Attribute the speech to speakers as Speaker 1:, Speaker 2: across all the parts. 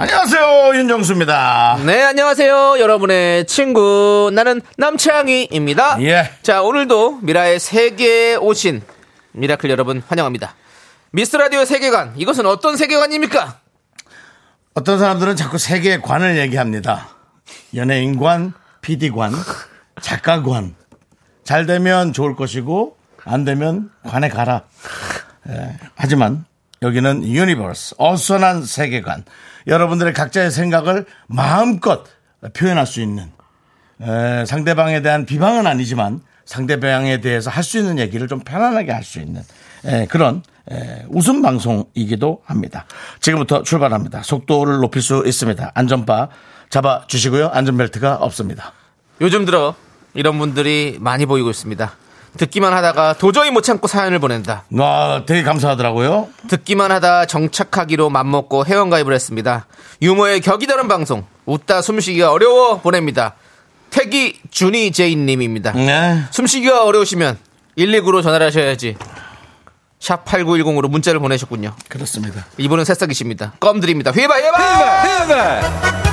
Speaker 1: 안녕하세요 윤정수입니다.
Speaker 2: 네, 안녕하세요. 여러분의 친구. 나는 남창희입니다.
Speaker 1: 예.
Speaker 2: 자, 오늘도 미라의 세계에 오신 미라클 여러분 환영합니다. 미스 라디오 세계관. 이것은 어떤 세계관입니까?
Speaker 1: 어떤 사람들은 자꾸 세계의 관을 얘기합니다. 연예인관, PD관, 작가관. 잘 되면 좋을 것이고 안 되면 관에 가라. 예, 하지만 여기는 유니버스, 어선한 세계관. 여러분들의 각자의 생각을 마음껏 표현할 수 있는 에, 상대방에 대한 비방은 아니지만 상대방에 대해서 할 수 있는 얘기를 좀 편안하게 할 수 있는 에, 그런 에, 웃음 방송이기도 합니다. 지금부터 출발합니다. 속도를 높일 수 있습니다. 안전바 잡아 주시고요. 안전벨트가 없습니다.
Speaker 2: 요즘 들어 이런 분들이 많이 보이고 있습니다. 듣기만 하다가 도저히 못 참고 사연을 보낸다.
Speaker 1: 와, 아, 되게 감사하더라고요.
Speaker 2: 듣기만 하다 정착하기로 맘먹고 회원가입을 했습니다. 유머의 격이 다른 방송. 웃다 숨쉬기가 어려워 보냅니다. 태기 준이 제이님입니다.
Speaker 1: 네.
Speaker 2: 숨쉬기가 어려우시면 119로 전화를 하셔야지. 샵 8910으로 문자를 보내셨군요.
Speaker 1: 그렇습니다.
Speaker 2: 이분은 새싹이십니다. 껌 드립니다. 휘바 휘바!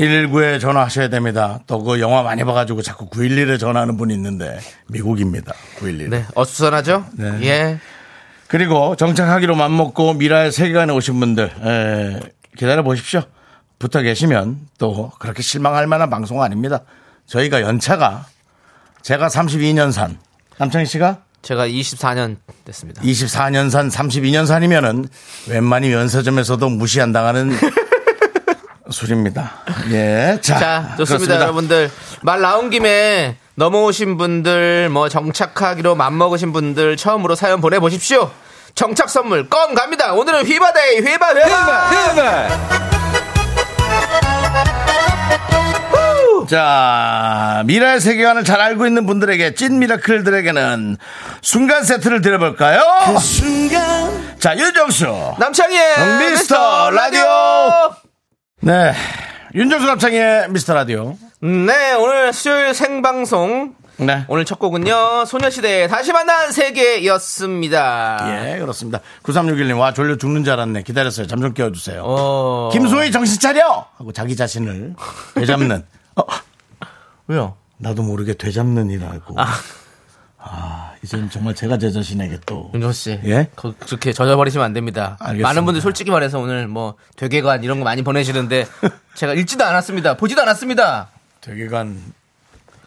Speaker 1: 119에 전화하셔야 됩니다. 또 그 영화 많이 봐가지고 자꾸 911에 전화하는 분이 있는데 미국입니다. 911.
Speaker 2: 네, 어수선하죠?
Speaker 1: 네.
Speaker 2: 예.
Speaker 1: 그리고 정착하기로 맘먹고 미라의 세계관에 오신 분들 에, 기다려 보십시오. 붙어 계시면 또 그렇게 실망할 만한 방송 아닙니다. 저희가 연차가 제가 32년 산 남창희 씨가
Speaker 2: 제가 24년 됐습니다.
Speaker 1: 24년 산 32년 산이면은 웬만히 면세점에서도 무시 안 당하는 술입니다. 예, 자,
Speaker 2: 자, 좋습니다,
Speaker 1: 그렇습니다.
Speaker 2: 여러분들. 말 나온 김에 넘어오신 분들, 뭐 정착하기로 맘먹으신 분들 처음으로 사연 보내보십시오. 정착 선물 껌 갑니다. 오늘은 휘바데이 휘바 휘바
Speaker 1: 자, 미라의 세계관을 잘 알고 있는 분들에게 찐 미라클들에게는 순간 세트를 드려볼까요? 그 순간. 자, 윤정수.
Speaker 2: 남창희의
Speaker 1: 미스터 라디오. 네. 윤정수 남창의 미스터 라디오.
Speaker 2: 네 오늘 수요일 생방송
Speaker 1: 네.
Speaker 2: 오늘 첫 곡은요 소녀시대의 다시 만난 세계였습니다.
Speaker 1: 예, 그렇습니다. 9361님, 와, 졸려 죽는 줄 알았네. 기다렸어요. 잠 좀 깨워주세요.
Speaker 2: 어
Speaker 1: 김소희 정신 차려! 하고 자기 자신을 되잡는. 어,
Speaker 2: 왜요?
Speaker 1: 나도 모르게 되잡는이라고. 아, 이제는 정말 제가 제 자신에게 또.
Speaker 2: 윤정 씨,
Speaker 1: 예?
Speaker 2: 거- 그렇게 젖어버리시면 안 됩니다.
Speaker 1: 알겠습니다.
Speaker 2: 많은 분들 솔직히 말해서 오늘 뭐 되게관 이런 거 많이 보내시는데 제가 읽지도 않았습니다. 보지도 않았습니다.
Speaker 1: 되게간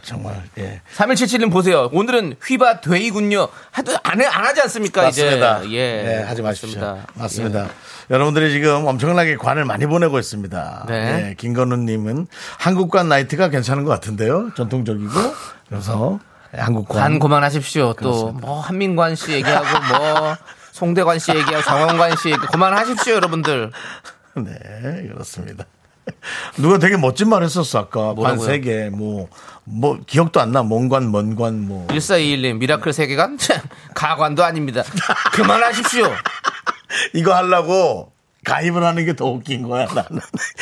Speaker 1: 정말 예
Speaker 2: 3177님 보세요. 오늘은 휘바 되이군요. 하도 안, 해- 안 하지 않습니까?
Speaker 1: 맞습니다.
Speaker 2: 그러니까 이제.
Speaker 1: 예, 하지 마십시오.
Speaker 2: 맞습니다.
Speaker 1: 맞습니다. 예. 여러분들이 지금 엄청나게 관을 많이 보내고 있습니다.
Speaker 2: 네.
Speaker 1: 예, 김건우님은 한국관 나이트가 괜찮은 것 같은데요. 전통적이고 그래서 한국관
Speaker 2: 관 예. 그만하십시오. 또 뭐 한민관 씨 얘기하고 뭐 송대관 씨 얘기하고 정원관 씨 얘기하고 그만하십시오, 여러분들.
Speaker 1: 네 그렇습니다. 누가 되게 멋진 말 했었어 아까 관
Speaker 2: 뭐라고요?
Speaker 1: 세 개 뭐 뭐 기억도 안 나 먼관 먼관 뭐
Speaker 2: 1421님 미라클 세계관 가관도 아닙니다. 그만하십시오.
Speaker 1: 이거 하려고 가입을 하는 게 더 웃긴 거야 나는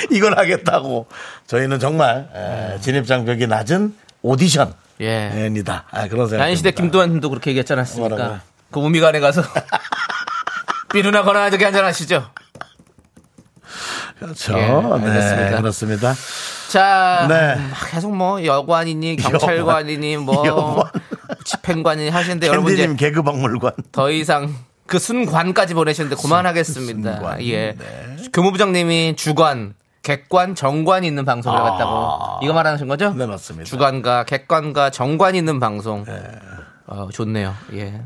Speaker 1: 이걸 하겠다고 저희는 정말 에, 진입 장벽이 낮은 오디션
Speaker 2: 예.
Speaker 1: 입니다 아, 그런 생각
Speaker 2: 라인 시대 김도환님도 그렇게 얘기했지 않았습니까?
Speaker 1: 뭐라고요?
Speaker 2: 그 우미관에 가서 비누나 거나 저기 한잔 하시죠.
Speaker 1: 그렇죠
Speaker 2: 예, 알겠습니다.
Speaker 1: 네, 그렇습니다
Speaker 2: 자,
Speaker 1: 네.
Speaker 2: 음, 계속 뭐 여관이니 경찰관이니 뭐
Speaker 1: 여관.
Speaker 2: 집행관이니 하시는데 여러분 이제
Speaker 1: 캔디님 개그 박물관
Speaker 2: 더 이상 그 순관까지 보내시는데 그만하겠습니다.
Speaker 1: 순관,
Speaker 2: 예.
Speaker 1: 네.
Speaker 2: 교무부장님이 주관, 객관, 정관이 있는 방송을
Speaker 1: 아.
Speaker 2: 갔다고 이거 말하는 거죠?
Speaker 1: 네 맞습니다
Speaker 2: 주관과 객관과 정관이 있는 방송.
Speaker 1: 네.
Speaker 2: 어, 좋네요. 예.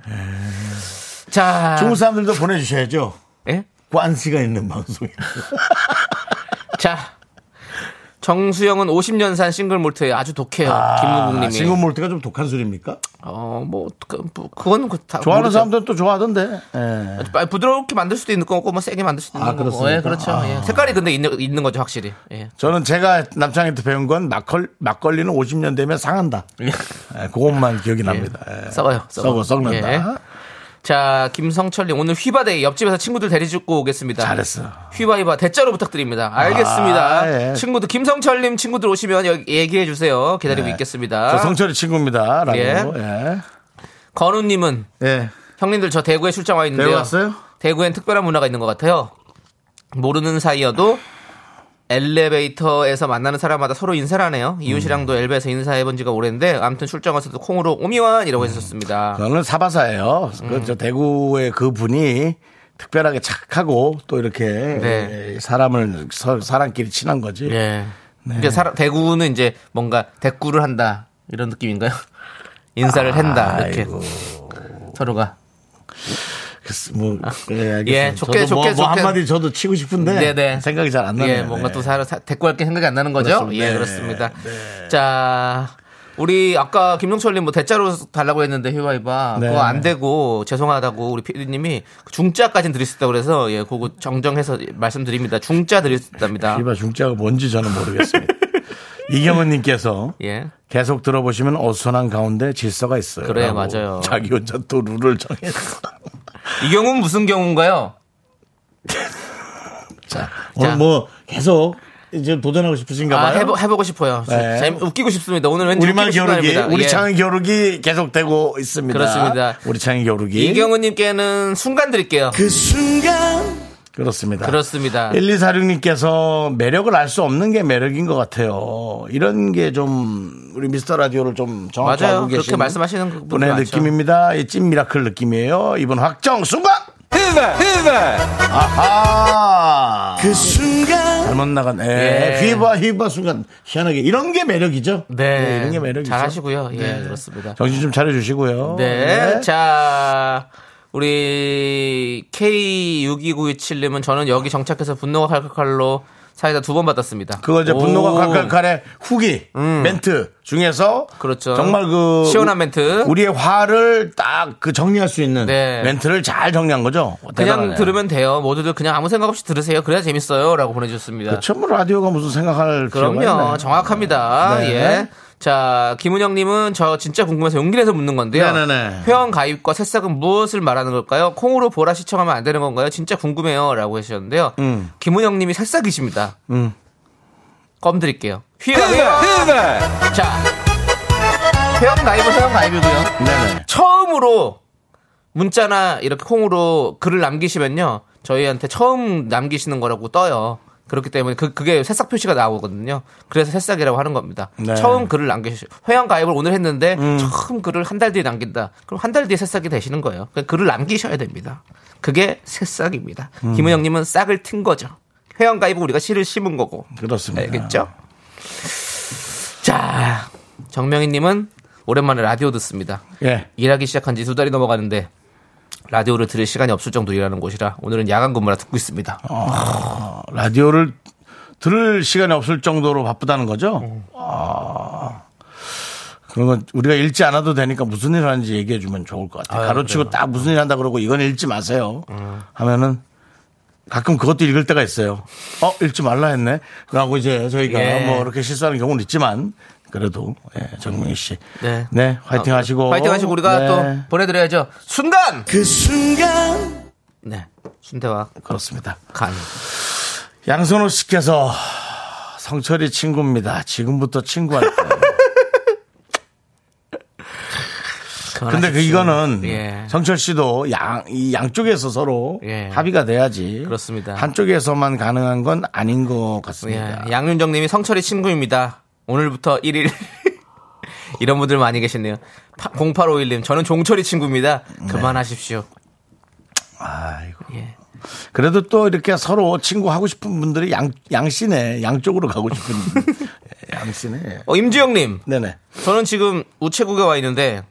Speaker 2: 자.
Speaker 1: 좋은 사람들도 보내주셔야죠
Speaker 2: 예?
Speaker 1: 관씨가 있는 방송이
Speaker 2: 자. 정수영은 50년산 싱글 몰트에 아주 독해요. 김무국님이.
Speaker 1: 아, 싱글 몰트가 좀 독한 술입니까?
Speaker 2: 어, 뭐, 그, 뭐, 그건 그, 다.
Speaker 1: 좋아하는
Speaker 2: 모르죠.
Speaker 1: 사람들은 또 좋아하던데. 예.
Speaker 2: 아, 부드럽게 만들 수도 있는 거고, 뭐, 세게 만들 수도
Speaker 1: 아,
Speaker 2: 있는 거고.
Speaker 1: 그렇습니까?
Speaker 2: 예, 그렇죠.
Speaker 1: 아.
Speaker 2: 예. 색깔이 근데 있는, 있는 거죠, 확실히. 예.
Speaker 1: 저는 제가 남창한테 배운 건 막걸, 막걸리는 50년 되면 상한다. 예, 그것만 기억이 납니다. 예.
Speaker 2: 썩어요,
Speaker 1: 썩어,
Speaker 2: 썩어.
Speaker 1: 썩는다.
Speaker 2: 예. 자, 김성철님, 오늘 휘바데이 옆집에서 친구들 데리고 오겠습니다.
Speaker 1: 잘했어.
Speaker 2: 휘바이바 대짜로 부탁드립니다. 알겠습니다.
Speaker 1: 아, 예.
Speaker 2: 친구들, 김성철님 친구들 오시면 여기 얘기해주세요. 기다리고 있겠습니다.
Speaker 1: 네. 저 성철이 친구입니다. 라고.
Speaker 2: 아. 예.
Speaker 1: 예.
Speaker 2: 건우님은
Speaker 1: 예.
Speaker 2: 형님들 저 대구에 출장 와 있는데요.
Speaker 1: 대구 왔어요?
Speaker 2: 대구엔 특별한 문화가 있는 것 같아요. 모르는 사이여도 엘리베이터에서 만나는 사람마다 서로 인사를 하네요.
Speaker 1: 음.
Speaker 2: 이웃이랑도 엘베에서 인사해본 지가 오래인데 아무튼 출장 와서도 콩으로 오미완
Speaker 1: 음.
Speaker 2: 이라고 했었습니다.
Speaker 1: 저는 사바사예요.
Speaker 2: 음.
Speaker 1: 그 저 대구의 그 분이 특별하게 착하고 또 이렇게
Speaker 2: 네.
Speaker 1: 예, 사람을 서- 사람끼리 친한 거지.
Speaker 2: 예.
Speaker 1: 네.
Speaker 2: 그러니까 사람- 대구는 이제 뭔가 대꾸를 한다 이런 느낌인가요? 인사를 한다 이렇게
Speaker 1: 아이고.
Speaker 2: 서로가.
Speaker 1: 글쎄, 뭐, 예, 알겠습니다.
Speaker 2: 예, 좋게,
Speaker 1: 저도 뭐-
Speaker 2: 좋게,
Speaker 1: 뭐
Speaker 2: 좋게.
Speaker 1: 한마디 저도 치고 싶은데
Speaker 2: 네네.
Speaker 1: 생각이 잘 안 나네요.
Speaker 2: 예, 뭔가
Speaker 1: 네.
Speaker 2: 또 사, 사- 데리고 갈게 생각이 안 나는 거죠?
Speaker 1: 그렇습니다.
Speaker 2: 예,
Speaker 1: 네.
Speaker 2: 그렇습니다. 자, 우리 아까 김용철님 뭐 대자로 달라고 했는데 휘바이바
Speaker 1: 네.
Speaker 2: 그거 안 되고 죄송하다고 우리 PD님이 그 중자까지는 드릴 수 있다고 그래서 예, 그거 정정해서 말씀드립니다. 중자 드릴 수 있답니다.
Speaker 1: 비바 중자가 뭔지 저는 모르겠습니다. 이경은님께서
Speaker 2: 예.
Speaker 1: 계속 들어보시면 어수선한 가운데 질서가 있어요.
Speaker 2: 그래,
Speaker 1: 라고
Speaker 2: 맞아요.
Speaker 1: 자기 혼자 또 룰을 정했어.
Speaker 2: 이 경우는 무슨 경우인가요?
Speaker 1: 자, 오늘 뭐 계속 이제 도전하고 싶으신가
Speaker 2: 아,
Speaker 1: 봐요.
Speaker 2: 해보, 해보고 싶어요.
Speaker 1: 네.
Speaker 2: 재미- 웃기고 싶습니다. 오늘 왠지
Speaker 1: 우리만
Speaker 2: 웃기고 싶은
Speaker 1: 겨루기,
Speaker 2: 날입니다.
Speaker 1: 우리
Speaker 2: 예.
Speaker 1: 창의 겨루기 계속되고 있습니다.
Speaker 2: 그렇습니다.
Speaker 1: 우리 창의 겨루기.
Speaker 2: 이경은님께는 순간 드릴게요.
Speaker 1: 그 순간. 그렇습니다.
Speaker 2: 그렇습니다.
Speaker 1: 1246님께서 매력을 알 수 없는 게 매력인 것 같아요. 이런 게 좀 우리 미스터 라디오를 좀 정확히
Speaker 2: 맞아요.
Speaker 1: 알고 계신
Speaker 2: 그렇게 말씀하시는 분들
Speaker 1: 분의
Speaker 2: 많죠.
Speaker 1: 느낌입니다. 이 찐 미라클 느낌이에요. 이분 확정 순간. 아하. 그 순간. 잘못 나간. 예.
Speaker 2: 예.
Speaker 1: 휘바 휘바 순간 희한하게 이런 게 매력이죠.
Speaker 2: 네.
Speaker 1: 예, 이런 게 매력이죠.
Speaker 2: 잘하시고요. 예, 그렇습니다.
Speaker 1: 정신 좀 차려주시고요.
Speaker 2: 네.
Speaker 1: 네.
Speaker 2: 자, 우리 K62927님은 저는 여기 정착해서 분노가 칼칼칼로 사이다 두 번 받았습니다.
Speaker 1: 그거 이제
Speaker 2: 오. 음.
Speaker 1: 분노가 칼칼칼의 후기 멘트 중에서
Speaker 2: 그렇죠.
Speaker 1: 정말 그
Speaker 2: 시원한 멘트.
Speaker 1: 우리의 화를 딱 그 정리할 수 있는
Speaker 2: 네.
Speaker 1: 멘트를 잘 정리한 거죠.
Speaker 2: 그냥
Speaker 1: 대단하네요.
Speaker 2: 들으면 돼요. 모두들 그냥 아무 생각 없이 들으세요. 그래야 재밌어요. 라고 보내주셨습니다.
Speaker 1: 그렇죠. 뭐 라디오가 무슨 생각할 필요가
Speaker 2: 그럼요.
Speaker 1: 있나요?
Speaker 2: 정확합니다.
Speaker 1: 네.
Speaker 2: 예. 자, 김은영님은 저 진짜 궁금해서 용기 내서 묻는 건데요.
Speaker 1: 네네네.
Speaker 2: 회원 가입과 새싹은 무엇을 말하는 걸까요? 콩으로 보라 시청하면 안 되는 건가요? 진짜 궁금해요. 라고 하셨는데요.
Speaker 1: 음.
Speaker 2: 김은영님이 새싹이십니다. 껌 드릴게요. 휘어, 휘어. 자, 회원 가입은 회원 가입이고요.
Speaker 1: 네네.
Speaker 2: 처음으로 문자나 이렇게 콩으로 글을 남기시면요. 저희한테 처음 남기시는 거라고 떠요. 그렇기 때문에 그, 그게 새싹 표시가 나오거든요. 그래서 새싹이라고 하는 겁니다.
Speaker 1: 네.
Speaker 2: 처음 글을 남기시 회원 가입을 오늘 했는데 처음 글을 한 달 뒤에 남긴다. 그럼 한 달 뒤에 새싹이 되시는 거예요. 그러니까 글을 남기셔야 됩니다. 그게 새싹입니다.
Speaker 1: 음.
Speaker 2: 김은영님은 싹을 튼 거죠. 회원 가입은 우리가 씨를 심은 거고.
Speaker 1: 네, 그렇습니다.
Speaker 2: 알겠죠? 자, 정명희님은 오랜만에 라디오 듣습니다.
Speaker 1: 예.
Speaker 2: 일하기 시작한 지 두 달이 넘어가는데 라디오를 들을 시간이 없을 정도로 일하는 곳이라 오늘은 야간 근무라 듣고 있습니다.
Speaker 1: 어, 라디오를 들을 시간이 없을 정도로 바쁘다는 거죠.
Speaker 2: 음.
Speaker 1: 아. 그런 건 우리가 읽지 않아도 되니까 무슨 일 하는지 얘기해 주면 좋을 것 같아요. 가로치고 딱 무슨 일 한다 그러고 이건 읽지 마세요.
Speaker 2: 음.
Speaker 1: 하면은 가끔 그것도 읽을 때가 있어요. 어, 읽지 말라 했네. 라고 이제 저희가
Speaker 2: 예.
Speaker 1: 뭐 이렇게 실수하는 경우는 있지만 그래도 예, 정명희 씨.
Speaker 2: 네.
Speaker 1: 화이팅 하시고.
Speaker 2: 파이팅 하시고 우리가
Speaker 1: 네.
Speaker 2: 또 보내드려야죠. 순간!
Speaker 1: 그 순간
Speaker 2: 네. 순대와
Speaker 1: 그렇습니다.
Speaker 2: 간.
Speaker 1: 양선호 씨께서 성철이 친구입니다. 지금부터 친구할 거예요. 근데 그 이거는
Speaker 2: 예.
Speaker 1: 성철 씨도 양, 이 양쪽에서 서로
Speaker 2: 예.
Speaker 1: 합의가 돼야지.
Speaker 2: 그렇습니다.
Speaker 1: 한쪽에서만 가능한 건 아닌 것 같습니다.
Speaker 2: 예. 양윤정 님이 성철이 친구입니다. 오늘부터 1일. 이런 분들 많이 계시네요. 0851님, 저는 종철이 친구입니다.
Speaker 1: 네.
Speaker 2: 그만하십시오.
Speaker 1: 아이고.
Speaker 2: 예.
Speaker 1: 그래도 또 이렇게 서로 친구 하고 싶은 분들이 양, 양씨네. 양쪽으로 가고 싶은. 분들. 예, 양씨네.
Speaker 2: 어, 임지영님,
Speaker 1: 네네.
Speaker 2: 저는 지금 우체국에 와 있는데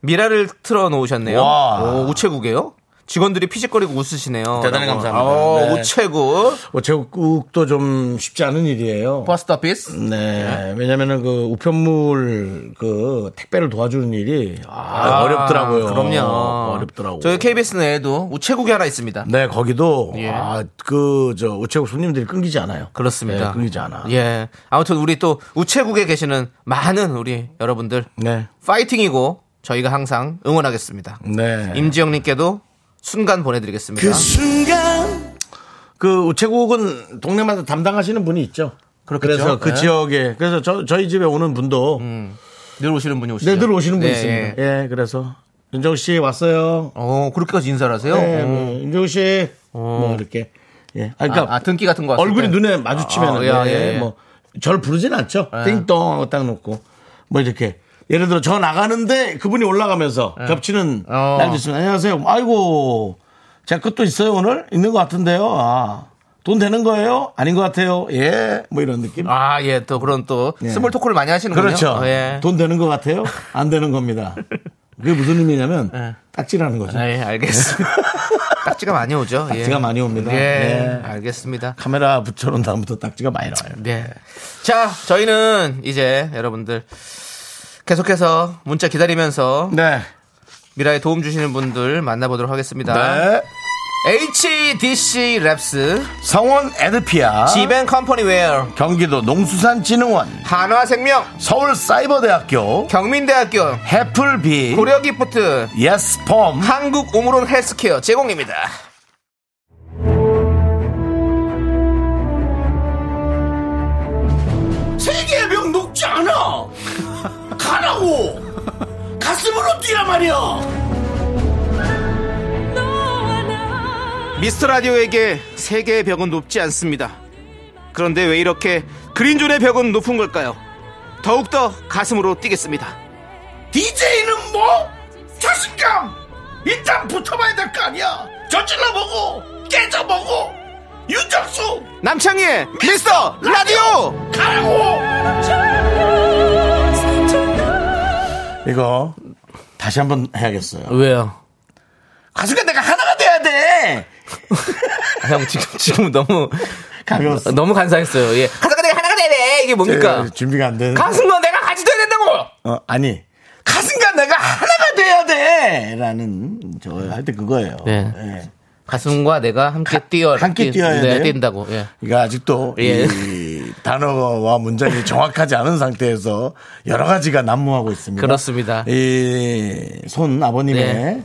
Speaker 2: 미라를 틀어 놓으셨네요.
Speaker 1: 와.
Speaker 2: 오, 우체국에요? 직원들이 피식거리고 웃으시네요.
Speaker 1: 대단히
Speaker 2: 라고.
Speaker 1: 감사합니다.
Speaker 2: 어,
Speaker 1: 네.
Speaker 2: 우체국.
Speaker 1: 제국국도 좀 쉽지 않은 일이에요.
Speaker 2: 버스 더피스.
Speaker 1: 네. 왜냐면은 그 우편물 그 택배를 도와주는 일이 아, 어렵더라고요.
Speaker 2: 그럼요.
Speaker 1: 어렵더라고요.
Speaker 2: 저희 KBS 내에도 우체국이 하나 있습니다.
Speaker 1: 네, 거기도
Speaker 2: 예.
Speaker 1: 아, 그 저 우체국 손님들이 끊기지 않아요.
Speaker 2: 그렇습니다.
Speaker 1: 네, 끊기지 않아.
Speaker 2: 예. 아무튼 우리 또 우체국에 계시는 많은 우리 여러분들
Speaker 1: 네.
Speaker 2: 파이팅이고 저희가 항상 응원하겠습니다.
Speaker 1: 네.
Speaker 2: 임지영님께도 순간 보내드리겠습니다.
Speaker 1: 그 순간 그 우체국은 동네마다 담당하시는 분이 있죠. 예.
Speaker 2: 그렇겠죠.
Speaker 1: 래서그
Speaker 2: 네.
Speaker 1: 지역에 그래서 저, 저희 집에 오는 분도
Speaker 2: 늘 오시는 분이 오시죠.
Speaker 1: 네, 늘 오시는 분이
Speaker 2: 네,
Speaker 1: 있습니다.
Speaker 2: 예.
Speaker 1: 예, 그래서 윤정 씨 왔어요.
Speaker 2: 어 그렇게까지 인사를 하세요?
Speaker 1: 네,
Speaker 2: 어.
Speaker 1: 뭐, 윤정 씨. 뭐 이렇게. 예. 아, 그러니까
Speaker 2: 아, 아, 등기 같은 거 왔을
Speaker 1: 얼굴이
Speaker 2: 때.
Speaker 1: 눈에 마주치면
Speaker 2: 아,
Speaker 1: 은 네,
Speaker 2: 예, 예, 네. 예.
Speaker 1: 뭐절 부르진 않죠. 띵동 딱 놓고 뭐 이렇게 예를 들어 저 나가는데 그분이 올라가면서 겹치는
Speaker 2: 네. 어.
Speaker 1: 날도 있으면 안녕하세요. 아이고 제 것도 있어요 오늘 있는 것 같은데요. 아, 돈 되는 거예요? 아닌 것 같아요. 예, 뭐 이런 느낌.
Speaker 2: 아, 예, 또 그런 또 스몰 토크를 많이 하시는군요.
Speaker 1: 그렇죠.
Speaker 2: 어, 예.
Speaker 1: 돈 되는 것 같아요? 안 되는 겁니다. 그게 무슨 의미냐면
Speaker 2: 네.
Speaker 1: 딱지라는 거죠.
Speaker 2: 아, 예, 알겠습니다. 딱지가 많이 오죠. 예.
Speaker 1: 딱지가 많이 옵니다.
Speaker 2: 예,
Speaker 1: 예.
Speaker 2: 알겠습니다.
Speaker 1: 카메라 붙여놓은 다음부터 딱지가 많이 나와요.
Speaker 2: 네. 자, 저희는 이제 여러분들 계속해서 문자 기다리면서
Speaker 1: 네.
Speaker 2: 미라에 도움 주시는 분들 만나보도록 하겠습니다.
Speaker 1: 네.
Speaker 2: HDC 랩스,
Speaker 1: 성원 에드피아
Speaker 2: 지벤 컴퍼니 웨어,
Speaker 1: 경기도 농수산진흥원
Speaker 2: 한화생명,
Speaker 1: 서울사이버대학교
Speaker 2: 경민대학교,
Speaker 1: 해플비
Speaker 2: 고려기프트,
Speaker 1: 예스폼
Speaker 2: 한국 오므론 헬스케어 제공입니다.
Speaker 1: 세계의 병 녹지 않아 가라고 가슴으로 뛰란 말이야
Speaker 2: 미스터 라디오에게 세계의 벽은 높지 않습니다. 그런데 왜 이렇게 그린존의 벽은 높은 걸까요? 더욱더 가슴으로 뛰겠습니다.
Speaker 1: DJ는 뭐? 자신감 일단 붙어봐야 될 거 아니야 저질러보고 깨져보고 윤정수
Speaker 2: 남창희의 미스터 라디오!
Speaker 1: 가라고 이거 다시 한번 해야겠어요
Speaker 2: 왜요?
Speaker 1: 가수가 내가 하나가 돼야 돼
Speaker 2: 형, 지금, 지금 너무,
Speaker 1: 가벼웠어
Speaker 2: 너무 간사했어요. 예. 가슴과 내가 하나가 돼야 돼! 이게 뭡니까?
Speaker 1: 예, 준비가 안 되는.
Speaker 2: 가슴과 내가 같이 돼야 된다고!
Speaker 1: 어, 아니. 가슴과 내가 하나가 돼야 돼! 라는, 저, 할 때 그거예요.
Speaker 2: 네.
Speaker 1: 예.
Speaker 2: 가슴과 내가 함께 뛰어.
Speaker 1: 함께
Speaker 2: 뛰- 네,
Speaker 1: 뛰어야 돼요?
Speaker 2: 뛴다고. 예.
Speaker 1: 그러니까 아직도
Speaker 2: 예.
Speaker 1: 이 단어와 문장이 정확하지 않은 상태에서 여러 가지가 난무하고 있습니다.
Speaker 2: 그렇습니다.
Speaker 1: 이 손 아버님의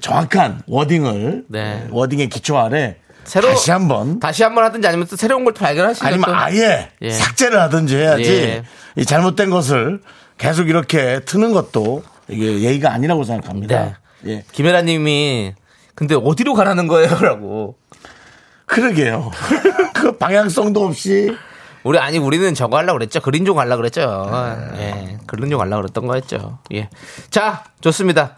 Speaker 1: 정확한 워딩을
Speaker 2: 네.
Speaker 1: 워딩의 기초 아래
Speaker 2: 새로-
Speaker 1: 다시 한번
Speaker 2: 다시 한번 하든지 아니면 또 새로운 걸 발견하시죠.
Speaker 1: 아니면
Speaker 2: 또.
Speaker 1: 아예
Speaker 2: 예.
Speaker 1: 삭제를 하든지 해야지
Speaker 2: 예.
Speaker 1: 이 잘못된 것을 계속 이렇게 트는 것도 이게 예의가 아니라고
Speaker 2: 네.
Speaker 1: 생각합니다. 예.
Speaker 2: 김혜라 님이 근데 어디로 가라는 거예요? 라고.
Speaker 1: 그러게요. 그 방향성도 없이
Speaker 2: 우리 아니 우리는 저거 하려고 그랬죠. 그린종 하려고 그랬죠.
Speaker 1: 아.
Speaker 2: 예. 그린종 하려고 그랬던 거였죠. 예. 자, 좋습니다.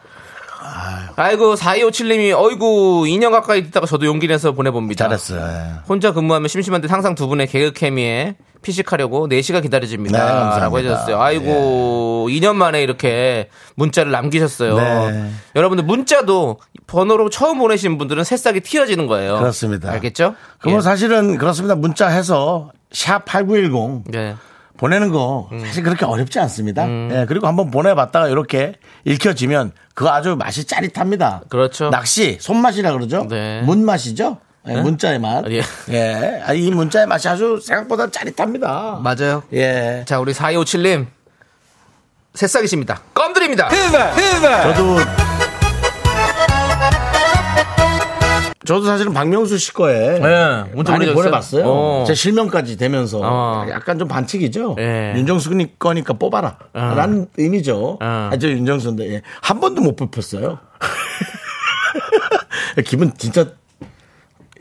Speaker 2: 아이고 4257 님이 어이구 2년 가까이 있다가 저도 용기 내서 보내 봅니다.
Speaker 1: 잘했어요. 예.
Speaker 2: 혼자 근무하면 심심한데 항상 두 분의 개그 케미에 피식하려고 4시가 기다려집니다.
Speaker 1: 네, 감사합니다. 예.
Speaker 2: 라고 해주셨어요. 아이고, 2년 만에 이렇게 문자를 남기셨어요.
Speaker 1: 네.
Speaker 2: 여러분들 문자도 번호로 처음 보내신 분들은 새싹이 튀어지는 거예요.
Speaker 1: 그렇습니다.
Speaker 2: 알겠죠?
Speaker 1: 그거
Speaker 2: 예.
Speaker 1: 사실은 그렇습니다. 문자 해서 샵8910
Speaker 2: 네.
Speaker 1: 보내는 거
Speaker 2: 음.
Speaker 1: 사실 그렇게 어렵지 않습니다. 예, 그리고 한번 보내봤다가 이렇게 읽혀지면 그거 아주 맛이 짜릿합니다.
Speaker 2: 그렇죠.
Speaker 1: 낚시 손맛이라 그러죠.
Speaker 2: 네.
Speaker 1: 문맛이죠. 예, 문자의 맛.
Speaker 2: 예.
Speaker 1: 예. 아, 이 문자의 맛이 아주 생각보다 짜릿합니다.
Speaker 2: 맞아요.
Speaker 1: 예.
Speaker 2: 자, 우리 4257님. 새싹이십니다. 껌 드립니다.
Speaker 1: 그- 저도 저도 사실은 박명수 씨 거에
Speaker 2: 예, 문자
Speaker 1: 많이
Speaker 2: 보내줬어요?
Speaker 1: 보내봤어요.
Speaker 2: 어.
Speaker 1: 제 실명까지 되면서
Speaker 2: 어.
Speaker 1: 약간 좀 반칙이죠.
Speaker 2: 예.
Speaker 1: 윤정수니 거니까 뽑아라 라는 의미죠.
Speaker 2: 어.
Speaker 1: 아, 저 윤정수인데 예. 한 번도 못 뽑혔어요. 기분 진짜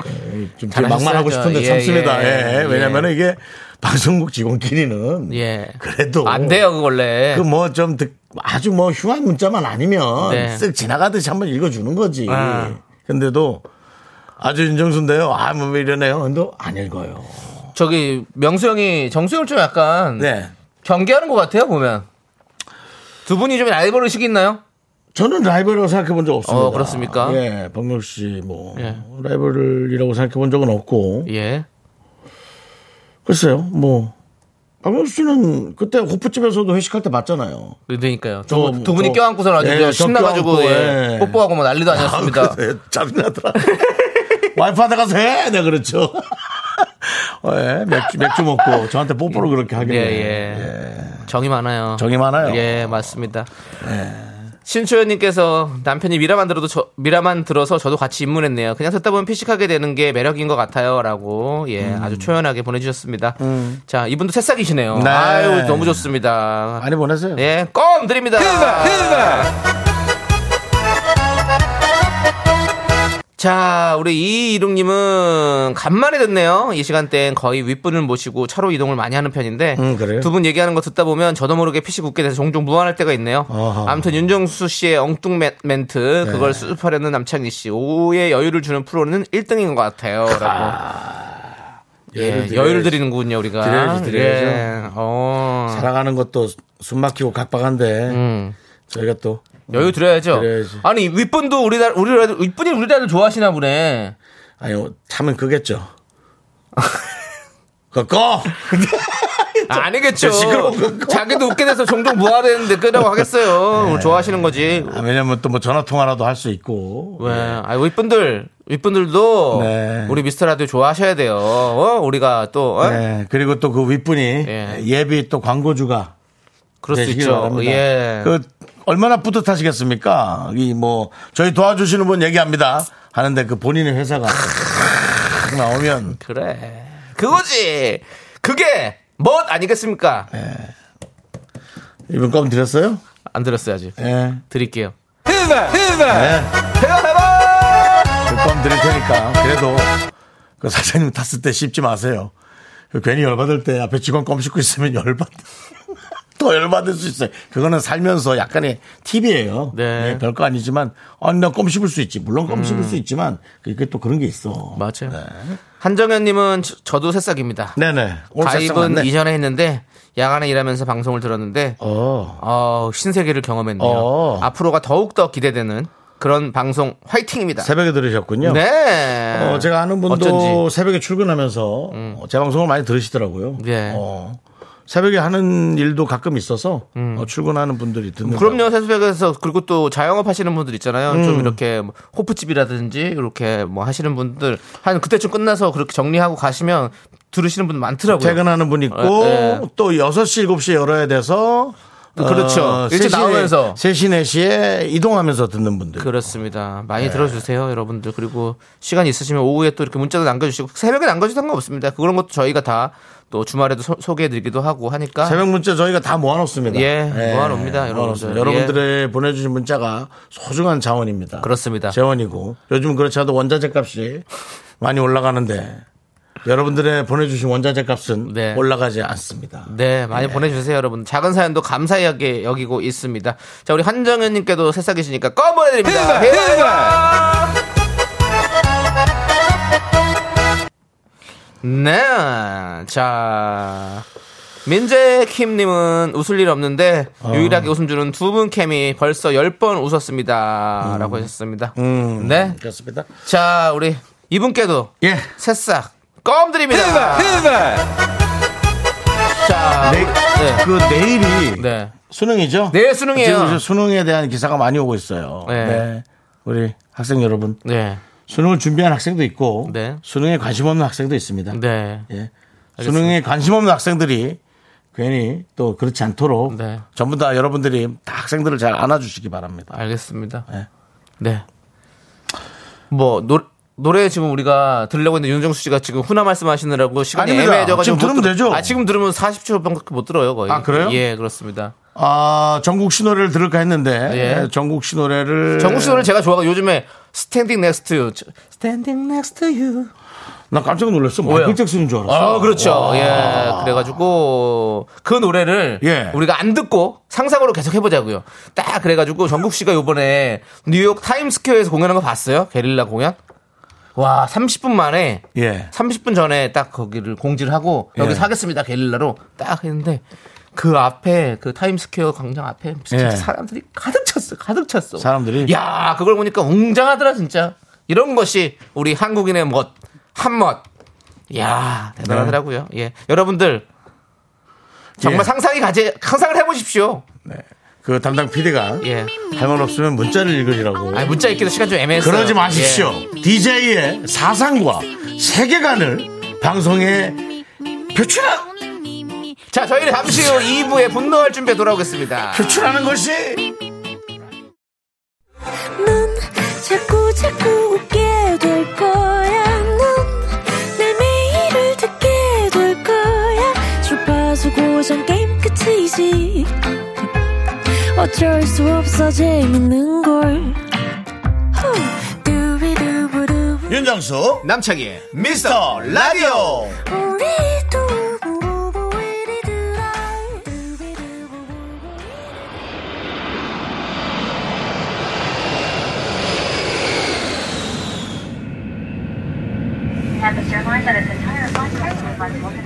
Speaker 1: 예, 좀 되게
Speaker 2: 잘하셨어요.
Speaker 1: 막말하고 싶은데
Speaker 2: 예,
Speaker 1: 참습니다.
Speaker 2: 예.
Speaker 1: 예, 왜냐하면 이게 방송국 직원끼리는
Speaker 2: 예.
Speaker 1: 그래도
Speaker 2: 안 돼요, 그거 원래.
Speaker 1: 그 뭐 좀 아주 뭐 흉한 문자만 아니면
Speaker 2: 네.
Speaker 1: 쓱 지나가듯이 한번 읽어주는 거지.
Speaker 2: 아.
Speaker 1: 근데도 아주 윤정수인데요. 아, 뭐 이러네요. 근데 안 읽어요.
Speaker 2: 저기, 명수 형이 정수형을 좀 약간.
Speaker 1: 네.
Speaker 2: 경계하는 것 같아요 보면 두 분이 좀 라이벌의식이 있나요?
Speaker 1: 저는 라이벌이라고 생각해 본 적 없습니다.
Speaker 2: 어, 그렇습니까?
Speaker 1: 예, 박명수 씨, 뭐,
Speaker 2: 예.
Speaker 1: 라이벌이라고 생각해 본 적은 없고.
Speaker 2: 예.
Speaker 1: 글쎄요, 뭐. 박명수 씨는 그때 호프집에서도 회식할 때 봤잖아요.
Speaker 2: 그러니까요.
Speaker 1: 저,
Speaker 2: 두, 두 분이
Speaker 1: 저,
Speaker 2: 껴안고서 아주
Speaker 1: 예,
Speaker 2: 그냥
Speaker 1: 저
Speaker 2: 신나가지고
Speaker 1: 껴안고,
Speaker 2: 예.
Speaker 1: 예.
Speaker 2: 뽀뽀하고 뭐 난리도 아니었습니다.
Speaker 1: 그래서 짜증나더라. 와이프한테 가서 해! 내가 그렇죠. 어, 예, 맥주, 맥주 먹고 저한테 뽀뽀를 그렇게 하길래.
Speaker 2: 예, 예. 정이 많아요.
Speaker 1: 정이 많아요. 예.
Speaker 2: 예, 맞습니다. 신초연님께서 남편이 미라만 들어도 저, 미라만 들어서 저도 같이 입문했네요. 그냥 듣다 보면 피식하게 되는 게 매력인 것 같아요라고 예
Speaker 1: 음.
Speaker 2: 아주 초연하게 보내주셨습니다. 자 이분도 새싹이시네요.
Speaker 1: 네.
Speaker 2: 아유 너무 좋습니다.
Speaker 1: 많이 보내세요.
Speaker 2: 예, 껌 드립니다. 자, 우리 이이룡님은 간만에 듣네요. 이 시간대엔 거의 윗분을 모시고 차로 이동을 많이 하는 편인데
Speaker 1: 음, 그래요?
Speaker 2: 두 분 얘기하는 거 듣다 보면 저도 모르게 피시 굳게 돼서 종종 무안할 때가 있네요.
Speaker 1: 어허. 네.
Speaker 2: 아무튼 윤정수 씨의 엉뚱 멘- 멘트 그걸 수습하려는 남창희 씨 오후에 여유를 주는 프로는 1등인 것 같아요라고. 예,
Speaker 1: 드려야지.
Speaker 2: 여유를 드리는군요 우리가.
Speaker 1: 드려야지, 드려야죠.
Speaker 2: 예, 어.
Speaker 1: 사랑하는 것도 숨 막히고 각박한데,
Speaker 2: 음.
Speaker 1: 저희가 또.
Speaker 2: 여유 드려야죠.
Speaker 1: 드려야지.
Speaker 2: 아니 윗분도 우리나라 우리라도 윗분이 우리라도 좋아하시나 보네.
Speaker 1: 아니, 참은 그겠죠. 그거!
Speaker 2: 아니겠죠.
Speaker 1: 시끄러운 거. 네.
Speaker 2: 자기도 웃게 돼서 종종 무화되는데 끄라고 하겠어요. 좋아하시는 거지.
Speaker 1: 아, 왜냐면 또 뭐 전화통화라도 할 수 있고.
Speaker 2: 왜? 아, 윗분들, 윗분들도
Speaker 1: 네.
Speaker 2: 우리 미스터 라디오 좋아하셔야 돼요. 어? 우리가 또 어?
Speaker 1: 네, 그리고 또 그 윗분이
Speaker 2: 예.
Speaker 1: 예비 또 광고주가
Speaker 2: 그럴 수
Speaker 1: 네, 되시길
Speaker 2: 있죠.
Speaker 1: 바랍니다.
Speaker 2: 예.
Speaker 1: 그 얼마나 뿌듯하시겠습니까? 이 뭐 저희 도와주시는 분 얘기합니다. 하는데 그 본인의 회사가 탁 나오면
Speaker 2: 그래. 그거지. 그게 멋 아니겠습니까?
Speaker 1: 네. 이분 껌 드렸어요?
Speaker 2: 안 들었어요 아직.
Speaker 1: 예.
Speaker 2: 드릴게요.
Speaker 1: 네.
Speaker 2: 대단하다.
Speaker 1: 그껌 드릴 테니까 그래도 그 사장님 탔을 때 씹지 마세요. 그 괜히 열받을 때 앞에 직원 껌 씹고 있으면 열받. 더 열받을 수 있어요. 그거는 살면서 약간의 팁이에요.
Speaker 2: 네. 음.
Speaker 1: 예, 별거 아니지만, 아니, 나껌 씹을 수 있지. 물론 껌 씹을 수 있지만, 그게 또 그런 게 있어. 네.
Speaker 2: 맞아요. 한정현님은 저- 저도 새싹입니다.
Speaker 1: 네네. 오늘 살짝
Speaker 2: 가입은
Speaker 1: 맞네.
Speaker 2: 이전에 했는데 야간에 일하면서 방송을 들었는데
Speaker 1: 어.
Speaker 2: 어, 신세계를 경험했네요.
Speaker 1: 어.
Speaker 2: 앞으로가 더욱더 기대되는 그런 방송 화이팅입니다.
Speaker 1: 새벽에 들으셨군요.
Speaker 2: 네.
Speaker 1: 어, 제가 아는 분도
Speaker 2: 어쩐지. 음.
Speaker 1: 새벽에 출근하면서 어, 제 방송을 많이 들으시더라고요.
Speaker 2: 예.
Speaker 1: 어, 새벽에 하는 일도 가끔 있어서 어, 출근하는 분들이 듣는
Speaker 2: 음. 그럼요, 새벽에서 그리고 또 자영업 하시는 분들 있잖아요.
Speaker 1: 음.
Speaker 2: 좀 이렇게 뭐 호프집이라든지 이렇게 뭐 하시는 분들 한 그때쯤 끝나서 그렇게 정리하고 가시면 들으시는 분 많더라고요.
Speaker 1: 퇴근하는 분 있고
Speaker 2: 예, 예.
Speaker 1: 또 6시, 7시에 열어야 돼서 어,
Speaker 2: 또 그렇죠. 일찍 나오면서.
Speaker 1: 3시, 4시에 이동하면서 듣는 분들.
Speaker 2: 그렇습니다.
Speaker 1: 네.
Speaker 2: 많이 들어주세요, 여러분들. 그리고 시간 있으시면 오후에 또 이렇게 문자도 남겨주시고 새벽에 남겨주셔도 상관없습니다. 그런 것도 저희가 다 또 주말에도 소, 소개해드리기도 하고 하니까
Speaker 1: 새벽 문자 저희가 다 모아놓습니다.
Speaker 2: 아. 예, 모아놓습니다, 여러분들.
Speaker 1: 모아놓습니다.
Speaker 2: 예.
Speaker 1: 여러분들의 보내주신 문자가 소중한 자원입니다.
Speaker 2: 그렇습니다.
Speaker 1: 재원이고 요즘 그렇지 않아도 원자재 값이 많이 올라가는데 여러분들의 보내주신 원자재 값은
Speaker 2: 네.
Speaker 1: 올라가지 않습니다.
Speaker 2: 네, 많이 보내주세요, 여러분. 작은 사연도 감사하게 여기고 있습니다. 자, 우리 한정현님께도 새싹이시니까 껌 보내드립니다. 대박! 네, 자. 민재 킴님은 웃을 일 없는데 유일하게 웃음 주는 두 분 캠이 벌써 10번 웃었습니다. 라고 하셨습니다.
Speaker 1: 음,
Speaker 2: 네.
Speaker 1: 그렇습니다.
Speaker 2: 자, 우리 이분께도
Speaker 1: 예.
Speaker 2: 새싹 껌 드립니다.
Speaker 1: 네,
Speaker 2: 자,
Speaker 1: 내,
Speaker 2: 네.
Speaker 1: 그 내일이
Speaker 2: 네.
Speaker 1: 수능이죠?
Speaker 2: 내일 수능이에요.
Speaker 1: 지금 이제 수능에 대한 기사가 많이 오고 있어요.
Speaker 2: 네.
Speaker 1: 네. 우리 학생 여러분
Speaker 2: 네.
Speaker 1: 수능을 준비한 학생도 있고
Speaker 2: 네.
Speaker 1: 수능에 관심 없는 학생도 있습니다.
Speaker 2: 네.
Speaker 1: 예. 수능에 관심 없는 학생들이 괜히 또 그렇지 않도록
Speaker 2: 네.
Speaker 1: 전부 다 여러분들이 다 학생들을 잘 안아주시기 바랍니다.
Speaker 2: 알겠습니다.
Speaker 1: 네.
Speaker 2: 네. 뭐 노, 노래 지금 우리가 들으려고 했는데 윤정수 씨가 지금 훈화 말씀하시느라고 시간이
Speaker 1: 아닙니다.
Speaker 2: 애매해져가지고
Speaker 1: 지금
Speaker 2: 못
Speaker 1: 들으면
Speaker 2: 들-
Speaker 1: 되죠?
Speaker 2: 아 지금 들으면 40초밖에 못 들어요 거의.
Speaker 1: 아, 그래요?
Speaker 2: 예 그렇습니다.
Speaker 1: 아, 전국 신호를 들을까 했는데
Speaker 2: 예.
Speaker 1: 전국 신호를
Speaker 2: 정국 씨 노래 제가 좋아하고 요즘에 스탠딩 넥스트 유 스탠딩 넥스트 유.
Speaker 1: 나 깜짝 놀랐어.
Speaker 2: 왜요?
Speaker 1: 마이클 잭슨인 줄 알았어.
Speaker 2: 아 그렇죠. 예 그래가지고 그 노래를
Speaker 1: 예.
Speaker 2: 우리가 안 듣고 상상으로 계속 해보자고요. 딱 그래가지고 정국 씨가 요번에 뉴욕 타임스퀘어에서 공연한 거 봤어요? 게릴라 공연? 와 30분 만에
Speaker 1: 예.
Speaker 2: 30분 전에 딱 거기를 공지를 하고 여기서 하겠습니다 게릴라로 딱 했는데 그 앞에 그 타임스퀘어 광장 앞에 진짜
Speaker 1: 예.
Speaker 2: 사람들이 가득 찼어 가득 찼어
Speaker 1: 사람들이?
Speaker 2: 야 그걸 보니까 웅장하더라 진짜 이런 것이 우리 한국인의 멋 한멋 야 대단하더라고요 예 여러분들 정말
Speaker 1: 네. 예.
Speaker 2: 상상이 가지 상상을 해보십시오
Speaker 1: 그 담당 PD가
Speaker 2: 예
Speaker 1: 할 말 없으면 문자를 읽으시라고.
Speaker 2: 아 문자 읽기도 시간 좀 애매했어요 예.
Speaker 1: 그러지 마십시오. DJ의 사상과 세계관을 방송에 표출하,
Speaker 2: 예. 자 저희는 잠시 후 2부에 분노할 준비에 돌아오겠습니다
Speaker 1: 표출하는 것이
Speaker 3: 넌 자꾸 자꾸 웃게 될 거야. 넌내 매일을 듣게 될 거야. 주파수 고정 게임 끝이지. 어쩔 수 없어 재밌는 걸. 후. 두비두부두.
Speaker 1: 윤정수
Speaker 2: 남창희의 미스터 라디오
Speaker 3: 우리 두부부부 우리들아. 두비두부부부.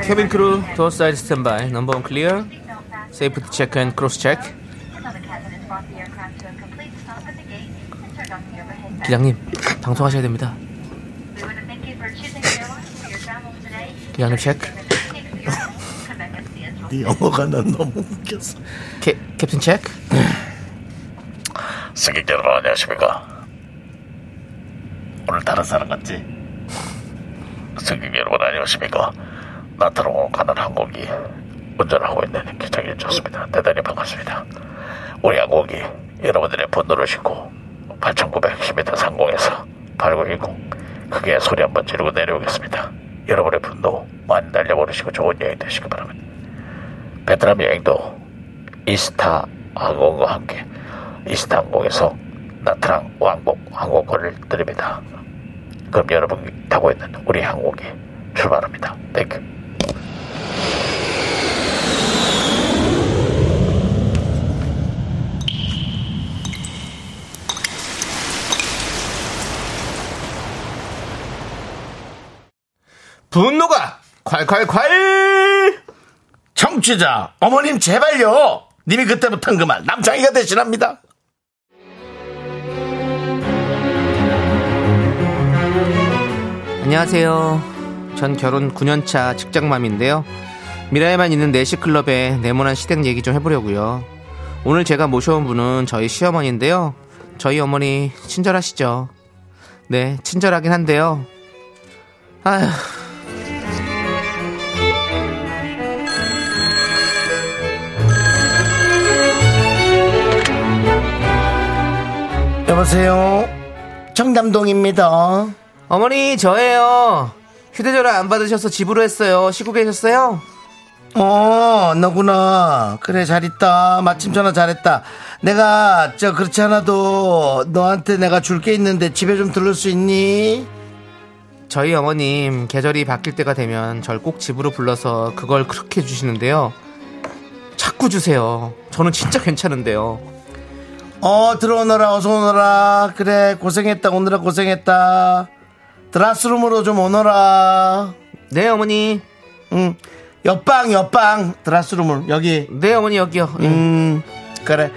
Speaker 2: 케빈 크루 도어 사이드 스탠바이 넘버 원 클리어 세이프티 체크 앤 크로스 체크 기장님 방송하셔야 됩니다 기장님 체크
Speaker 1: 이 영어가 난 너무 웃겼어.
Speaker 2: 캐, 캡틴 체크
Speaker 1: 승객 여러분 안녕하십니까? 오늘 다른 사람 같지?
Speaker 4: 승객 여러분 안녕하십니까 나트로 가는 항공기 운전하고 있는 기장님 좋습니다 대단히 반갑습니다 우리 항공기 여러분들의 분노를 싣고 8910m 상공에서 8910 크게 소리 한번 지르고 내려오겠습니다 여러분의 분노 많이 날려버리시고 좋은 여행 되시기 바랍니다 베트남 여행도 이스타 항공과 함께 이스타 항공에서 나트랑 왕복 항공권을 드립니다 그럼 여러분이 타고 있는 우리 항공기 출발합니다. 땡큐.
Speaker 2: 분노가 콸콸콸
Speaker 1: 청취자 어머님 제발요. 님이 그때 못한 그 말 남창희가 대신합니다.
Speaker 2: 안녕하세요 전 결혼 9년차 직장맘인데요 미라에만 있는 네 내시클럽에 네모난 시댁 얘기 좀 해보려고요 오늘 제가 모셔온 분은 저희 시어머니인데요 저희 어머니 친절하시죠 네 친절하긴 한데요 아휴
Speaker 1: 여보세요. 청담동입니다.
Speaker 2: 어머니 저예요 휴대전화 안 받으셔서 집으로 했어요 쉬고 계셨어요?
Speaker 1: 어, 너구나. 그래, 잘 있다. 마침 전화 잘했다. 내가, 저, 그렇지 않아도 너한테 내가 줄 게 있는데 집에 좀 들를 수 있니?
Speaker 2: 저희 어머님 계절이 바뀔 때가 되면 절 꼭 집으로 불러서 그걸 그렇게 해주시는데요 자꾸 주세요 저는 진짜 괜찮은데요
Speaker 1: 어, 들어오너라, 어서 오너라. 그래, 고생했다. 오느라 고생했다. 드라스룸으로 좀 오너라.
Speaker 2: 네 어머니
Speaker 1: 응. 옆방, 옆방. 드라스룸을, 여기.
Speaker 2: 네 어머니 여기요 예.
Speaker 1: 음, 그래.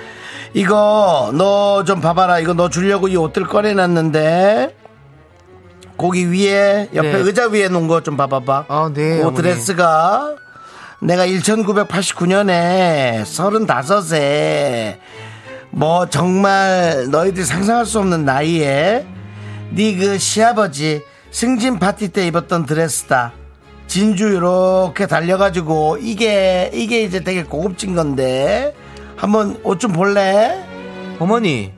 Speaker 1: 이거 너 좀 봐봐라. 이거 너 주려고 이 옷들 꺼내놨는데 거기 위에 옆에
Speaker 2: 네.
Speaker 1: 의자 위에 놓은 거 좀 봐봐봐.
Speaker 2: 아, 네,
Speaker 1: 그
Speaker 2: 어머니.
Speaker 1: 드레스가 내가 1989년에 35세 뭐 정말 너희들이 상상할 수 없는 나이에 네 그 시아버지 승진 파티 때 입었던 드레스다. 진주 이렇게 달려가지고 이게 이게 이제 되게 고급진 건데 한번 옷 좀 볼래?
Speaker 2: 어머니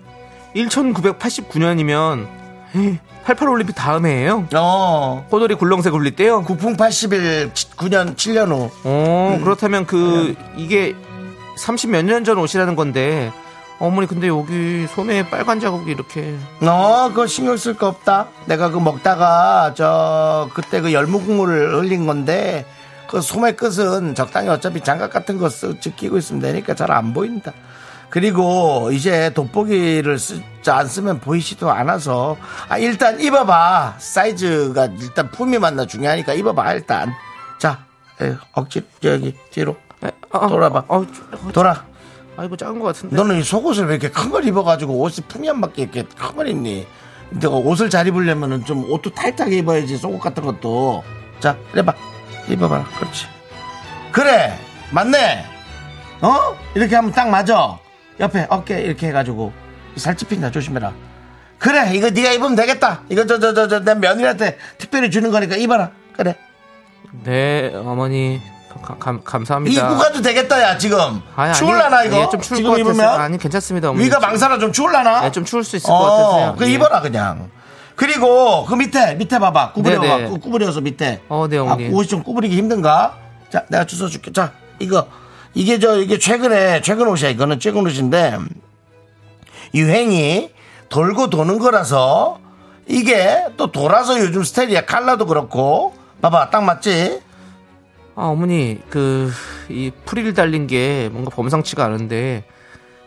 Speaker 2: 1989년이면 88올림픽 다음해예요
Speaker 1: 어
Speaker 2: 꼬돌이 굴렁쇠 굴릴 때요
Speaker 1: 국풍 81 9년 7년 후
Speaker 2: 어
Speaker 1: 음.
Speaker 2: 그렇다면 그 이게 30 몇 년 전 옷이라는 건데 어머니 근데 여기 손에 빨간 자국이 이렇게
Speaker 1: 어, 그거 신경 쓸 거 없다. 내가 그 먹다가 저 그때 그 열무국물을 흘린 건데 그 소매 끝은 적당히 어차피 장갑 같은 거 쓰, 끼고 있으면 되니까 잘 안 보인다. 그리고 이제 돋보기를 쓰지 안 쓰면 보이지도 않아서 아, 일단 입어봐. 사이즈가 일단 품이 맞나 중요하니까 입어봐 일단. 자, 에, 억지로 여기 뒤로 돌아봐.
Speaker 2: 어, 저- 어,
Speaker 1: 돌아.
Speaker 2: 아이고 작은 것 같은데.
Speaker 1: 너는 이 속옷을 왜 이렇게 큰 걸 입어가지고 옷이 풍이 안 맞게 이렇게 큰 걸 입니? 내가 옷을 잘 입으려면은 좀 옷도 타이트하게 입어야지 속옷 같은 것도. 자, 이래봐. 입어봐라. 그렇지. 그래. 맞네. 어? 이렇게 하면 딱 맞아. 옆에 어깨 이렇게 해가지고 살 찝힌다 조심해라. 그래 이거 네가 입으면 되겠다. 이거 저 저 저 저 내 며느리한테 특별히 주는 거니까 입어라. 그래.
Speaker 2: 네 어머니 가- 감, 감사합니다.
Speaker 1: 입고 가도 되겠다 야 지금.
Speaker 2: 아니, 아니,
Speaker 1: 추울라나 이거?
Speaker 2: 예, 좀 추울
Speaker 1: 지금
Speaker 2: 것
Speaker 1: 입으면?
Speaker 2: 같아서. 아니 괜찮습니다 어머니.
Speaker 1: 위가 망사라 좀 추울라나?
Speaker 2: 네, 좀 추울 수 있을 것 같아서요.
Speaker 1: 그
Speaker 2: 예.
Speaker 1: 입어라 그냥. 그리고 그 밑에 밑에 봐봐. 구부려 봐.
Speaker 2: 네네.
Speaker 1: 구- 구부려서 밑에.
Speaker 2: 어, 네,
Speaker 1: 아,
Speaker 2: 어머니.
Speaker 1: 옷이 좀 구부리기 힘든가? 자, 내가 주워 줄게. 자, 이거 이게 저 이게 최근에 최근 옷이야. 이거는 최근 옷인데 유행이 돌고 도는 거라서 이게 또 돌아서 요즘 스타일이야. 칼라도 그렇고. 봐봐. 딱 맞지?
Speaker 2: 아 어머니 그 이 프릴 달린 게 뭔가 범상치가 않은데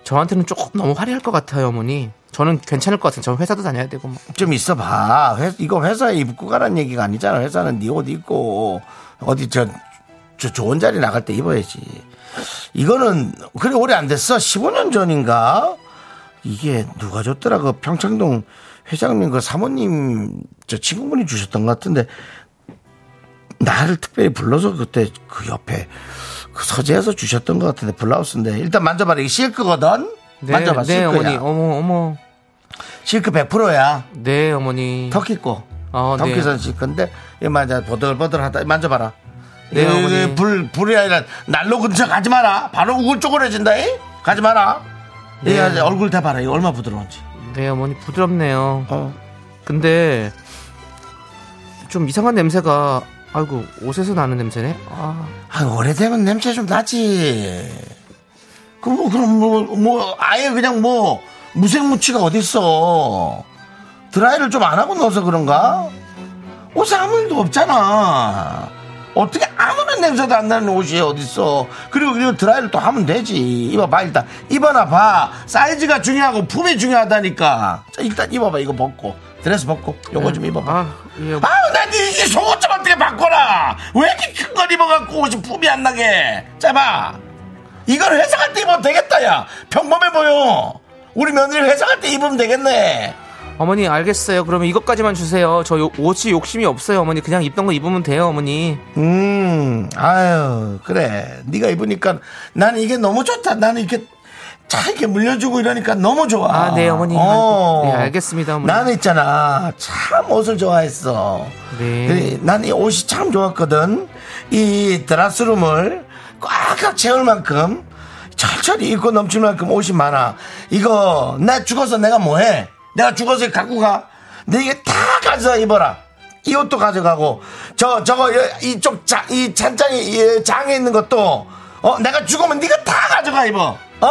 Speaker 2: 저한테는 조금 너무 화려할 것 같아요 어머니. 저는 괜찮을 것 같아요. 저는 회사도 다녀야 되고 뭐.
Speaker 1: 좀 있어봐. 회- 이거 회사에 입고 가란 얘기가 아니잖아. 회사는 네 옷 입고 어디 저, 저 좋은 자리 나갈 때 입어야지. 이거는 그래 오래 안 됐어. 15년 전인가 이게 누가 줬더라 그 평창동 회장님 그 사모님 저 친구분이 주셨던 것 같은데 나를 특별히 불러서 그때 그 옆에 그 서재에서 주셨던 것 같은데 블라우스인데 일단 만져봐라 이게 실크거든. 만져봐
Speaker 2: 네
Speaker 1: 실크야.
Speaker 2: 어머니 어머 어머
Speaker 1: 실크 100%야.
Speaker 2: 네 어머니.
Speaker 1: 터키 거.
Speaker 2: 아,
Speaker 1: 터키
Speaker 2: 네.
Speaker 1: 선식 건데 이 맞아 보들보들하다 만져봐라.
Speaker 2: 네,
Speaker 1: 이거
Speaker 2: 어머니.
Speaker 1: 이거 불 불이 아니라 난로 근처 가지 마라. 바로 우글 쪼그려진다. 이? 가지 마라. 이
Speaker 2: 네.
Speaker 1: 아주 얼굴 다 봐라. 이 얼마 나 부드러운지.
Speaker 2: 네 어머니 부드럽네요.
Speaker 1: 어.
Speaker 2: 근데 좀 이상한 냄새가 아이고 옷에서 나는 냄새네. 아
Speaker 1: 아, 오래되면 냄새 좀 나지. 그럼 뭐, 그럼 뭐, 뭐 아예 그냥 뭐 무생무치가 어딨어. 드라이를 좀 안 하고 넣어서 그런가? 옷에 아무 일도 없잖아. 어떻게 아무런 냄새도 안 나는 옷이 어딨어. 그리고 이거 드라이를 또 하면 되지. 입어봐, 일단. 입어나 봐. 사이즈가 중요하고 품이 중요하다니까. 자, 일단 입어봐, 이거 벗고. 드레스 벗고. 요거 좀 입어봐.
Speaker 2: 아, 예.
Speaker 1: 아우 난 이게 속옷 좀 어떻게 바꿔라 왜 이렇게 큰 걸 입어갖고 옷이 품이 안 나게 짜봐 이걸 회사 갈 때 입으면 되겠다 야 평범해 보여 우리 며느리 회사 갈 때 입으면 되겠네
Speaker 2: 어머니 알겠어요. 그러면 이것까지만 주세요. 저 요- 옷이 욕심이 없어요, 어머니. 그냥 입던 거 입으면 돼요, 어머니.
Speaker 1: 음 아유 그래 네가 입으니까 난 이게 너무 좋다 나는 이렇게 차 이렇게 물려주고 이러니까 너무 좋아
Speaker 2: 아, 네, 어머니.
Speaker 1: 어.
Speaker 2: 네, 알겠습니다, 어머니.
Speaker 1: 나는 있잖아 참 옷을 좋아했어
Speaker 2: 네.
Speaker 1: 난 이 옷이 참 좋았거든. 이 드라스룸을 꽉꽉 채울 만큼 철철히 입고 넘칠 만큼 옷이 많아. 이거 나 죽어서 내가 뭐해? 내가 죽어서 갖고 가. 내 이게 다 가져 입어라. 이 옷도 가져가고 저 저거 여- 이쪽 장, 이 찬장이 이 장에 있는 것도 어 내가 죽으면 네가 다 가져가 입어. 어?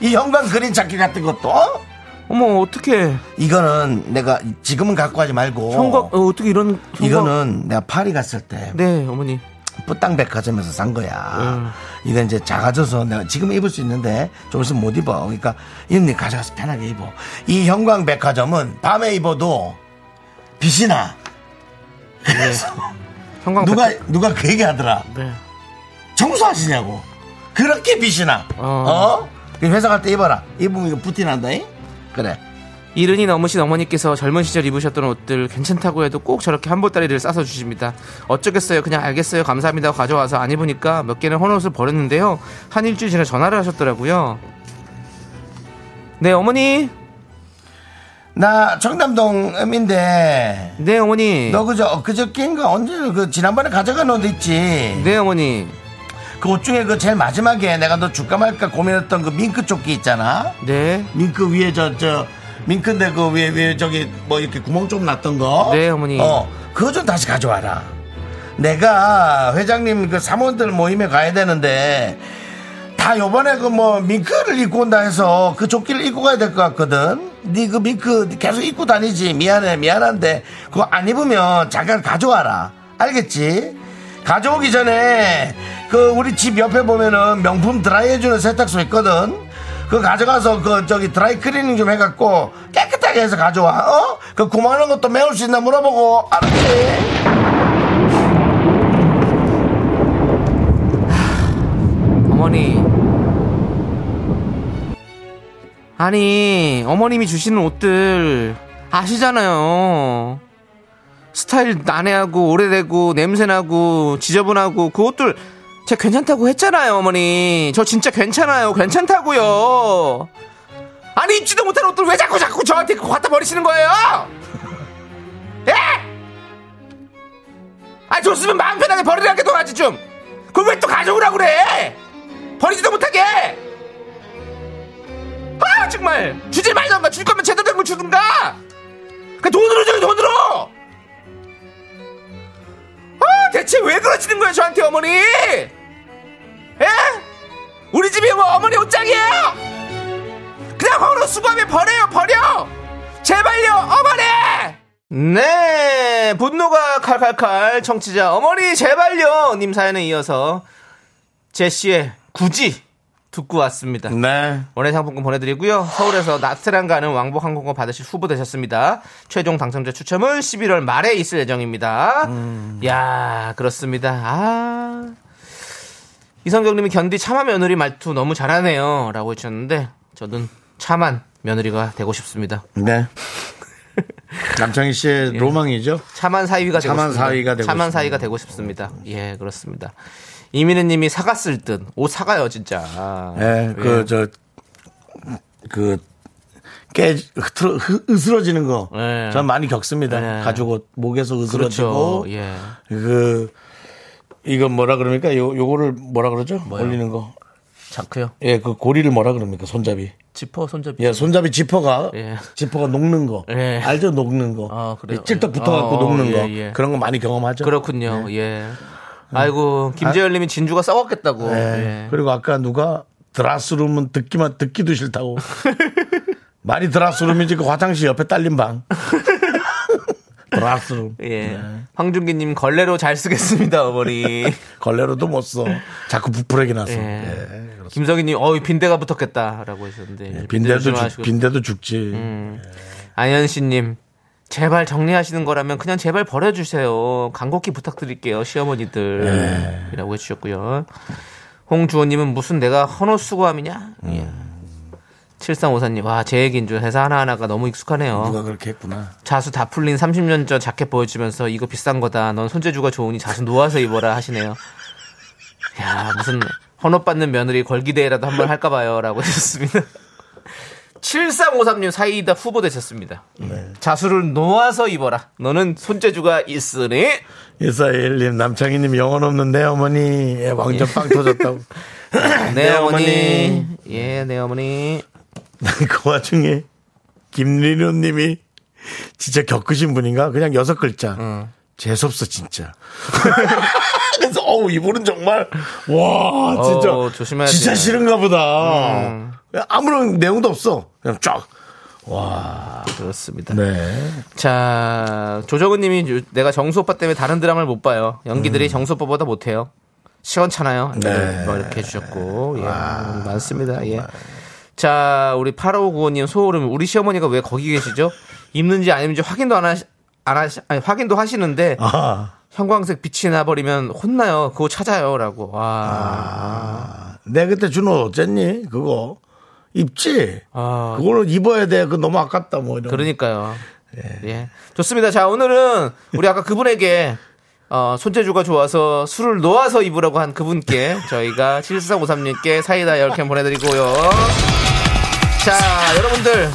Speaker 1: 이 형광 그린 자켓 같은 것도 어?
Speaker 2: 어머, 어떻게
Speaker 1: 이거는 내가 지금은 갖고 가지 말고
Speaker 2: 형광 어, 떻게 이런 형광-
Speaker 1: 이거는 내가 파리 갔을 때
Speaker 2: 네, 음. 어머니.
Speaker 1: 뿌땅 백화점에서 산 거야. 이거 이제 작아져서 내가 지금 입을 수 있는데 좀 있으면 못 입어. 그러니까 이건 네 가져가서 편하게 입어. 이 형광 백화점은 밤에 입어도 빛이 나. 그래서
Speaker 2: 네. 형광
Speaker 1: 누가
Speaker 2: 백-
Speaker 1: 누가 그 얘기 하더라.
Speaker 2: 네.
Speaker 1: 청소하시냐고. 그렇게 빛이 나. 어?
Speaker 2: 어.
Speaker 1: 그 회사 갈 때 입어라. 입으면 이거 부티 난다잉. 그래.
Speaker 2: 이른이 넘으신 어머니께서 젊은 시절 입으셨던 옷들 괜찮다고 해도 꼭 저렇게 한 보따리를 싸서 주십니다. 어쩌겠어요. 그냥 알겠어요. 감사합니다. 하고 가져와서 안 입으니까 몇 개는 헌 옷을 버렸는데요. 한 일주일 전에 전화를 하셨더라고요. 네, 어머니.
Speaker 1: 나 청담동인데
Speaker 2: 네, 어머니.
Speaker 1: 너 그저 엊그저께인가 언제 그 지난번에 가져간 옷 있지?
Speaker 2: 네, 어머니.
Speaker 1: 그 옷 중에 그 제일 마지막에 내가 너 줄까 말까 고민했던 그 밍크 조끼 있잖아.
Speaker 2: 네.
Speaker 1: 밍크 위에 저, 저, 밍크인데 그 위에, 위에 저기 뭐 이렇게 구멍 좀 났던 거.
Speaker 2: 네, 어머니.
Speaker 1: 어, 그거 좀 다시 가져와라. 내가 회장님 그 사모들 모임에 가야 되는데 다 요번에 그 뭐 밍크를 입고 온다 해서 그 조끼를 입고 가야 될 것 같거든. 네 그 밍크 계속 입고 다니지. 미안해, 미안한데 그거 안 입으면 잠깐 가져와라. 알겠지? 가져오기 전에 그 우리 집 옆에 보면은 명품 드라이 해주는 세탁소 있거든. 그거 가져가서 그 저기 드라이 클리닝 좀 해갖고 깨끗하게 해서 가져와. 어? 그 구멍하는 것도 메울 수 있나 물어보고. 알았지?
Speaker 2: 어머니. 아니, 어머님이 주시는 옷들 아시잖아요. 스타일 난해하고 오래되고 냄새나고 지저분하고 그 옷들 제가 괜찮다고 했잖아요, 어머니. 저 진짜 괜찮아요. 괜찮다고요. 아니, 입지도 못한 옷들 왜 자꾸 자꾸 저한테 갖다 버리시는 거예요? 예? 아, 줬으면 마음 편하게 버리라게 도 하지 좀. 그걸 왜 또 가져오라고 그래? 버리지도 못하게. 아, 정말. 주지 말던가. 줄 거면 제대로 된 걸 주든가. 그 돈으로 줘, 돈으로. 아, 대체 왜 그러시는 거예요, 저한테 어머니? 예? 우리 집이 뭐 어머니 옷장이에요? 그냥 허로 수거하면 버려요, 버려. 제발요, 어머니. 네, 분노가 칼칼칼 청취자 어머니 제발요 님 사연에 이어서 제시의 굳이 듣고 왔습니다.
Speaker 1: 네.
Speaker 2: 원예 상품권 보내드리고요. 서울에서 나트랑 가는 왕복 항공권 받으실 후보 되셨습니다. 최종 당첨자 추첨은 11월 말에 있을 예정입니다.
Speaker 1: 음.
Speaker 2: 야 그렇습니다. 아 이성경님이 견디 참아 며느리 말투 너무 잘하네요라고 해주셨는데 저는 참한 며느리가 되고 싶습니다.
Speaker 1: 네. 예. 남창희 씨의 로망이죠.
Speaker 2: 참한 사위가 되고
Speaker 1: 참한
Speaker 2: 싶습니다.
Speaker 1: 사위가 되고
Speaker 2: 참한
Speaker 1: 싶습니다.
Speaker 2: 사위가 되고 싶습니다. 예, 그렇습니다. 이민은 님이 사갔을 듯. 옷 사가요, 진짜.
Speaker 1: 예, 그, 저, 그, 깨, 흐트러, 흐, 으스러지는 거.
Speaker 2: 예.
Speaker 1: 전 많이 겪습니다.
Speaker 2: 예.
Speaker 1: 가죽 옷, 목에서
Speaker 2: 그렇죠.
Speaker 1: 으스러지고.
Speaker 2: 예.
Speaker 1: 그, 이건 뭐라 그럽니까? 요, 요거를 뭐라 그러죠? 올리는 거.
Speaker 2: 자크요.
Speaker 1: 예, 그 고리를 뭐라 그럽니까? 손잡이.
Speaker 2: 지퍼 손잡이.
Speaker 1: 예, 손잡이 지퍼가,
Speaker 2: 예.
Speaker 1: 지퍼가 녹는 거.
Speaker 2: 예.
Speaker 1: 알죠? 녹는 거. 예,
Speaker 2: 아, 그래요?
Speaker 1: 찔떡 붙어갖고
Speaker 2: 어,
Speaker 1: 녹는
Speaker 2: 예,
Speaker 1: 거.
Speaker 2: 예.
Speaker 1: 그런 거 많이 경험하죠.
Speaker 2: 그렇군요. 예. 아이고, 김재열 님이 진주가 썩었겠다고.
Speaker 1: 예.
Speaker 2: 예.
Speaker 1: 그리고 아까 누가 드라스룸은 듣기만 듣기도 싫다고. 말이 드라스룸인지 그 화장실 옆에 딸린 방. 드라스룸. 네.
Speaker 2: 예. 황준기 님 걸레로 잘 쓰겠습니다, 어머니.
Speaker 1: 걸레로도 못 써. 자꾸 부풀하게 나서.
Speaker 2: 예.
Speaker 1: 예.
Speaker 2: 김성희 님, 어이 빈대가 붙었겠다라고 하셨는데. 네, 빈대
Speaker 1: 빈대도 죽,
Speaker 2: 조심하시고. 음.
Speaker 1: 빈대도 죽지.
Speaker 2: 안현씨님 제발 정리하시는 거라면 그냥 제발 버려주세요. 간곡히 부탁드릴게요, 시어머니들이라고 해주셨고요. 홍주호님은 무슨 내가 헌옷수고함이냐? 예. 7354님, 와, 제 얘기인 줄 회사 하나하나가 너무 익숙하네요.
Speaker 1: 누가 그렇게 했구나.
Speaker 2: 자수 다 풀린 30년 전 자켓 보여주면서 이거 비싼 거다. 넌 손재주가 좋으니 자수 놓아서 입어라 하시네요. 야, 무슨 헌옷받는 며느리 걸기대회라도 한번 할까봐요. 라고 하셨습니다. 7353님 사이다 후보 되셨습니다. 음. 자수를 놓아서 입어라. 너는 손재주가 있으니.
Speaker 1: 이사일님 남창희님 영혼 없는 내 어머니 예, 왕전 빵 터졌다고.
Speaker 2: 네, 어머니.
Speaker 1: 어머니.
Speaker 2: 예, 네, 어머니.
Speaker 1: 그 와중에 김리노님이 진짜 겪으신 분인가 그냥 여섯 글자 재수없어 진짜 그래서 어우 이분은 정말 와 진짜
Speaker 2: 어우, 조심해야
Speaker 1: 진짜
Speaker 2: 돼요.
Speaker 1: 싫은가 보다 아무런 내용도 없어 그냥
Speaker 2: 그렇습니다.
Speaker 1: 쫙네
Speaker 2: 자, 조정은 님이 요- 내가 정수 오빠 때문에 다른 드라마를 못 봐요. 연기들이 정수 오빠보다 못해요. 시원찮아요.
Speaker 1: 음. 네. 아,
Speaker 2: 뭐 이렇게 해주셨고. 예, 많습니다. 예. 자, 우리 8595님 소울음. 우리 시어머니가 왜 거기 계시죠? 입는지 아닌지 확인도 안 하시, 안 하시, 아니, 확인도 하시는데
Speaker 1: 아,
Speaker 2: 형광색 빛이 나버리면 혼나요. 그거 찾아요. 라고. 와.
Speaker 1: 아. 내가 그때 준옷 어쨌니 그거 입지
Speaker 2: 아.
Speaker 1: 그걸로 입어야 돼 그 너무 아깝다 뭐 이런
Speaker 2: 그러니까요.
Speaker 1: 네.
Speaker 2: 예. 좋습니다. 자, 오늘은 우리 아까 그분에게 어, 손재주가 좋아서 술을 놓아서 입으라고 한 그분께 저희가 7453님께 사이다 10캔 보내드리고요. 자, 여러분들.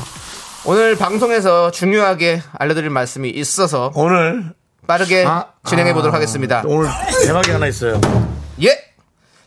Speaker 2: 오늘 방송에서 중요하게 알려드릴 말씀이 있어서
Speaker 1: 오늘
Speaker 2: 빠르게
Speaker 1: 아,
Speaker 2: 진행해 보도록 하겠습니다.
Speaker 1: 오늘 대박이 하나 있어요
Speaker 2: 예!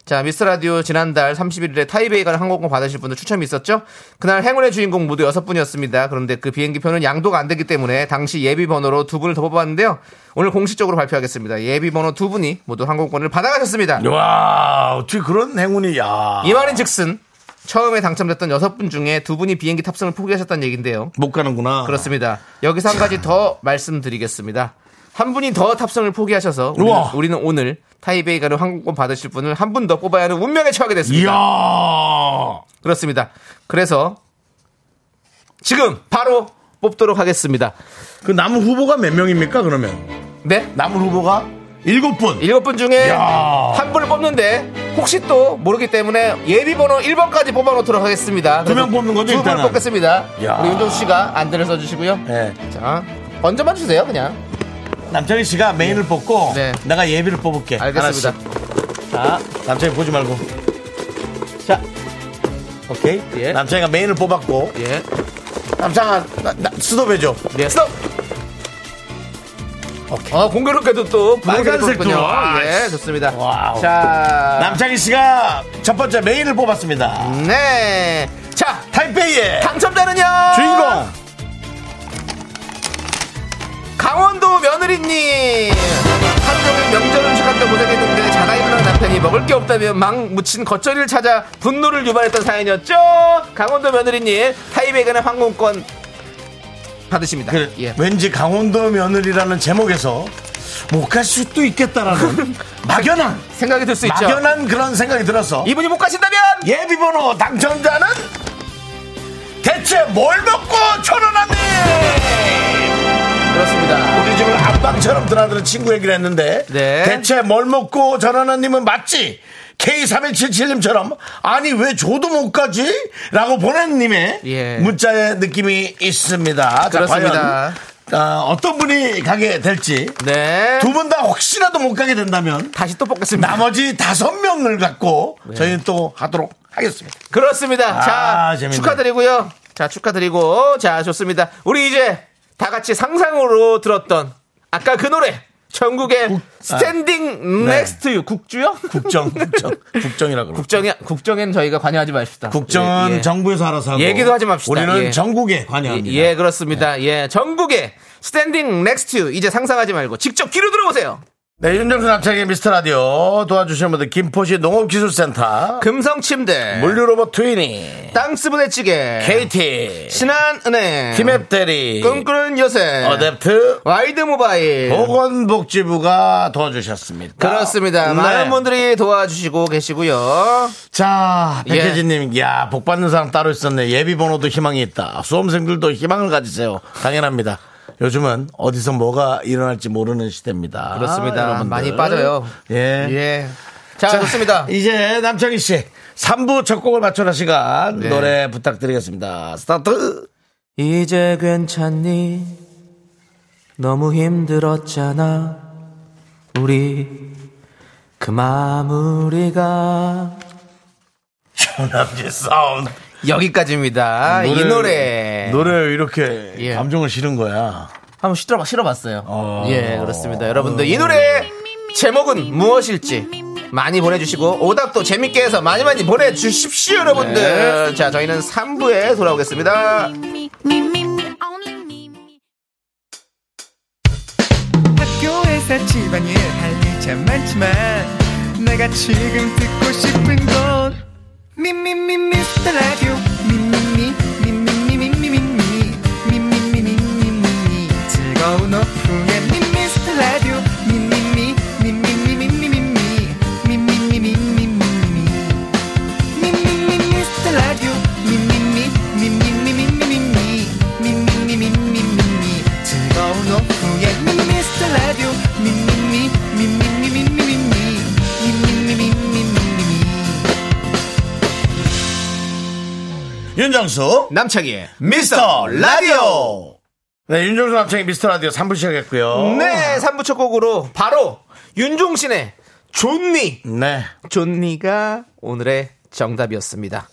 Speaker 2: 자, 미스 라디오 지난달 31일에 타이베이 가는 항공권 받으실 분들 추첨이 있었죠? 그날 행운의 주인공 모두 6분이었습니다. 그런데 그 비행기 표는 양도가 안 되기 때문에 당시 예비 번호로 두 분을 더 뽑았는데요. 오늘 공식적으로 발표하겠습니다. 예비 번호 두 분이 모두 항공권을 받아가셨습니다.
Speaker 1: 와 어떻게 그런 행운이 야
Speaker 2: 이 말인 즉슨 처음에 당첨됐던 6분 중에 두 분이 비행기 탑승을 포기하셨다는 얘기인데요.
Speaker 1: 못 가는구나
Speaker 2: 그렇습니다. 여기서 한 가지 더 말씀드리겠습니다. 한 분이 더 탑승을 포기하셔서 우리는,
Speaker 1: 우와.
Speaker 2: 우리는 오늘 타이베이 가는 항공권 받으실 분을 한 분 더 뽑아야 하는 운명에 처하게 됐습니다.
Speaker 1: 이야
Speaker 2: 그렇습니다. 그래서 지금 바로 뽑도록 하겠습니다.
Speaker 1: 그 남은 후보가 몇 명입니까 그러면
Speaker 2: 네?
Speaker 1: 남은 후보가 일곱 분.
Speaker 2: 일곱 분 중에
Speaker 1: 야.
Speaker 2: 한 분을 뽑는데 혹시 또 모르기 때문에 예비번호 1번까지 뽑아놓도록 하겠습니다.
Speaker 1: 두명 뽑는 거죠,
Speaker 2: 두분
Speaker 1: 일단은?
Speaker 2: 뽑겠습니다.
Speaker 1: 야.
Speaker 2: 우리 윤종수 씨가 안대를 써주시고요.
Speaker 1: 예.
Speaker 2: 자, 번져만 주세요, 그냥.
Speaker 1: 남창희 씨가 메인을 뽑고
Speaker 2: 네.
Speaker 1: 내가 예비를 뽑을게.
Speaker 2: 알겠습니다.
Speaker 1: 하나씩. 자, 남창희 보지 말고. 자, 오케이.
Speaker 2: 예.
Speaker 1: 남창희가 메인을 뽑았고
Speaker 2: 예.
Speaker 1: 남창아 나, 나, 수도배 줘.
Speaker 2: 네, 스톱!
Speaker 1: 오케이.
Speaker 2: 어, 공교롭게도 또
Speaker 1: 빨간색
Speaker 2: 빨간색군요.
Speaker 1: 또, 아,
Speaker 2: 예, 좋습니다.
Speaker 1: 와우.
Speaker 2: 자,
Speaker 1: 남창희 씨가 첫 번째 메인을 뽑았습니다.
Speaker 2: 네. 자,
Speaker 1: 타이페이의
Speaker 2: 당첨자는요.
Speaker 1: 주인공.
Speaker 2: 강원도 며느리님 한동안 명절 음식 한다 고생했는데 자다 일어난 남편이 먹을 게 없다며 막 묻힌 겉절이를 찾아 분노를 유발했던 사연이었죠 강원도 며느리님 타이베이간의 항공권 받으십니다
Speaker 1: 그,
Speaker 2: 예.
Speaker 1: 왠지 강원도 며느리라는 제목에서 못 갈 수도 있겠다라는 막연한
Speaker 2: 생각이 들 수 있죠
Speaker 1: 막연한 그런 생각이 들어서
Speaker 2: 이분이 못 가신다면
Speaker 1: 예비번호 당첨자는 대체 뭘 먹고 천원한니 예.
Speaker 2: 그렇습니다
Speaker 1: 우리 집을 안방처럼 드나드는 친구 얘기를 했는데
Speaker 2: 네.
Speaker 1: 대체 뭘 먹고 전원한님은 맞지 K3177님처럼 아니 왜 저도 못 가지? 라고 보낸 님의
Speaker 2: 예.
Speaker 1: 문자의 느낌이 있습니다.
Speaker 2: 그렇습니다.
Speaker 1: 과연 아, 어떤 분이 가게 될지
Speaker 2: 네
Speaker 1: 두 분 다 혹시라도 못 가게 된다면
Speaker 2: 다시 또 뽑겠습니다
Speaker 1: 나머지 다섯 명을 갖고
Speaker 2: 네.
Speaker 1: 저희는 또 하도록 하겠습니다.
Speaker 2: 그렇습니다.
Speaker 1: 아,
Speaker 2: 자,
Speaker 1: 재밌네.
Speaker 2: 축하드리고요. 자, 축하드리고. 자, 좋습니다. 우리 이제 다 같이 상상으로 들었던 아까 그 노래. 전국의 스탠딩 넥스트 유 국주요?
Speaker 1: 아. 네. 국정, 국정, 국정이라 그러고.
Speaker 2: 국정이 국정엔 저희가 관여하지 맙시다.
Speaker 1: 국정은
Speaker 2: 예, 예.
Speaker 1: 정부에서 알아서 하고
Speaker 2: 얘기도 하지 맙시다.
Speaker 1: 우리는
Speaker 2: 예.
Speaker 1: 전국에 관여합니다.
Speaker 2: 예, 예,
Speaker 1: 네.
Speaker 2: 그렇습니다. 예, 전국의 스탠딩 넥스트 유 이제 상상하지 말고 직접 귀로 들어보세요.
Speaker 1: 네, 윤정수 남창의 미스터 라디오 도와주시는 분들 김포시 농업기술센터 네.
Speaker 2: 금성 침대,
Speaker 1: 물류로봇 트위니
Speaker 2: 땅스 부대찌개,
Speaker 1: KT
Speaker 2: 신한은행,
Speaker 1: 티맵 대리 네.
Speaker 2: 꿈꾸는 요새,
Speaker 1: 어댑트
Speaker 2: 와이드 모바일,
Speaker 1: 보건복지부가 도와주셨습니다.
Speaker 2: 네. 그렇습니다.
Speaker 1: 네.
Speaker 2: 많은 분들이 도와주시고 계시고요.
Speaker 1: 자,
Speaker 2: 예.
Speaker 1: 백혜진님, 야, 복 받는 사람 따로 있었네. 예비번호도 희망이 있다. 수험생들도 희망을 가지세요. 당연합니다. 요즘은 어디서 뭐가 일어날지 모르는 시대입니다.
Speaker 2: 그렇습니다.
Speaker 1: 여러분들.
Speaker 2: 아, 많이 빠져요.
Speaker 1: 예.
Speaker 2: 예. 자, 좋습니다.
Speaker 1: 이제 남창희 씨, 3부 첫 곡을 맞춰라 시간
Speaker 2: 네.
Speaker 1: 노래 부탁드리겠습니다. 스타트!
Speaker 2: 이제 괜찮니? 너무 힘들었잖아. 우리 그 마무리가
Speaker 1: 전남지 사운드.
Speaker 2: 여기까지입니다. 아, 이 노래
Speaker 1: 노래 이렇게
Speaker 2: 예.
Speaker 1: 감정을 실은 거야.
Speaker 2: 한번 실어봐 실어봤어요.
Speaker 1: 어.
Speaker 2: 예, 그렇습니다. 여러분들 이 노래 제목은 무엇일지 많이 보내주시고 오답도 재밌게 해서 많이 많이 보내주십시오, 여러분들. 자, 저희는 3부에 돌아오겠습니다.
Speaker 3: Me, me, me, me, only me, me.
Speaker 5: 학교에서 집안일 할 일 참 많지만 내가 지금 듣고 싶은 건 미미미 미스터 라디오 미미미 미미미 미미미 미미미 미미미 즐거운 오후에 미스터 라디오 미미미 미미미 미미미 미미미 미미미
Speaker 1: 윤정수,
Speaker 2: 남창희의
Speaker 1: 미스터 라디오! 네, 윤정수 남창희 미스터 라디오 3부 시작했고요.
Speaker 2: 네, 3부 첫 곡으로 바로 윤종신의 존니.
Speaker 1: 네.
Speaker 2: 존니가 오늘의 정답이었습니다.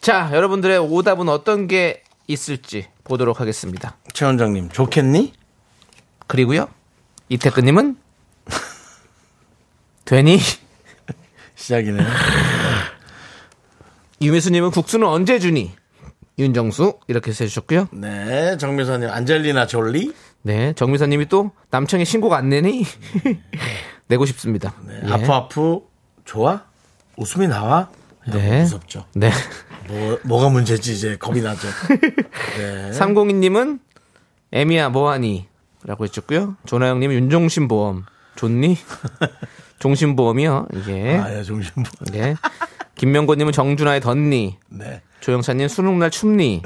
Speaker 2: 자, 여러분들의 오답은 어떤 게 있을지 보도록 하겠습니다.
Speaker 1: 최원장님, 좋겠니?
Speaker 2: 그리고요, 이태근님은 되니?
Speaker 1: 시작이네요.
Speaker 2: 유미수님은 국수는 언제 주니? 윤정수 이렇게 해주셨고요.
Speaker 1: 네, 정미선님, 안젤리나 졸리?
Speaker 2: 네, 정미사님이 또 남청의 신곡 안 내니? 내고 싶습니다. 예.
Speaker 1: 네, 아프, 아프, 좋아? 웃음이 나와?
Speaker 2: 네.
Speaker 1: 무섭죠.
Speaker 2: 네.
Speaker 1: 뭐, 뭐가 문제지, 이제 겁이 나죠. 네.
Speaker 2: 302님은 에미야 뭐하니? 라고 해주셨고요. 조나영님 윤종신 보험 좋니? 종신 보험이요. 이게.
Speaker 1: 아, 예, 정신분.
Speaker 2: 네. 김명곤님은 정준하의 덧니.
Speaker 1: 네.
Speaker 2: 조영찬님 수능날 춥니.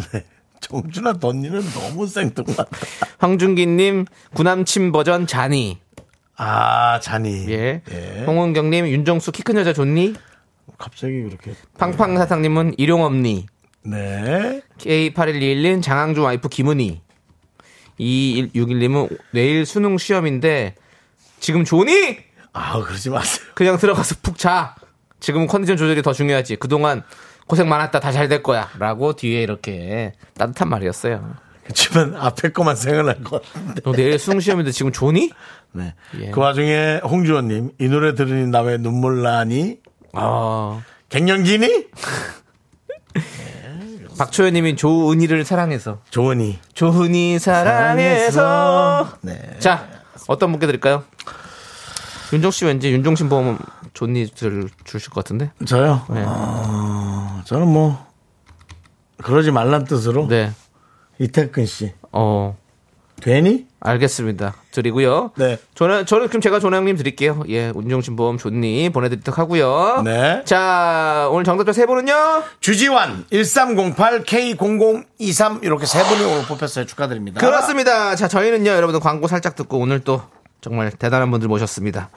Speaker 1: 정준아 덧니는 너무 생뚱맞다.
Speaker 2: 황준기님 구남친 버전 자니.
Speaker 1: 아, 잔이.
Speaker 2: 예. 홍은경님, 윤정수 키 큰 여자 좋니?
Speaker 1: 갑자기 그렇게.
Speaker 2: 팡팡사탕님은 일용엄니.
Speaker 1: 네.
Speaker 2: K8121님, 장항주 와이프 김은희. 2161님은 내일 수능 시험인데 지금 좋니?
Speaker 1: 아, 그러지 마세요.
Speaker 2: 그냥 들어가서 푹 자. 지금은 컨디션 조절이 더 중요하지. 그동안 고생 많았다. 다 잘 될 거야. 라고 뒤에 이렇게 따뜻한 말이었어요.
Speaker 1: 그렇지만 앞에 것만 생각날 것 같은데.
Speaker 2: 너 내일 수능 시험인데 지금 좋니?
Speaker 1: 네.
Speaker 2: 예.
Speaker 1: 그 와중에 홍주원님, 이 노래 들으니 나 왜 눈물 나니?
Speaker 2: 아.
Speaker 1: 갱년기니?
Speaker 2: 박초연님이 조은이를 사랑해서.
Speaker 1: 조원이.
Speaker 2: 조은이 사랑해서.
Speaker 1: 네.
Speaker 2: 자, 어떤 분께 드릴까요? 윤종 씨 왠지 윤종신 보험 존니 들 주실 것 같은데.
Speaker 1: 저요?
Speaker 2: 네.
Speaker 1: 어, 저는 뭐, 그러지 말란 뜻으로.
Speaker 2: 네.
Speaker 1: 이태근 씨.
Speaker 2: 어,
Speaker 1: 되니?
Speaker 2: 알겠습니다. 드리고요.
Speaker 1: 네.
Speaker 2: 저는 저는 그럼 제가 조나영님 드릴게요. 예, 윤종신 보험 존니 보내드리도록 하고요.
Speaker 1: 네.
Speaker 2: 자, 오늘 정답자 세 분은요.
Speaker 1: 주지환, 1308K0023 이렇게 세 분이 오늘 뽑혔어요. 축하드립니다.
Speaker 2: 그렇습니다. 자, 저희는요, 여러분들 광고 살짝 듣고 오늘 또 정말 대단한 분들 모셨습니다.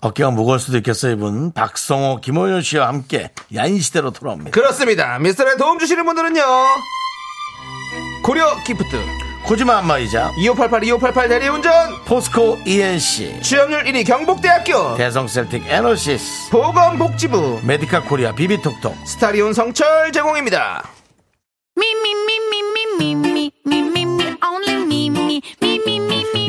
Speaker 1: 어깨가 무거울 수도 있겠어요, 이분. 박성호, 김호연 씨와 함께 야인시대로 돌아옵니다.
Speaker 2: 그렇습니다. 미스터에 도움 주시는 분들은요. 고려 기프트,
Speaker 1: 코지마 안마이자
Speaker 2: 2588, 2588 대리운전,
Speaker 1: 포스코 ENC,
Speaker 2: 취업률 1위 경북대학교,
Speaker 1: 대성 셀틱 에너시스,
Speaker 2: 보건복지부,
Speaker 1: 메디카 코리아 비비톡톡,
Speaker 2: 스타리온 성철 제공입니다.
Speaker 3: Me, me, me, me, me, me, me, me, me, me, only me, me, me, me, me, me.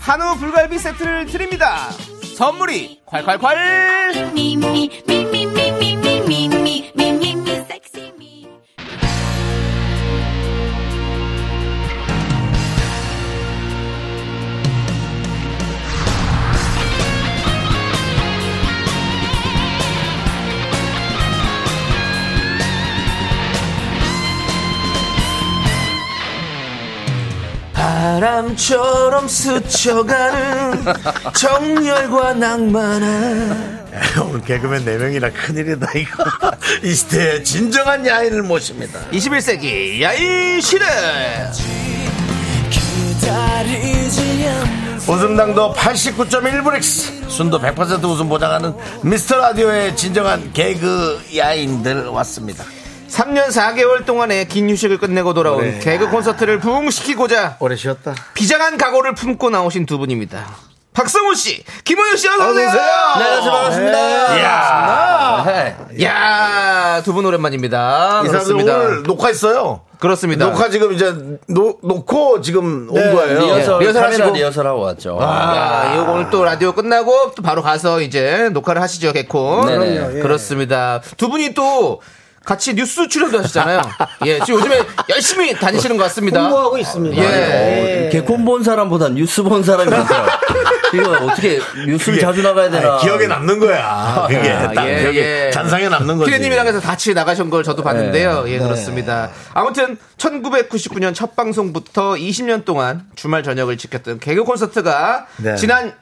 Speaker 2: 한우 불갈비 세트를 드립니다 선물이 콸콸콸
Speaker 3: Me, me, me, me, me, me, me, me, me, me, me, me, sexy me.
Speaker 2: 바람처럼 스쳐가는 정열과 낭만아
Speaker 1: 오늘 개그맨 4명이라 큰일이다, 이거. 이 시대에 진정한 야인을 모십니다.
Speaker 2: 21세기 야인 시대
Speaker 1: 웃음당도 89.1브릭스, 순도 100% 웃음 보장하는 미스터 라디오의 진정한 개그 야인들 왔습니다.
Speaker 2: 3년 4개월 동안의 긴 휴식을 끝내고 돌아온
Speaker 1: 그래.
Speaker 2: 개그 콘서트를 부흥시키고자
Speaker 1: 오래 쉬었다.
Speaker 2: 비장한 각오를 품고 나오신 두 분입니다. 박성호 씨, 김호연 씨 어서 오세요.
Speaker 1: 안녕하세요. 반갑습니다.
Speaker 2: 네.
Speaker 1: 이야.
Speaker 2: 네. 야, 두 분 오랜만입니다.
Speaker 1: 이 사람들
Speaker 2: 그렇습니다.
Speaker 1: 오늘 녹화했어요.
Speaker 2: 그렇습니다.
Speaker 1: 녹화 지금 이제 노, 놓고 지금 음, 온 거예요. 네.
Speaker 6: 리허설,
Speaker 2: 예, 리허설
Speaker 6: 카메라
Speaker 2: 하시고.
Speaker 6: 리허설하고 왔죠.
Speaker 2: 아, 이거 오늘 또 라디오 끝나고 또 바로 가서 이제 녹화를 하시죠, 개콘.
Speaker 6: 네네.
Speaker 2: 그럼요, 예. 그렇습니다. 두 분이 또 같이 뉴스 출연도 하시잖아요. 예, 지금 요즘에 열심히 다니시는 것 같습니다.
Speaker 7: 홍보하고 있습니다.
Speaker 2: 예.
Speaker 6: 어, 개콘 본 사람보다 뉴스 본 사람이 있어요. 이거 어떻게 뉴스를
Speaker 1: 그게-
Speaker 6: 자주 나가야 되나.
Speaker 1: 아니, 기억에 남는 거야. 그게
Speaker 2: 아,
Speaker 1: 어, 딱
Speaker 2: 예,
Speaker 1: 기억에
Speaker 2: 예.
Speaker 1: 잔상에 남는 거지.
Speaker 2: 피디님이랑 해서 같이 나가신 걸 저도 봤는데요. 예, 그렇습니다. 아무튼 1999년 첫 방송부터 20년 동안 주말 저녁을 지켰던 개그 콘서트가
Speaker 1: 네.
Speaker 2: 지난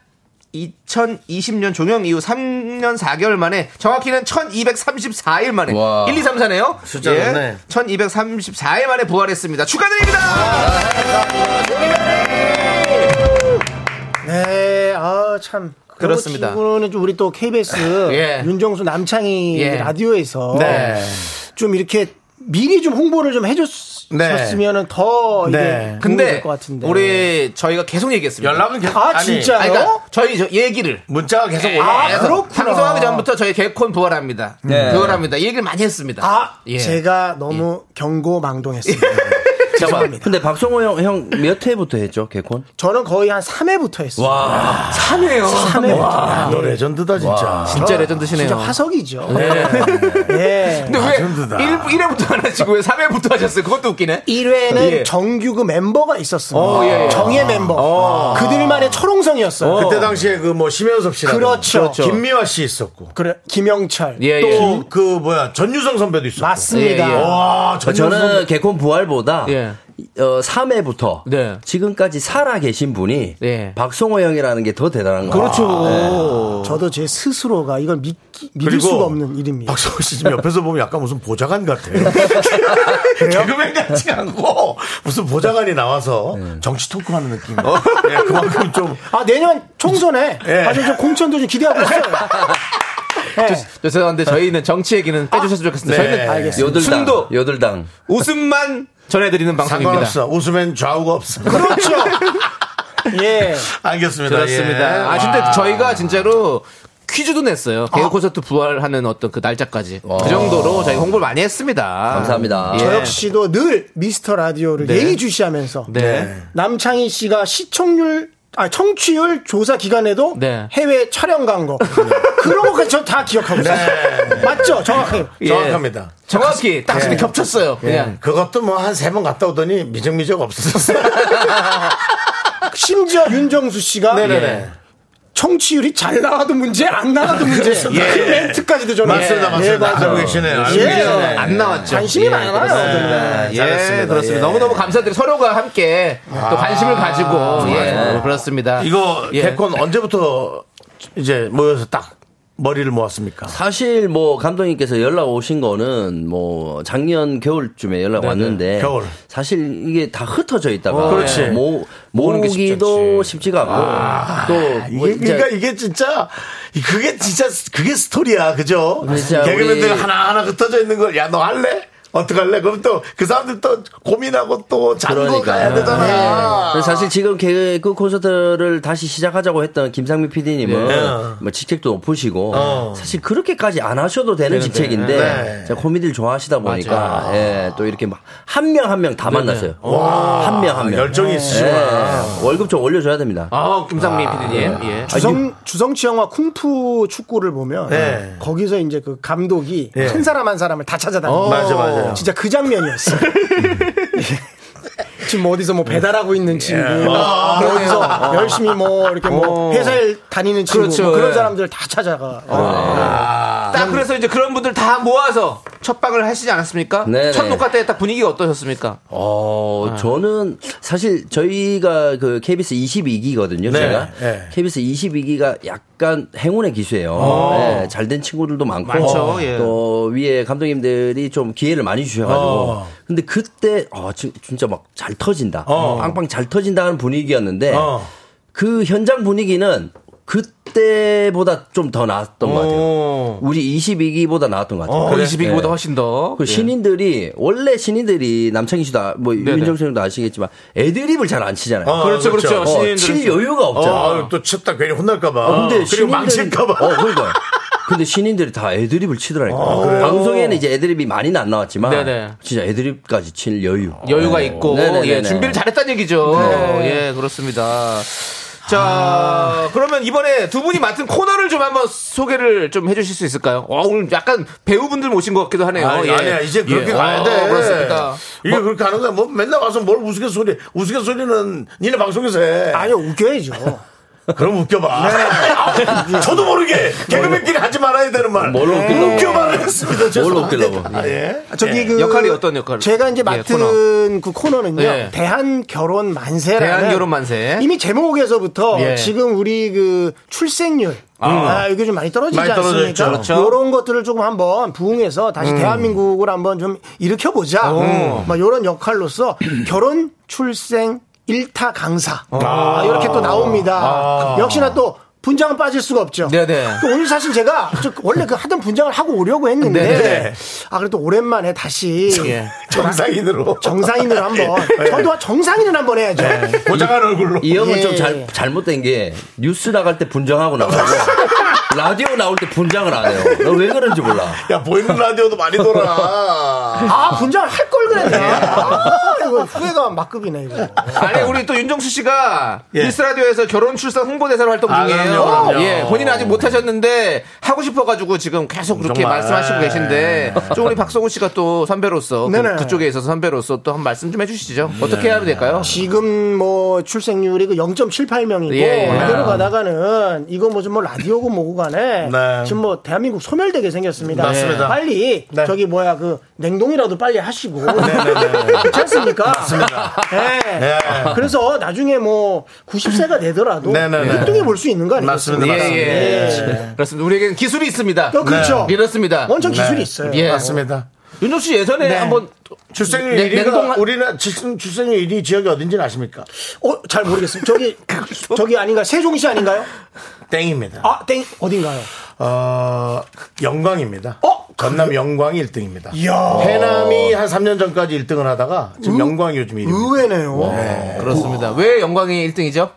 Speaker 2: 2020년 종영 이후 3년 4개월 만에 정확히는 1234일 만에
Speaker 6: 와.
Speaker 2: 1, 2, 3, 4네요.
Speaker 1: 숫자 좋네.
Speaker 2: 1234일 만에 부활했습니다. 축하드립니다.
Speaker 7: 네, 아, 참. 그런
Speaker 2: 그렇습니다.
Speaker 7: 것 치고는 좀 우리 또 KBS
Speaker 2: 예.
Speaker 7: 윤정수 남창희
Speaker 2: 예.
Speaker 7: 라디오에서
Speaker 2: 네.
Speaker 7: 좀 이렇게 미리 좀 홍보를 좀 해줬
Speaker 1: 네.
Speaker 7: 쳤으면은 더 이게
Speaker 1: 네.
Speaker 7: 도움이
Speaker 2: 근데
Speaker 7: 될것 같은데.
Speaker 2: 우리 저희가 계속 얘기했습니다.
Speaker 1: 연락은 계속
Speaker 7: 아
Speaker 1: 아니,
Speaker 7: 진짜요?
Speaker 2: 아니, 그러니까 저희 저 얘기를
Speaker 1: 문자가 계속
Speaker 7: 아,
Speaker 1: 올라.
Speaker 2: 예. 그래서
Speaker 7: 그렇구나.
Speaker 2: 방송하기 전부터 저희 개콘 부활합니다. 부활합니다. 이 얘기를 많이 했습니다.
Speaker 7: 아,
Speaker 2: 예.
Speaker 7: 제가 너무 경고망동했습니다.
Speaker 6: 예. 잠깐만. 근데 박성호 형, 형 몇 회부터 했죠, 개콘?
Speaker 7: 저는 거의 한 3회부터 했어요.
Speaker 6: 와.
Speaker 2: 3회요.
Speaker 7: 3회부터.
Speaker 1: 아, 너 레전드다 진짜.
Speaker 2: 진짜 레전드시네요.
Speaker 7: 진짜 화석이죠. 예.
Speaker 2: 근데 왜
Speaker 1: 레전드다.
Speaker 2: 1, 회부터안 하시고 왜 3회부터 하셨어요? 그것도 웃기네.
Speaker 7: 1회는
Speaker 2: 예.
Speaker 7: 정규 그 멤버가 있었어요.
Speaker 2: 어, 예, 예.
Speaker 7: 정예 멤버. 그들만의 철옹성이었어요.
Speaker 1: 그때 당시에 그 뭐 심현섭 씨라
Speaker 7: 그렇죠. 그렇죠.
Speaker 1: 김미화 씨 있었고
Speaker 7: 그래, 김영철.
Speaker 2: 예,
Speaker 1: 또
Speaker 2: 예.
Speaker 1: 그 뭐야 전유성 선배도 있었고.
Speaker 7: 맞습니다.
Speaker 2: 예, 예.
Speaker 1: 와 전유성
Speaker 6: 저는
Speaker 1: 선배.
Speaker 6: 개콘 부활보다
Speaker 2: 예.
Speaker 6: 어, 3회부터
Speaker 2: 네.
Speaker 6: 지금까지 살아 계신 분이
Speaker 2: 예.
Speaker 6: 박성호 형이라는 게 더 대단한 거예요.
Speaker 7: 저도 제 스스로가 이걸 믿기, 믿을
Speaker 1: 그리고
Speaker 7: 수가 없는 일입니다.
Speaker 1: 박성호 씨 지금 옆에서 보면 약간 무슨 보좌관 같아요. 개그맨 같지 않고 무슨 보좌관이 나와서 정치 토크하는 느낌. 예, 그만큼 좀
Speaker 7: 아, 내년 총선에
Speaker 1: 예.
Speaker 7: 사실 좀 공천도 좀 기대하고 있어요. 예.
Speaker 2: 네, 죄송한데 저희는 정치 얘기는 빼주셨으면 좋겠습니다.
Speaker 1: 네.
Speaker 2: 저희는
Speaker 7: 알겠습니다.
Speaker 6: 요들당.
Speaker 2: 순도.
Speaker 6: 요들당.
Speaker 2: 웃음만 전해드리는 방송입니다.
Speaker 1: 상관없어. 웃으면 좌우가 없어.
Speaker 7: 그렇죠. 예.
Speaker 1: 알겠습니다.
Speaker 2: 그렇습니다.
Speaker 1: 예.
Speaker 2: 아, 근데
Speaker 1: 와.
Speaker 2: 저희가 진짜로 퀴즈도 냈어요. 개그 콘서트 부활하는 어떤 그 날짜까지. 그 정도로 저희 홍보를 많이 했습니다.
Speaker 6: 감사합니다.
Speaker 2: 예.
Speaker 7: 저 역시도 늘 미스터 라디오를
Speaker 2: 네.
Speaker 7: 예의주시하면서
Speaker 2: 네.
Speaker 7: 남창희 씨가 시청률 아 청취율 조사 기간에도
Speaker 2: 네.
Speaker 7: 해외 촬영 간 거 그런 것까지 저 다 기억하고 있어요. 맞죠? 정확해요.
Speaker 2: 예.
Speaker 1: 아, 정확합니다.
Speaker 2: 정확히 딱 근데 겹쳤어요. 그냥.
Speaker 1: 그것도 뭐 한 세 번 갔다 오더니 미적미적 없어졌어요.
Speaker 7: 심지어 윤정수 씨가
Speaker 2: 예.
Speaker 1: 네네네.
Speaker 7: 청취율이 잘 나와도 문제 안 나와도 문제 그 멘트까지도 저는
Speaker 1: 맞습니다, 예. 맞습니다. 알고 계시네요. 알고
Speaker 7: 예.
Speaker 1: 계시네.
Speaker 2: 안 나왔죠. 예,
Speaker 7: 관심이 많아요,
Speaker 2: 그렇습니다.
Speaker 1: 저는.
Speaker 2: 예,
Speaker 1: 잘했습니다.
Speaker 2: 그렇습니다.
Speaker 1: 예.
Speaker 2: 너무너무 감사드리고 서로가 함께 또 관심을 가지고 예, 그렇습니다.
Speaker 1: 이거
Speaker 2: 예.
Speaker 1: 개콘 언제부터 이제 모여서 딱 머리를 모았습니까?
Speaker 6: 사실 뭐 감독님께서 연락 오신 거는 뭐 작년 겨울쯤에 연락 왔는데
Speaker 1: 겨울.
Speaker 6: 사실 이게 다 흩어져 있다가
Speaker 1: 어, 그렇지.
Speaker 6: 모,
Speaker 1: 모으는 게 쉽지
Speaker 6: 모으기도
Speaker 1: 않지.
Speaker 6: 쉽지가 않고 또
Speaker 1: 이게
Speaker 6: 뭐 진짜
Speaker 1: 그러니까 이게 진짜 그게 진짜 그게 스토리야, 그죠?
Speaker 6: 진짜
Speaker 1: 개그맨들
Speaker 6: 우리-
Speaker 1: 하나 하나 흩어져 있는 걸 야 너 할래? 어떡할래? 그럼 또 그 사람들 또 고민하고 또 잔고 가야 되잖아.
Speaker 6: 그래서 사실 지금 개그 콘서트를 다시 시작하자고 했던 김상민 PD님은
Speaker 1: 예.
Speaker 6: 뭐 직책도 높으시고
Speaker 1: 어.
Speaker 6: 사실 그렇게까지 안 하셔도 되는 직책인데
Speaker 1: 네.
Speaker 6: 제가 코미디를 좋아하시다 보니까 예, 또 이렇게 막 한 명 한 명 다 만났어요. 한 명 한 명.
Speaker 1: 열정이 있으시구나.
Speaker 6: 예, 월급 좀 올려줘야 됩니다.
Speaker 2: 아, 김상민 PD님. 예.
Speaker 7: 주성 주성치 영화 쿵푸 축구를 보면
Speaker 1: 네.
Speaker 7: 거기서 이제 그 감독이
Speaker 1: 네.
Speaker 7: 한 사람 한 사람을 다
Speaker 2: 어,
Speaker 7: 찾아다니는
Speaker 1: 맞아, 맞아요.
Speaker 7: 진짜 그 장면이었어요. 예. 지금 뭐 어디서 뭐 배달하고
Speaker 2: 예.
Speaker 7: 있는 친구,
Speaker 2: 어.
Speaker 7: 뭐 어디서 열심히 뭐 이렇게 뭐 회사에 다니는 친구,
Speaker 2: 그렇죠,
Speaker 7: 뭐 그런
Speaker 2: 예. 어.
Speaker 7: 사람들 다 찾아가.
Speaker 2: 딱 그래서 이제 그런 분들 다 모아서 첫 방을 하시지 않았습니까?
Speaker 6: 네네.
Speaker 2: 첫 녹화 때 딱 분위기가 어떠셨습니까?
Speaker 6: 어, 저는 사실 저희가 그 KBS 22기거든요.
Speaker 1: 네,
Speaker 6: 제가
Speaker 1: 네.
Speaker 7: 예.
Speaker 6: KBS 22기가 약간 행운의 기수예요.
Speaker 1: 아.
Speaker 6: 네, 잘된 친구들도 많고
Speaker 2: 많죠, 예.
Speaker 6: 또 위에 감독님들이 좀 기회를 많이
Speaker 1: 아.
Speaker 6: 주셔가지고
Speaker 7: 뭐.
Speaker 6: 근데 그때 어, 진- 진짜 막 잘 터진다, 빵빵 잘 터진다는 분위기였는데
Speaker 1: 어.
Speaker 6: 그 현장 분위기는 그때보다 좀 더 나았던 것 같아요. 우리 22기보다 나았던 것 같아요.
Speaker 2: 어, 22기보다 훨씬 더. 예.
Speaker 6: 그 신인들이 원래 신인들이 남창희 씨도 아- 뭐 윤정수 형도 아시겠지만 애드립을 잘 안 치잖아요.
Speaker 1: 어,
Speaker 2: 그렇죠, 그렇죠.
Speaker 6: 어,
Speaker 2: 신인들은
Speaker 6: 칠
Speaker 2: 좀-
Speaker 6: 여유가 없잖아.
Speaker 1: 어, 아유, 또 쳤다 괜히 혼날까봐.
Speaker 6: 어,
Speaker 1: 그리고
Speaker 6: 신인들이-
Speaker 1: 망칠까봐.
Speaker 6: 어, 그러니까. 근데 신인들이 다 애드립을 치더라니까.
Speaker 7: 어,
Speaker 6: 방송에는 이제 애드립이 많이는 안 나왔지만
Speaker 2: 네네.
Speaker 6: 진짜 애드립까지 칠 여유.
Speaker 2: 여유가
Speaker 6: 네.
Speaker 2: 있고
Speaker 6: 네네네네. 네.
Speaker 2: 예, 준비를 잘했다는 얘기죠. 예, 그렇습니다. 자,
Speaker 6: 아.
Speaker 2: 그러면 이번에 두 분이 맡은 코너를 좀 한번 소개를 좀 해주실 수 있을까요? 어, 오늘 약간 배우분들 모신 것 같기도 하네요.
Speaker 1: 아니,
Speaker 2: 예.
Speaker 1: 아니야 이제 그렇게
Speaker 2: 예.
Speaker 1: 가야
Speaker 2: 어,
Speaker 1: 돼.
Speaker 2: 그렇습니다.
Speaker 1: 이게 그렇게 하는 거야. 뭐 맨날 와서 뭘 우스갯소리. 우스갯소리는 니네 방송에서 해.
Speaker 7: 아니 웃겨야죠.
Speaker 1: 그럼 웃겨봐. 아, 저도 모르게 개그맨끼리 하지 말아야 되는 말.
Speaker 6: 뭘 웃기려고.
Speaker 1: 웃겨봐라 했습니다.
Speaker 6: 뭘로
Speaker 1: 죄송합니다.
Speaker 6: 웃기려고.
Speaker 1: 아, 예.
Speaker 7: 저기
Speaker 1: 예.
Speaker 7: 그
Speaker 2: 역할이 어떤 역할을?
Speaker 7: 제가 이제
Speaker 2: 예,
Speaker 7: 맡은 그 코너는요.
Speaker 2: 예.
Speaker 7: 대한 결혼 만세라는
Speaker 2: 대한 결혼 만세.
Speaker 7: 이미 제목에서부터
Speaker 2: 예.
Speaker 7: 지금 우리 그 출생률 아, 이게 좀 많이 떨어지지
Speaker 1: 많이 떨어져
Speaker 7: 않습니까?
Speaker 1: 있죠.
Speaker 2: 그렇죠. 음.
Speaker 7: 이런 것들을 조금 한번 부응해서 다시 대한민국을 한번 좀 일으켜 보자. 음. 막 이런 역할로서 결혼 아, 출생 일타 강사 아, 이렇게 또 나옵니다. 역시나 또 분장은 빠질 수가 없죠.
Speaker 2: 아. 네네.
Speaker 7: 그 오늘 사실 제가 저 원래 그 하던 분장을 하고 오려고 했는데
Speaker 2: 네네.
Speaker 7: 아 그래도 오랜만에 다시
Speaker 2: 예.
Speaker 1: 정상인으로.
Speaker 7: 정상인을 한번 저도 정상인을 한번 해야죠.
Speaker 1: 고장한 얼굴로.
Speaker 6: 예. 이 형은
Speaker 7: 예.
Speaker 6: 좀 잘, 잘못된 게 뉴스 나갈 때 분장하고 나가고 라디오 나올 때 분장을 안 해요. 나 왜 그런지 몰라.
Speaker 1: 야, 보이는 라디오도 많이 돌아.
Speaker 7: 아 분장을 할 걸
Speaker 6: 예.
Speaker 7: 그랬네. 아, 이거 후회가 막급이네 이거.
Speaker 2: 아니 우리 또 윤정수 씨가
Speaker 1: 예.
Speaker 2: 미스 라디오에서 결혼 출산 홍보대사로 활동
Speaker 1: 아,
Speaker 2: 중이에요.
Speaker 1: 그럼요, 그럼요.
Speaker 2: 예, 본인은 아직 못 하셨는데 하고 싶어가지고 지금 계속 그렇게
Speaker 1: 정말.
Speaker 2: 말씀하시고 예. 계신데 좀 우리 박성우 씨가 또 선배로서
Speaker 7: 네네.
Speaker 2: 그, 쪽에 있어서 선배로서 또 한 말씀 좀 네. 해주시죠. 어떻게 해야 될까요?
Speaker 7: 지금 뭐 출생률이 그 0.78명이고
Speaker 2: 예, 예.
Speaker 7: 그대로 가다가는 이거 뭐좀 뭐 라디오고 뭐고 간에
Speaker 1: 네.
Speaker 7: 지금 뭐 대한민국 소멸되게 생겼습니다.
Speaker 1: 맞습니다.
Speaker 7: 빨리
Speaker 1: 네.
Speaker 7: 저기 뭐야 그 냉동이라도 빨리 하시고
Speaker 1: 네.
Speaker 7: 그렇지 않습니까? 예.
Speaker 1: 예.
Speaker 7: 그래서 나중에 뭐 90세가 되더라도
Speaker 1: 네, 네, 네.
Speaker 7: 뚱뚱해 볼 수 있는 거 아니에요?
Speaker 1: 맞습니다,
Speaker 2: 예,
Speaker 1: 맞습니다.
Speaker 2: 예. 그렇습니다. 우리에게는 기술이 있습니다.
Speaker 7: 그렇죠.
Speaker 2: 이렇습니다.
Speaker 7: 원천 기술이
Speaker 1: 네.
Speaker 7: 있어요.
Speaker 2: 예.
Speaker 1: 맞습니다.
Speaker 2: 윤정수 씨 예전에 한번
Speaker 1: 출생률
Speaker 2: 냉-
Speaker 1: 1위가
Speaker 2: 냉동한-
Speaker 1: 우리나 지금 출생률 1위 지역이 어딘지는 아십니까?
Speaker 7: 어, 잘 모르겠습니다. 저기 저기 아닌가? 요 세종시 아닌가요?
Speaker 1: 땡입니다.
Speaker 7: 아, 땡 어딘가요?
Speaker 1: 어, 영광입니다.
Speaker 7: 어?
Speaker 1: 전남 영광이 1등입니다.
Speaker 7: 이야.
Speaker 1: 어. 해남이 한 3년 전까지 1등을 하다가 지금
Speaker 7: 음.
Speaker 1: 영광이 요즘 1위.
Speaker 7: 의외네요.
Speaker 2: 그렇습니다. 왜 영광이 1등이죠?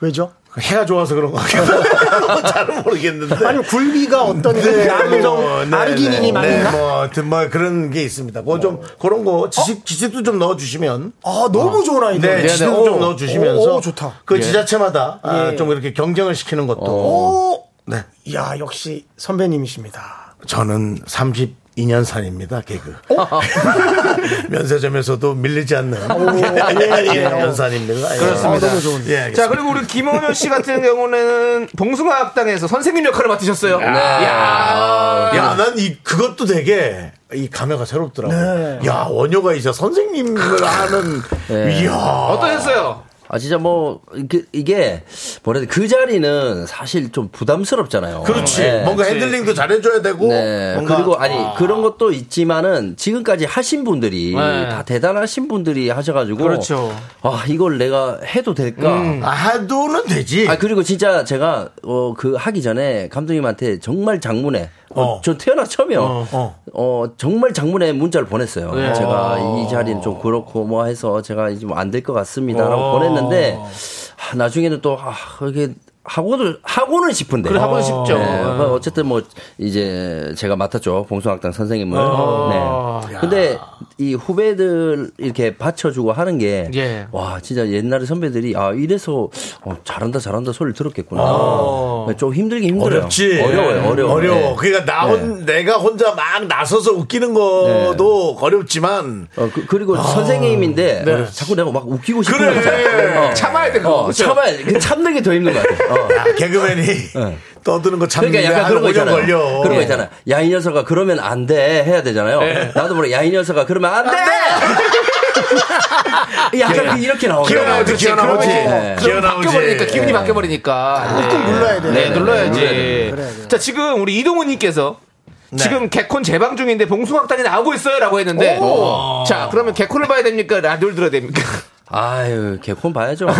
Speaker 7: 왜죠?
Speaker 1: 그러니까 해가 좋아서 그런 것 같아요. 잘 모르겠는데.
Speaker 7: 아니면 굴비가 어떤 그
Speaker 1: 뭐,
Speaker 7: 남정
Speaker 1: 네,
Speaker 7: 아르기닌이
Speaker 1: 네, 네,
Speaker 7: 많나? 어.
Speaker 1: 뭐, 하여튼 뭐 그런 게 있습니다. 그거 좀 그런 거 지식 지식도 좀 넣어 주시면
Speaker 7: 아 너무 좋은 아이디어.
Speaker 1: 네,
Speaker 2: 네.
Speaker 1: 지식도
Speaker 2: 오,
Speaker 1: 좀 넣어 주시면서
Speaker 7: 오, 좋다. 예.
Speaker 1: 그 지자체마다 아, 좀 이렇게 경쟁을 시키는 것도
Speaker 7: 오,
Speaker 1: 네.
Speaker 7: 야 역시 선배님이십니다.
Speaker 1: 저는 32년 산입니다, 개그.
Speaker 7: 어?
Speaker 1: 면세점에서도 밀리지 않는
Speaker 7: 예, 예.
Speaker 1: 면산입니다.
Speaker 2: 그렇습니다.
Speaker 7: 아, 너무 좋은데.
Speaker 1: 예, 알겠습니다.
Speaker 2: 자 그리고 우리 김원효 씨 같은 경우는 봉숭아 학당에서 선생님 역할을 맡으셨어요. 예, 야.
Speaker 1: 야, 난 이, 그것도 되게 이 감회가 새롭더라고. 요
Speaker 7: 네.
Speaker 1: 야, 원효가 이제 선생님을 하는,
Speaker 6: 네.
Speaker 1: 이야.
Speaker 2: 어떠셨어요?
Speaker 6: 아 진짜 뭐 이게, 이게 뭐라 해야 돼? 그 자리는 사실 좀 부담스럽잖아요.
Speaker 1: 그렇지.
Speaker 6: 네.
Speaker 1: 뭔가 핸들링도 잘해줘야 되고.
Speaker 6: 네.
Speaker 1: 뭔가-
Speaker 6: 그리고 아니 그런 것도 있지만은 지금까지 하신 분들이
Speaker 2: 네.
Speaker 6: 다 대단하신 분들이 하셔가지고
Speaker 2: 그렇죠.
Speaker 6: 아 이걸 내가 해도 될까?
Speaker 1: 아, 하도는 되지.
Speaker 6: 아 그리고 진짜 제가 어, 그 하기 전에 감독님한테 정말 장문에 어,
Speaker 1: 어.
Speaker 6: 전 태어나 처음이요.
Speaker 1: 어,
Speaker 6: 어,
Speaker 1: 어.
Speaker 6: 정말 장문에 문자를 보냈어요. 제가 이 자리는 좀 그렇고 뭐 해서 제가 이제 뭐 안 될 것 같습니다라고
Speaker 1: 어.
Speaker 6: 보냈는데 아, 나중에는 또 아, 이게 하고는 하고는 싶은데.
Speaker 2: 그래, 하고는 싶죠.
Speaker 6: 네, 뭐 어쨌든 뭐 이제 제가 맡았죠 봉숭아학당 선생님을. 네. 근데 이 후배들 이렇게 받쳐주고 하는 게
Speaker 2: 예.
Speaker 6: 와 진짜 옛날에 선배들이 아 이래서 어, 잘한다 잘한다 소리를 들었겠구나.
Speaker 2: 아.
Speaker 6: 네, 좀 힘들긴 힘들어요.
Speaker 1: 어렵지.
Speaker 6: 어려워요. 어려워요.
Speaker 1: 려
Speaker 6: 네.
Speaker 1: 그러니까 나 혼, 내가 혼자 막 나서서 웃기는 것도
Speaker 6: 네.
Speaker 1: 어렵지만.
Speaker 6: 어, 그, 리고 선생님인데 어, 자꾸 내가 막 웃기고 싶은
Speaker 1: 그래.
Speaker 6: 거잖아요. 어.
Speaker 2: 참아야 돼, 그거.
Speaker 6: 어, 참아야 돼. 그 참는 게 더 힘든 것 같아. 요
Speaker 1: 야, 개그맨이 떠드는 거 참는
Speaker 6: 네. 그러니까 약간 그런 거 있잖아요.
Speaker 1: 걸려. 예.
Speaker 6: 그런 거 있잖아. 야 이 녀석아 그러면 안 돼 해야 되잖아요. 나도 모르게 야이 녀석아 그러면 안 돼. 약간 이렇게 나오요
Speaker 1: 기어나오지, 기어나오지.
Speaker 6: 아, 그러면 또-
Speaker 2: 바뀌어버리니까 기운이 바뀌어버리니까. 네.
Speaker 7: 예. 아, 눌러야 예. 돼.
Speaker 2: 네, 눌러야지.
Speaker 7: 그래야 돼.
Speaker 2: 자 지금 우리 이동훈님께서
Speaker 7: 네.
Speaker 2: 지금 개콘 재방 중인데 봉숭아학당이 나오고 있어요라고 했는데 자 그러면 개콘을 봐야 됩니까 라디오를 들어야 됩니까?
Speaker 6: 아유 개콘 봐야죠.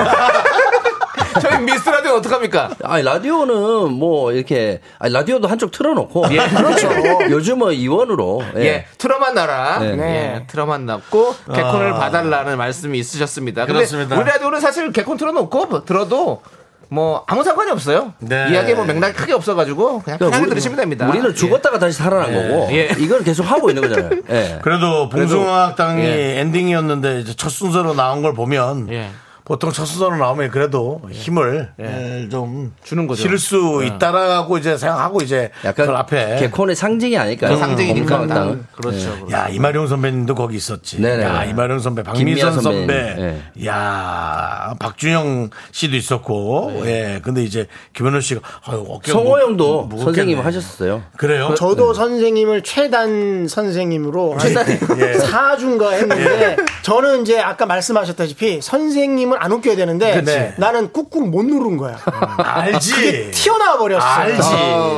Speaker 2: 저희 미스 라디오 어떡합니까?
Speaker 6: 아니 라디오는 뭐 이렇게 아니, 라디오도 한쪽 틀어놓고 그렇죠. 요즘은 이원으로 예.
Speaker 2: 아, 예, 틀어만 나라.
Speaker 6: 네. 아.
Speaker 2: 예, 틀어만 놨고 개콘을 봐달라는 말씀이 있으셨습니다. 근데
Speaker 1: 그렇습니다.
Speaker 2: 우리 라디오는 사실 개콘 틀어놓고 뭐 들어도 뭐 아무 상관이 없어요.
Speaker 1: 네.
Speaker 2: 이야기 뭐 맥락이 크게 없어가지고 그냥
Speaker 6: 그러니까
Speaker 2: 편하게
Speaker 6: 우리-
Speaker 2: 들으시면 됩니다.
Speaker 6: 우리는 죽었다가 다시 살아난 거고
Speaker 2: 예.
Speaker 6: 이걸 계속 하고 있는 거잖아요. 예.
Speaker 1: 그래도 봉숭아학당이
Speaker 2: 예.
Speaker 1: 엔딩이었는데 이제 첫 순서로 나온 걸 보면
Speaker 2: 예.
Speaker 1: 보통 첫 순서로 나오면 그래도
Speaker 6: 예.
Speaker 1: 힘을 에, 좀
Speaker 2: 주는 거죠.
Speaker 1: 실을 수 있다라고 이제 생각하고 이제
Speaker 6: 약간
Speaker 1: 그 앞에 음,
Speaker 6: 개콘의 상징이 아닐까요?
Speaker 2: 그 상징이니까.
Speaker 6: 봉숭아학당은.
Speaker 2: 그렇죠.
Speaker 1: 예. 야 이마룡 선배님도 거기 있었지.
Speaker 6: 네네.
Speaker 1: 야 이마룡 선배, 박미선
Speaker 6: 김미아
Speaker 1: 선배,
Speaker 6: 선배님. 예.
Speaker 1: 야 박준영 씨도 있었고, 예. 근데 이제 김현우 씨가 아유, 어깨가
Speaker 6: 네. 성호
Speaker 1: 무-
Speaker 6: 형도
Speaker 1: 무겁겠네.
Speaker 6: 선생님 하셨었어요.
Speaker 1: 그래요?
Speaker 7: 저도 선생님을 최단
Speaker 6: 아,
Speaker 7: 선생님으로
Speaker 1: 예.
Speaker 7: 4중가
Speaker 6: 예.
Speaker 7: 했는데 저는 이제 아까 말씀하셨다시피 선생님은 안 웃겨야 되는데
Speaker 2: 네.
Speaker 1: 그치.
Speaker 7: 나는 꾹꾹 못 누른 거야.
Speaker 2: 음.
Speaker 6: 아,
Speaker 2: 예.
Speaker 1: 알지.
Speaker 7: 튀어나와 버렸어.
Speaker 1: 알지.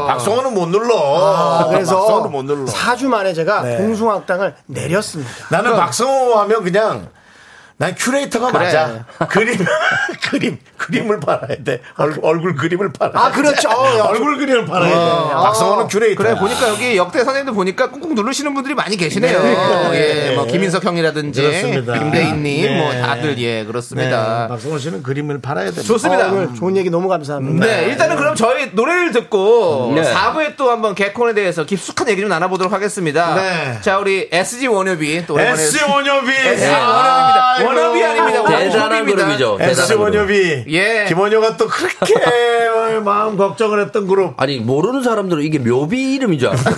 Speaker 1: 박성호는 못 눌러.
Speaker 7: 아, 그래서
Speaker 1: 박성호는 못 눌러.
Speaker 7: 4주 만에 제가
Speaker 1: 네.
Speaker 7: 봉숭아학당을 내렸습니다.
Speaker 1: 나는 박성호 하면 그냥 난 큐레이터가
Speaker 2: 그래.
Speaker 1: 맞아. 그림, 그림, 그림을 팔아야 돼. 얼, 얼굴 그림을 팔아야 돼.
Speaker 7: 아, 그렇죠. 어, 야,
Speaker 1: 얼굴 그림을 팔아야 돼. 박성호는 큐레이터.
Speaker 2: 그래 보니까 여기 역대 선생님들 보니까 꾹꾹 누르시는 분들이 많이 계시네요.
Speaker 1: 네.
Speaker 2: 예, 뭐 김인석 형이라든지
Speaker 1: 그렇습니다.
Speaker 2: 김대인님,
Speaker 1: 네.
Speaker 2: 뭐 다들 예
Speaker 1: 네,
Speaker 2: 그렇습니다.
Speaker 1: 박성호 씨는 그림을 팔아야 돼.
Speaker 2: 좋습니다.
Speaker 7: 어, 오늘 좋은 얘기 너무 감사합니다.
Speaker 2: 네, 일단은 그럼 저희 노래를 듣고
Speaker 6: 네.
Speaker 2: 4부에 또 한번 개콘에 대해서 깊숙한 얘기 좀 나눠보도록 하겠습니다.
Speaker 1: 네.
Speaker 2: 자, 우리 SG 원효비 또 오랜만에
Speaker 1: S 원협이.
Speaker 2: SG 원효비입니다. 원효비 아닙니다.
Speaker 6: 대단한
Speaker 2: 원효비입니다.
Speaker 6: 그룹이죠.
Speaker 1: S
Speaker 6: 대단한 그룹.
Speaker 1: 원협이.
Speaker 2: 예.
Speaker 1: 김원효가 또 그렇게 마음 걱정을 했던 그룹.
Speaker 6: 아니 모르는 사람들은 이게 묘비 이름인 줄 알았어요.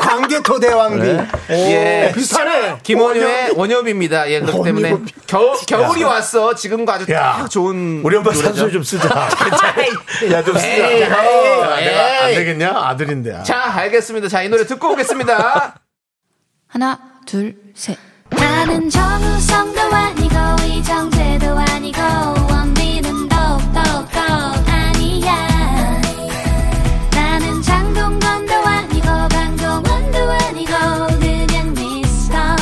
Speaker 7: 광개토대왕비.
Speaker 2: 예.
Speaker 7: 비슷하네.
Speaker 2: 김원효의 원효비입니다. 예, 그렇기 때문에
Speaker 1: 원효비.
Speaker 2: 겨울, 겨울이 왔어. 지금과 아주
Speaker 1: 야.
Speaker 2: 딱 좋은
Speaker 1: 우리 엄마
Speaker 2: 노래죠.
Speaker 1: 산소에 좀 쓰자. 야, 좀 쓰자.
Speaker 2: 에이,
Speaker 1: 어,
Speaker 2: 에이.
Speaker 1: 내가 안 되겠냐? 아들인데. 아.
Speaker 2: 자, 알겠습니다. 자, 이 노래 듣고 오겠습니다.
Speaker 8: 하나, 둘, 셋.
Speaker 3: 나는 정우성도 아니고 이정재도 아니고 원빈은 더욱더 아니야 나는 장동건도 아니고 방종원도 아니고 그냥 미스터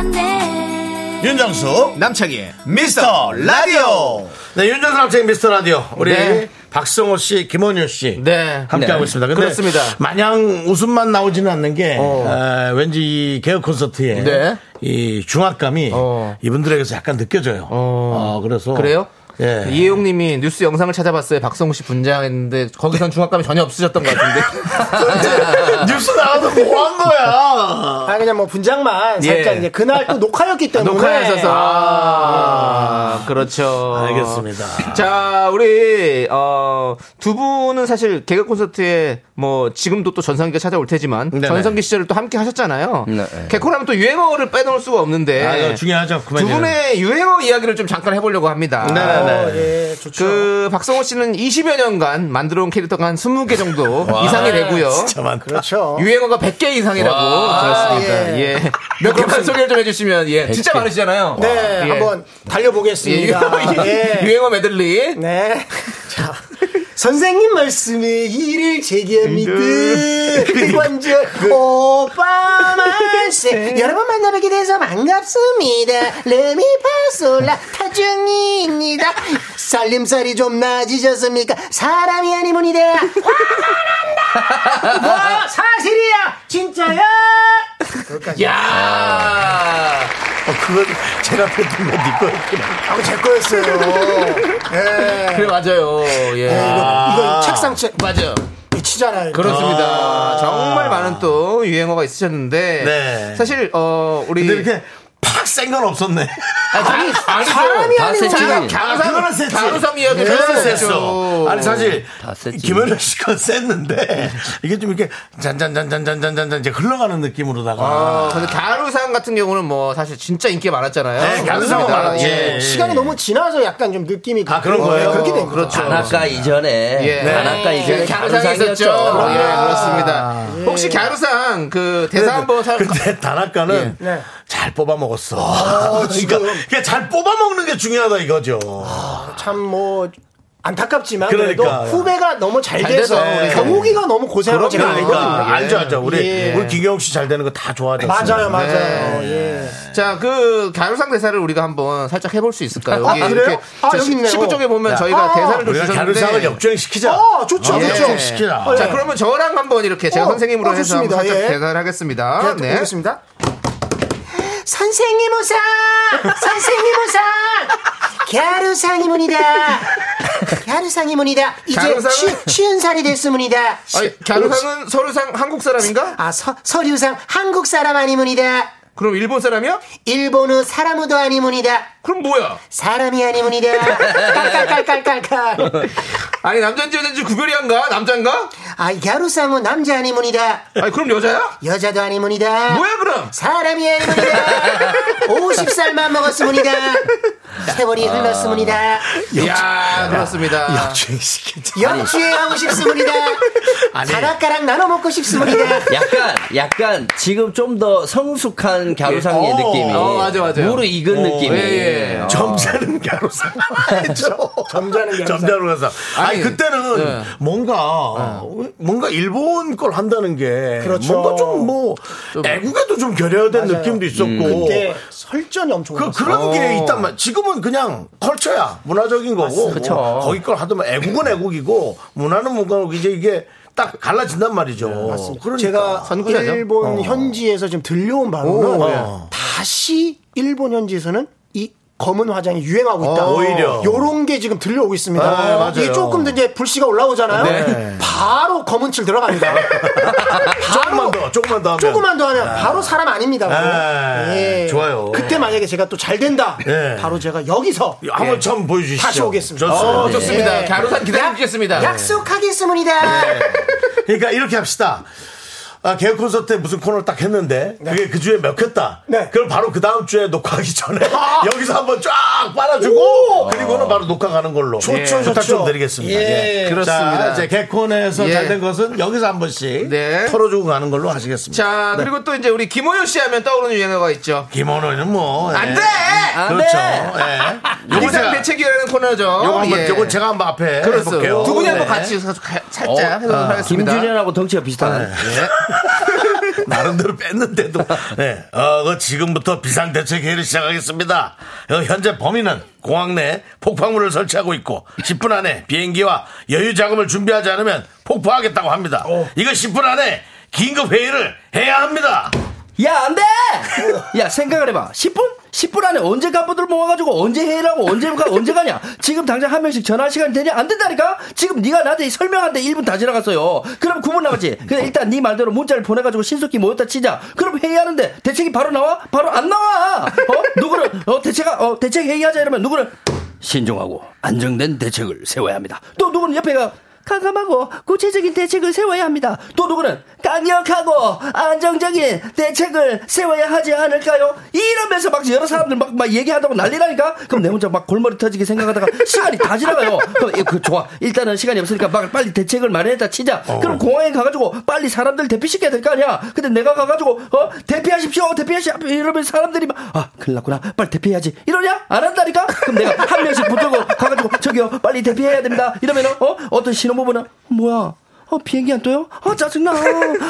Speaker 3: 미스터란데
Speaker 1: 윤정수 남창희의 미스터 라디오 네 윤정수 남창희 미스터 라디오 우리
Speaker 2: 네.
Speaker 1: 박성호 씨 김원효 씨
Speaker 2: 네.
Speaker 1: 함께하고
Speaker 6: 네.
Speaker 1: 있습니다 근데
Speaker 2: 그렇습니다.
Speaker 1: 마냥 웃음만 나오지는 않는 게 어, 왠지 이 개그 콘서트에
Speaker 2: 네.
Speaker 1: 이 중압감이
Speaker 2: 어.
Speaker 1: 이분들에게서 약간 느껴져요
Speaker 2: 어.
Speaker 1: 어, 그래서
Speaker 2: 그래요?
Speaker 1: 예.
Speaker 2: 이혜용님이 뉴스 영상을 찾아봤어요. 박성우 씨 분장했는데 거기선 중압감이 전혀 없으셨던 것 같은데.
Speaker 1: 뉴스 나와도 뭐 한 거야
Speaker 7: 아 그냥 뭐 분장만 살짝
Speaker 2: 예.
Speaker 7: 이제 그날 또 녹화였기 때문에
Speaker 2: 녹화하셔서 아, 그렇죠.
Speaker 1: 알겠습니다
Speaker 2: 자, 우리 어, 두 분은 사실 개그 콘서트에 뭐 지금도 또 전성기가 찾아올 테지만
Speaker 1: 네네.
Speaker 2: 전성기 시절을 또 함께 하셨잖아요.
Speaker 6: 네.
Speaker 2: 개콘하면 또 유행어를 빼놓을 수가 없는데
Speaker 1: 아, 이거 중요하죠 그만
Speaker 2: 두 분의 유행어 이야기를 좀 잠깐 해보려고 합니다. 어,
Speaker 1: 네네네
Speaker 7: 아, 예, 좋죠.
Speaker 2: 그 박성호 씨는 20여 년간 만들어온 캐릭터가 한 20개 정도 이상이 되고요.
Speaker 1: 진짜 많다
Speaker 7: 그렇죠.
Speaker 2: 유행어가 100개 이상이라고 들었습니다.
Speaker 7: 예.
Speaker 2: 예. 몇 개만 소개를 좀 해주시면, 예. 진짜 많으시잖아요.
Speaker 7: 네,
Speaker 2: 예.
Speaker 7: 한번
Speaker 2: 예, 유행어,
Speaker 7: 달려보겠습니다. 예.
Speaker 2: 유행어 메들리.
Speaker 7: 네. 자, 선생님 말씀에
Speaker 2: 네.
Speaker 7: 이를 제기합니다. 먼저 오빠만
Speaker 2: 네.
Speaker 7: 세 여러분 만나뵙게 돼서 반갑습니다. 레미파솔라 타중이입니다. 살림살이 좀 나아지셨습니까? 사람이 아니면 이래 화가 난다. 뭐 사실이야 진짜야?
Speaker 2: 야
Speaker 1: 그건 제 앞에 둔건니거였
Speaker 7: 아제 거였어요. 예.
Speaker 2: 그래, 맞아요. 예.
Speaker 7: 네, 이거, 이거 책상 책
Speaker 2: 맞아요.
Speaker 7: 미치잖아요.
Speaker 2: 그렇습니다. 정말 많은 또 유행어가 있으셨는데.
Speaker 1: 네.
Speaker 2: 사실, 어, 우리.
Speaker 1: 근데 이렇게 팍 센 건 없었네
Speaker 2: 아니, 아니,
Speaker 7: 사람이
Speaker 6: 다
Speaker 7: 아니고
Speaker 6: 세팅이.
Speaker 1: 아, 그거는
Speaker 2: 강상,
Speaker 1: 셌지.
Speaker 2: 강상 이야기
Speaker 1: 예, 그거는
Speaker 2: 했었죠.
Speaker 1: 셌어. 아니 사실
Speaker 6: 다 셌지.
Speaker 1: 김현우 씨가 셌는데 이게 좀 이렇게 잔잔잔잔잔잔잔잔 이제 흘러가는 느낌으로다가
Speaker 2: 어, 근데 가루상 같은 경우는 뭐 사실 진짜 인기가 많았잖아요.
Speaker 1: 네, 가루상은
Speaker 2: 그렇습니다.
Speaker 1: 많았지.
Speaker 2: 예.
Speaker 7: 시간이 너무 지나서 약간 좀 느낌이
Speaker 1: 아, 그런 거예요?
Speaker 7: 그렇게 된 거죠.
Speaker 2: 그렇죠.
Speaker 6: 단아까 이전에
Speaker 2: 예.
Speaker 6: 단아까 이전에
Speaker 2: 가루상이 있었죠. 예, 그렇습니다.
Speaker 7: 예.
Speaker 2: 혹시 가루상 그 대사 한번 살
Speaker 1: 근데 단아까는
Speaker 7: 예. 네.
Speaker 1: 잘 뽑아 먹었어. 그러니까 그냥 잘 뽑아 먹는 게 중요하다 이거죠.
Speaker 7: 참 뭐 안타깝지만 그래도
Speaker 1: 그러니까.
Speaker 7: 후배가 너무 잘,
Speaker 2: 잘
Speaker 7: 돼서
Speaker 2: 돼서, 네.
Speaker 7: 경욱이가 너무 고생하고 제가
Speaker 1: 그러니까
Speaker 7: 알거든요.
Speaker 1: 알죠, 알죠. 우리
Speaker 7: 예.
Speaker 1: 우리 김경욱 씨 잘 되는 거 다 좋아하죠.
Speaker 7: 맞아요, 맞아요.
Speaker 1: 네.
Speaker 7: 예.
Speaker 2: 자, 그 가루상 대사를 우리가 한번 살짝 해볼 수 있을까요?
Speaker 7: 아, 그래요? 아, 여기 있네요.
Speaker 2: 19 쪽에 보면
Speaker 1: 야.
Speaker 2: 저희가
Speaker 7: 아,
Speaker 2: 대사를 좀
Speaker 1: 우리가
Speaker 2: 주셨는데.
Speaker 1: 갸루상을 역주행시키자.
Speaker 7: 어, 좋죠, 좋죠.
Speaker 1: 역주행시키라.
Speaker 7: 어,
Speaker 2: 아, 자,
Speaker 7: 예.
Speaker 2: 그러면 저랑 한번 이렇게 제가
Speaker 7: 어,
Speaker 2: 선생님으로
Speaker 7: 어,
Speaker 2: 해서 한번
Speaker 7: 좋습니다.
Speaker 2: 살짝
Speaker 7: 예.
Speaker 2: 대사를 하겠습니다.
Speaker 7: 예. 네, 보겠습니다. 선생님 우상, 선생님 우상, 갸루상이 문이다. 갸루상이 문이다. 이제
Speaker 2: 갸루상은-
Speaker 7: 치- 치은 살이 됐습니다.
Speaker 2: 아니, 가루상은 서류상 한국 사람인가?
Speaker 7: 아 서, 서류상 한국 사람 아니문이다.
Speaker 2: 그럼 일본 사람이야?
Speaker 7: 일본의 사람도 아니문이다.
Speaker 2: 그럼 뭐야?
Speaker 7: 사람이 아니문이다. 깔깔깔깔깔깔.
Speaker 2: 아니, 남자인지 여자인지 구별이 한가? 남자인가?
Speaker 7: 아, 야루상은 남자 아니문이다.
Speaker 2: 아니, 그럼 여자야?
Speaker 7: 여자도 아니문이다.
Speaker 2: 뭐야, 그럼?
Speaker 7: 사람이 아니문이다. 50살만 먹었으문이다. 세월이
Speaker 1: 아.
Speaker 7: 흘렀으문이다.
Speaker 2: 야 그렇습니다.
Speaker 1: 역주행시키자.
Speaker 7: 연주회하고 싶으문이다. 바닷가랑 나눠 먹고 싶으문이다.
Speaker 6: 약간 약간 지금 좀 더 성숙한 갸루상의
Speaker 1: 예. 어.
Speaker 6: 느낌이
Speaker 2: 어, 맞아, 맞아요.
Speaker 6: 무르익은 느낌이
Speaker 2: 예, 예,
Speaker 7: 네.
Speaker 2: 예.
Speaker 1: 점잖은 가로사. 점잖은 가로사. 점잖은 가로사. 아니,
Speaker 2: 아니,
Speaker 1: 그때는
Speaker 2: 네.
Speaker 1: 뭔가, 뭔가 일본 걸 한다는 게.
Speaker 7: 네. 그렇죠.
Speaker 1: 뭔가 좀 뭐, 애국에도 좀 결여된
Speaker 7: 맞아요. 음,
Speaker 1: 느낌도 있었고.
Speaker 7: 그때 뭐, 설전이 엄청
Speaker 1: 그,
Speaker 7: 많았어요.
Speaker 1: 그런 게 있단 말. 지금은 그냥 컬처야. 문화적인 거고.
Speaker 2: 그쵸.
Speaker 7: 그렇죠.
Speaker 1: 뭐 거기 걸 하도 막
Speaker 7: 네.
Speaker 1: 애국은 애국이고, 문화는 문화고, 이제 이게 딱 갈라진단 말이죠. 그러니까.
Speaker 7: 네, 제가 어.
Speaker 2: 선구자죠.
Speaker 7: 일본 현지에서 지금 들려온 바로는
Speaker 1: 어. 오, 예.
Speaker 7: 다시 일본 현지에서는 이 검은 화장이 유행하고 있다.
Speaker 1: 어, 오히려.
Speaker 7: 요런 게 지금 들려오고 있습니다.
Speaker 1: 네, 맞아요.
Speaker 7: 이게 조금 더 이제 불씨가 올라오잖아요.
Speaker 2: 네.
Speaker 7: 바로 검은 칠 들어갑니다.
Speaker 1: 조금만
Speaker 7: 바로
Speaker 1: 더, 조금만 더 하면.
Speaker 7: 조금만 더 하면 바로 사람 아닙니다. 바로.
Speaker 1: 네, 좋아요.
Speaker 7: 그때 만약에 제가 또 잘 된다.
Speaker 1: 네. 예.
Speaker 7: 바로 제가 여기서
Speaker 1: 한번 참
Speaker 7: 예.
Speaker 1: 보여주시죠.
Speaker 7: 다시 오겠습니다.
Speaker 1: 좋습니다.
Speaker 2: 어, 좋습니다.
Speaker 6: 네.
Speaker 7: 예.
Speaker 2: 가로산 기다리고 있겠습니다.
Speaker 7: 약속하겠습니다.
Speaker 1: 그러니까 이렇게 합시다. 아, 개그 콘서트 에 무슨 코너를 딱 했는데 그게 그 주에 몇 했다.
Speaker 7: 네. 아!
Speaker 1: 그럼 바로 그 다음 주에 녹화하기 전에 여기서 한번 쫙
Speaker 7: 오!
Speaker 1: 빨아주고 그리고는 바로 녹화 가는 걸로
Speaker 7: 좋죠,
Speaker 1: 부탁 좀
Speaker 7: 좋죠.
Speaker 1: 드리겠습니다.
Speaker 7: 예.
Speaker 1: 자,
Speaker 2: 그렇습니다.
Speaker 1: 이제 개콘에서
Speaker 2: 예.
Speaker 1: 잘 된 것은 여기서 한 번씩
Speaker 2: 네.
Speaker 1: 털어주고 가는 걸로 하시겠습니다.
Speaker 2: 자, 그리고 또 이제 우리 김호연 씨 하면 떠오르는 유행어가 있죠.
Speaker 1: 김원호는 뭐
Speaker 2: 안 돼! 안
Speaker 1: 그렇죠.
Speaker 2: 돼!
Speaker 1: 예. 요거
Speaker 2: 비상
Speaker 1: 제가
Speaker 2: 대책이라는 코너죠.
Speaker 1: 요거 한번
Speaker 2: 예.
Speaker 1: 요건 제가 한번 앞에 해볼게요.
Speaker 2: 그렇습니다. 두 분이 한번
Speaker 1: 네.
Speaker 2: 같이 사- 가- 살짝 해보도록 하겠습니다. 아, 예.
Speaker 6: 김준현하고 덩치가 비슷하네.
Speaker 1: 나름대로 뺐는데도. 네. 어, 그 지금부터 비상대책 회의를 시작하겠습니다. 어, 현재 범인은 공항 내 폭파물을 설치하고 있고 10분 안에 비행기와 여유 자금을 준비하지 않으면 폭파하겠다고 합니다. 이거 10분 안에 긴급 회의를 해야 합니다.
Speaker 6: 야, 안 돼! 야, 생각을 해봐. 10분? 10분 안에 언제 간부들 모아가지고 언제 회의를 하고 언제 가, 언제 가냐? 지금 당장 한 명씩 전화 시간 되냐? 안 된다니까? 지금 네가 나한테 설명하는데 1분 다 지나갔어요. 그럼 9분 남았지? 그냥 일단 네 말대로 문자를 보내가지고 신속히 모였다 치자. 그럼 회의하는데 대책이 바로 나와? 바로 안 나와! 어? 누구를, 어, 대체가, 어, 대책 회의하자 이러면 누구를 신중하고 안정된 대책을 세워야 합니다. 또 누구는 옆에가 캄캄하고 구체적인 대책을 세워야 합니다. 또 누구는 강력하고 안정적인 대책을 세워야 하지 않을까요? 이러면서 막 여러 사람들 막, 막 얘기하다고 난리라니까? 그럼 내 혼자 막 골머리 터지게 생각하다가 시간이 다 지나가요. 그럼 이- 그 좋아. 일단은 시간이 없으니까 막 빨리 대책을 마련했다 치자. 그럼 공항에 가가지고 빨리 사람들 대피시켜야 될 거 아니야? 근데 내가 가가지고 어 대피하십시오 대피하십시오 이러면 사람들이 막 아 큰일 났구나 빨리 대피해야지 이러냐 안 한다니까 그럼 내가 한 명씩 붙들고 가가지고 저기요 빨리 대피해야 됩니다 이러면은 어 어떤 신혼부부는 뭐야 어, 비행기 안 떠요? 아, 짜증나.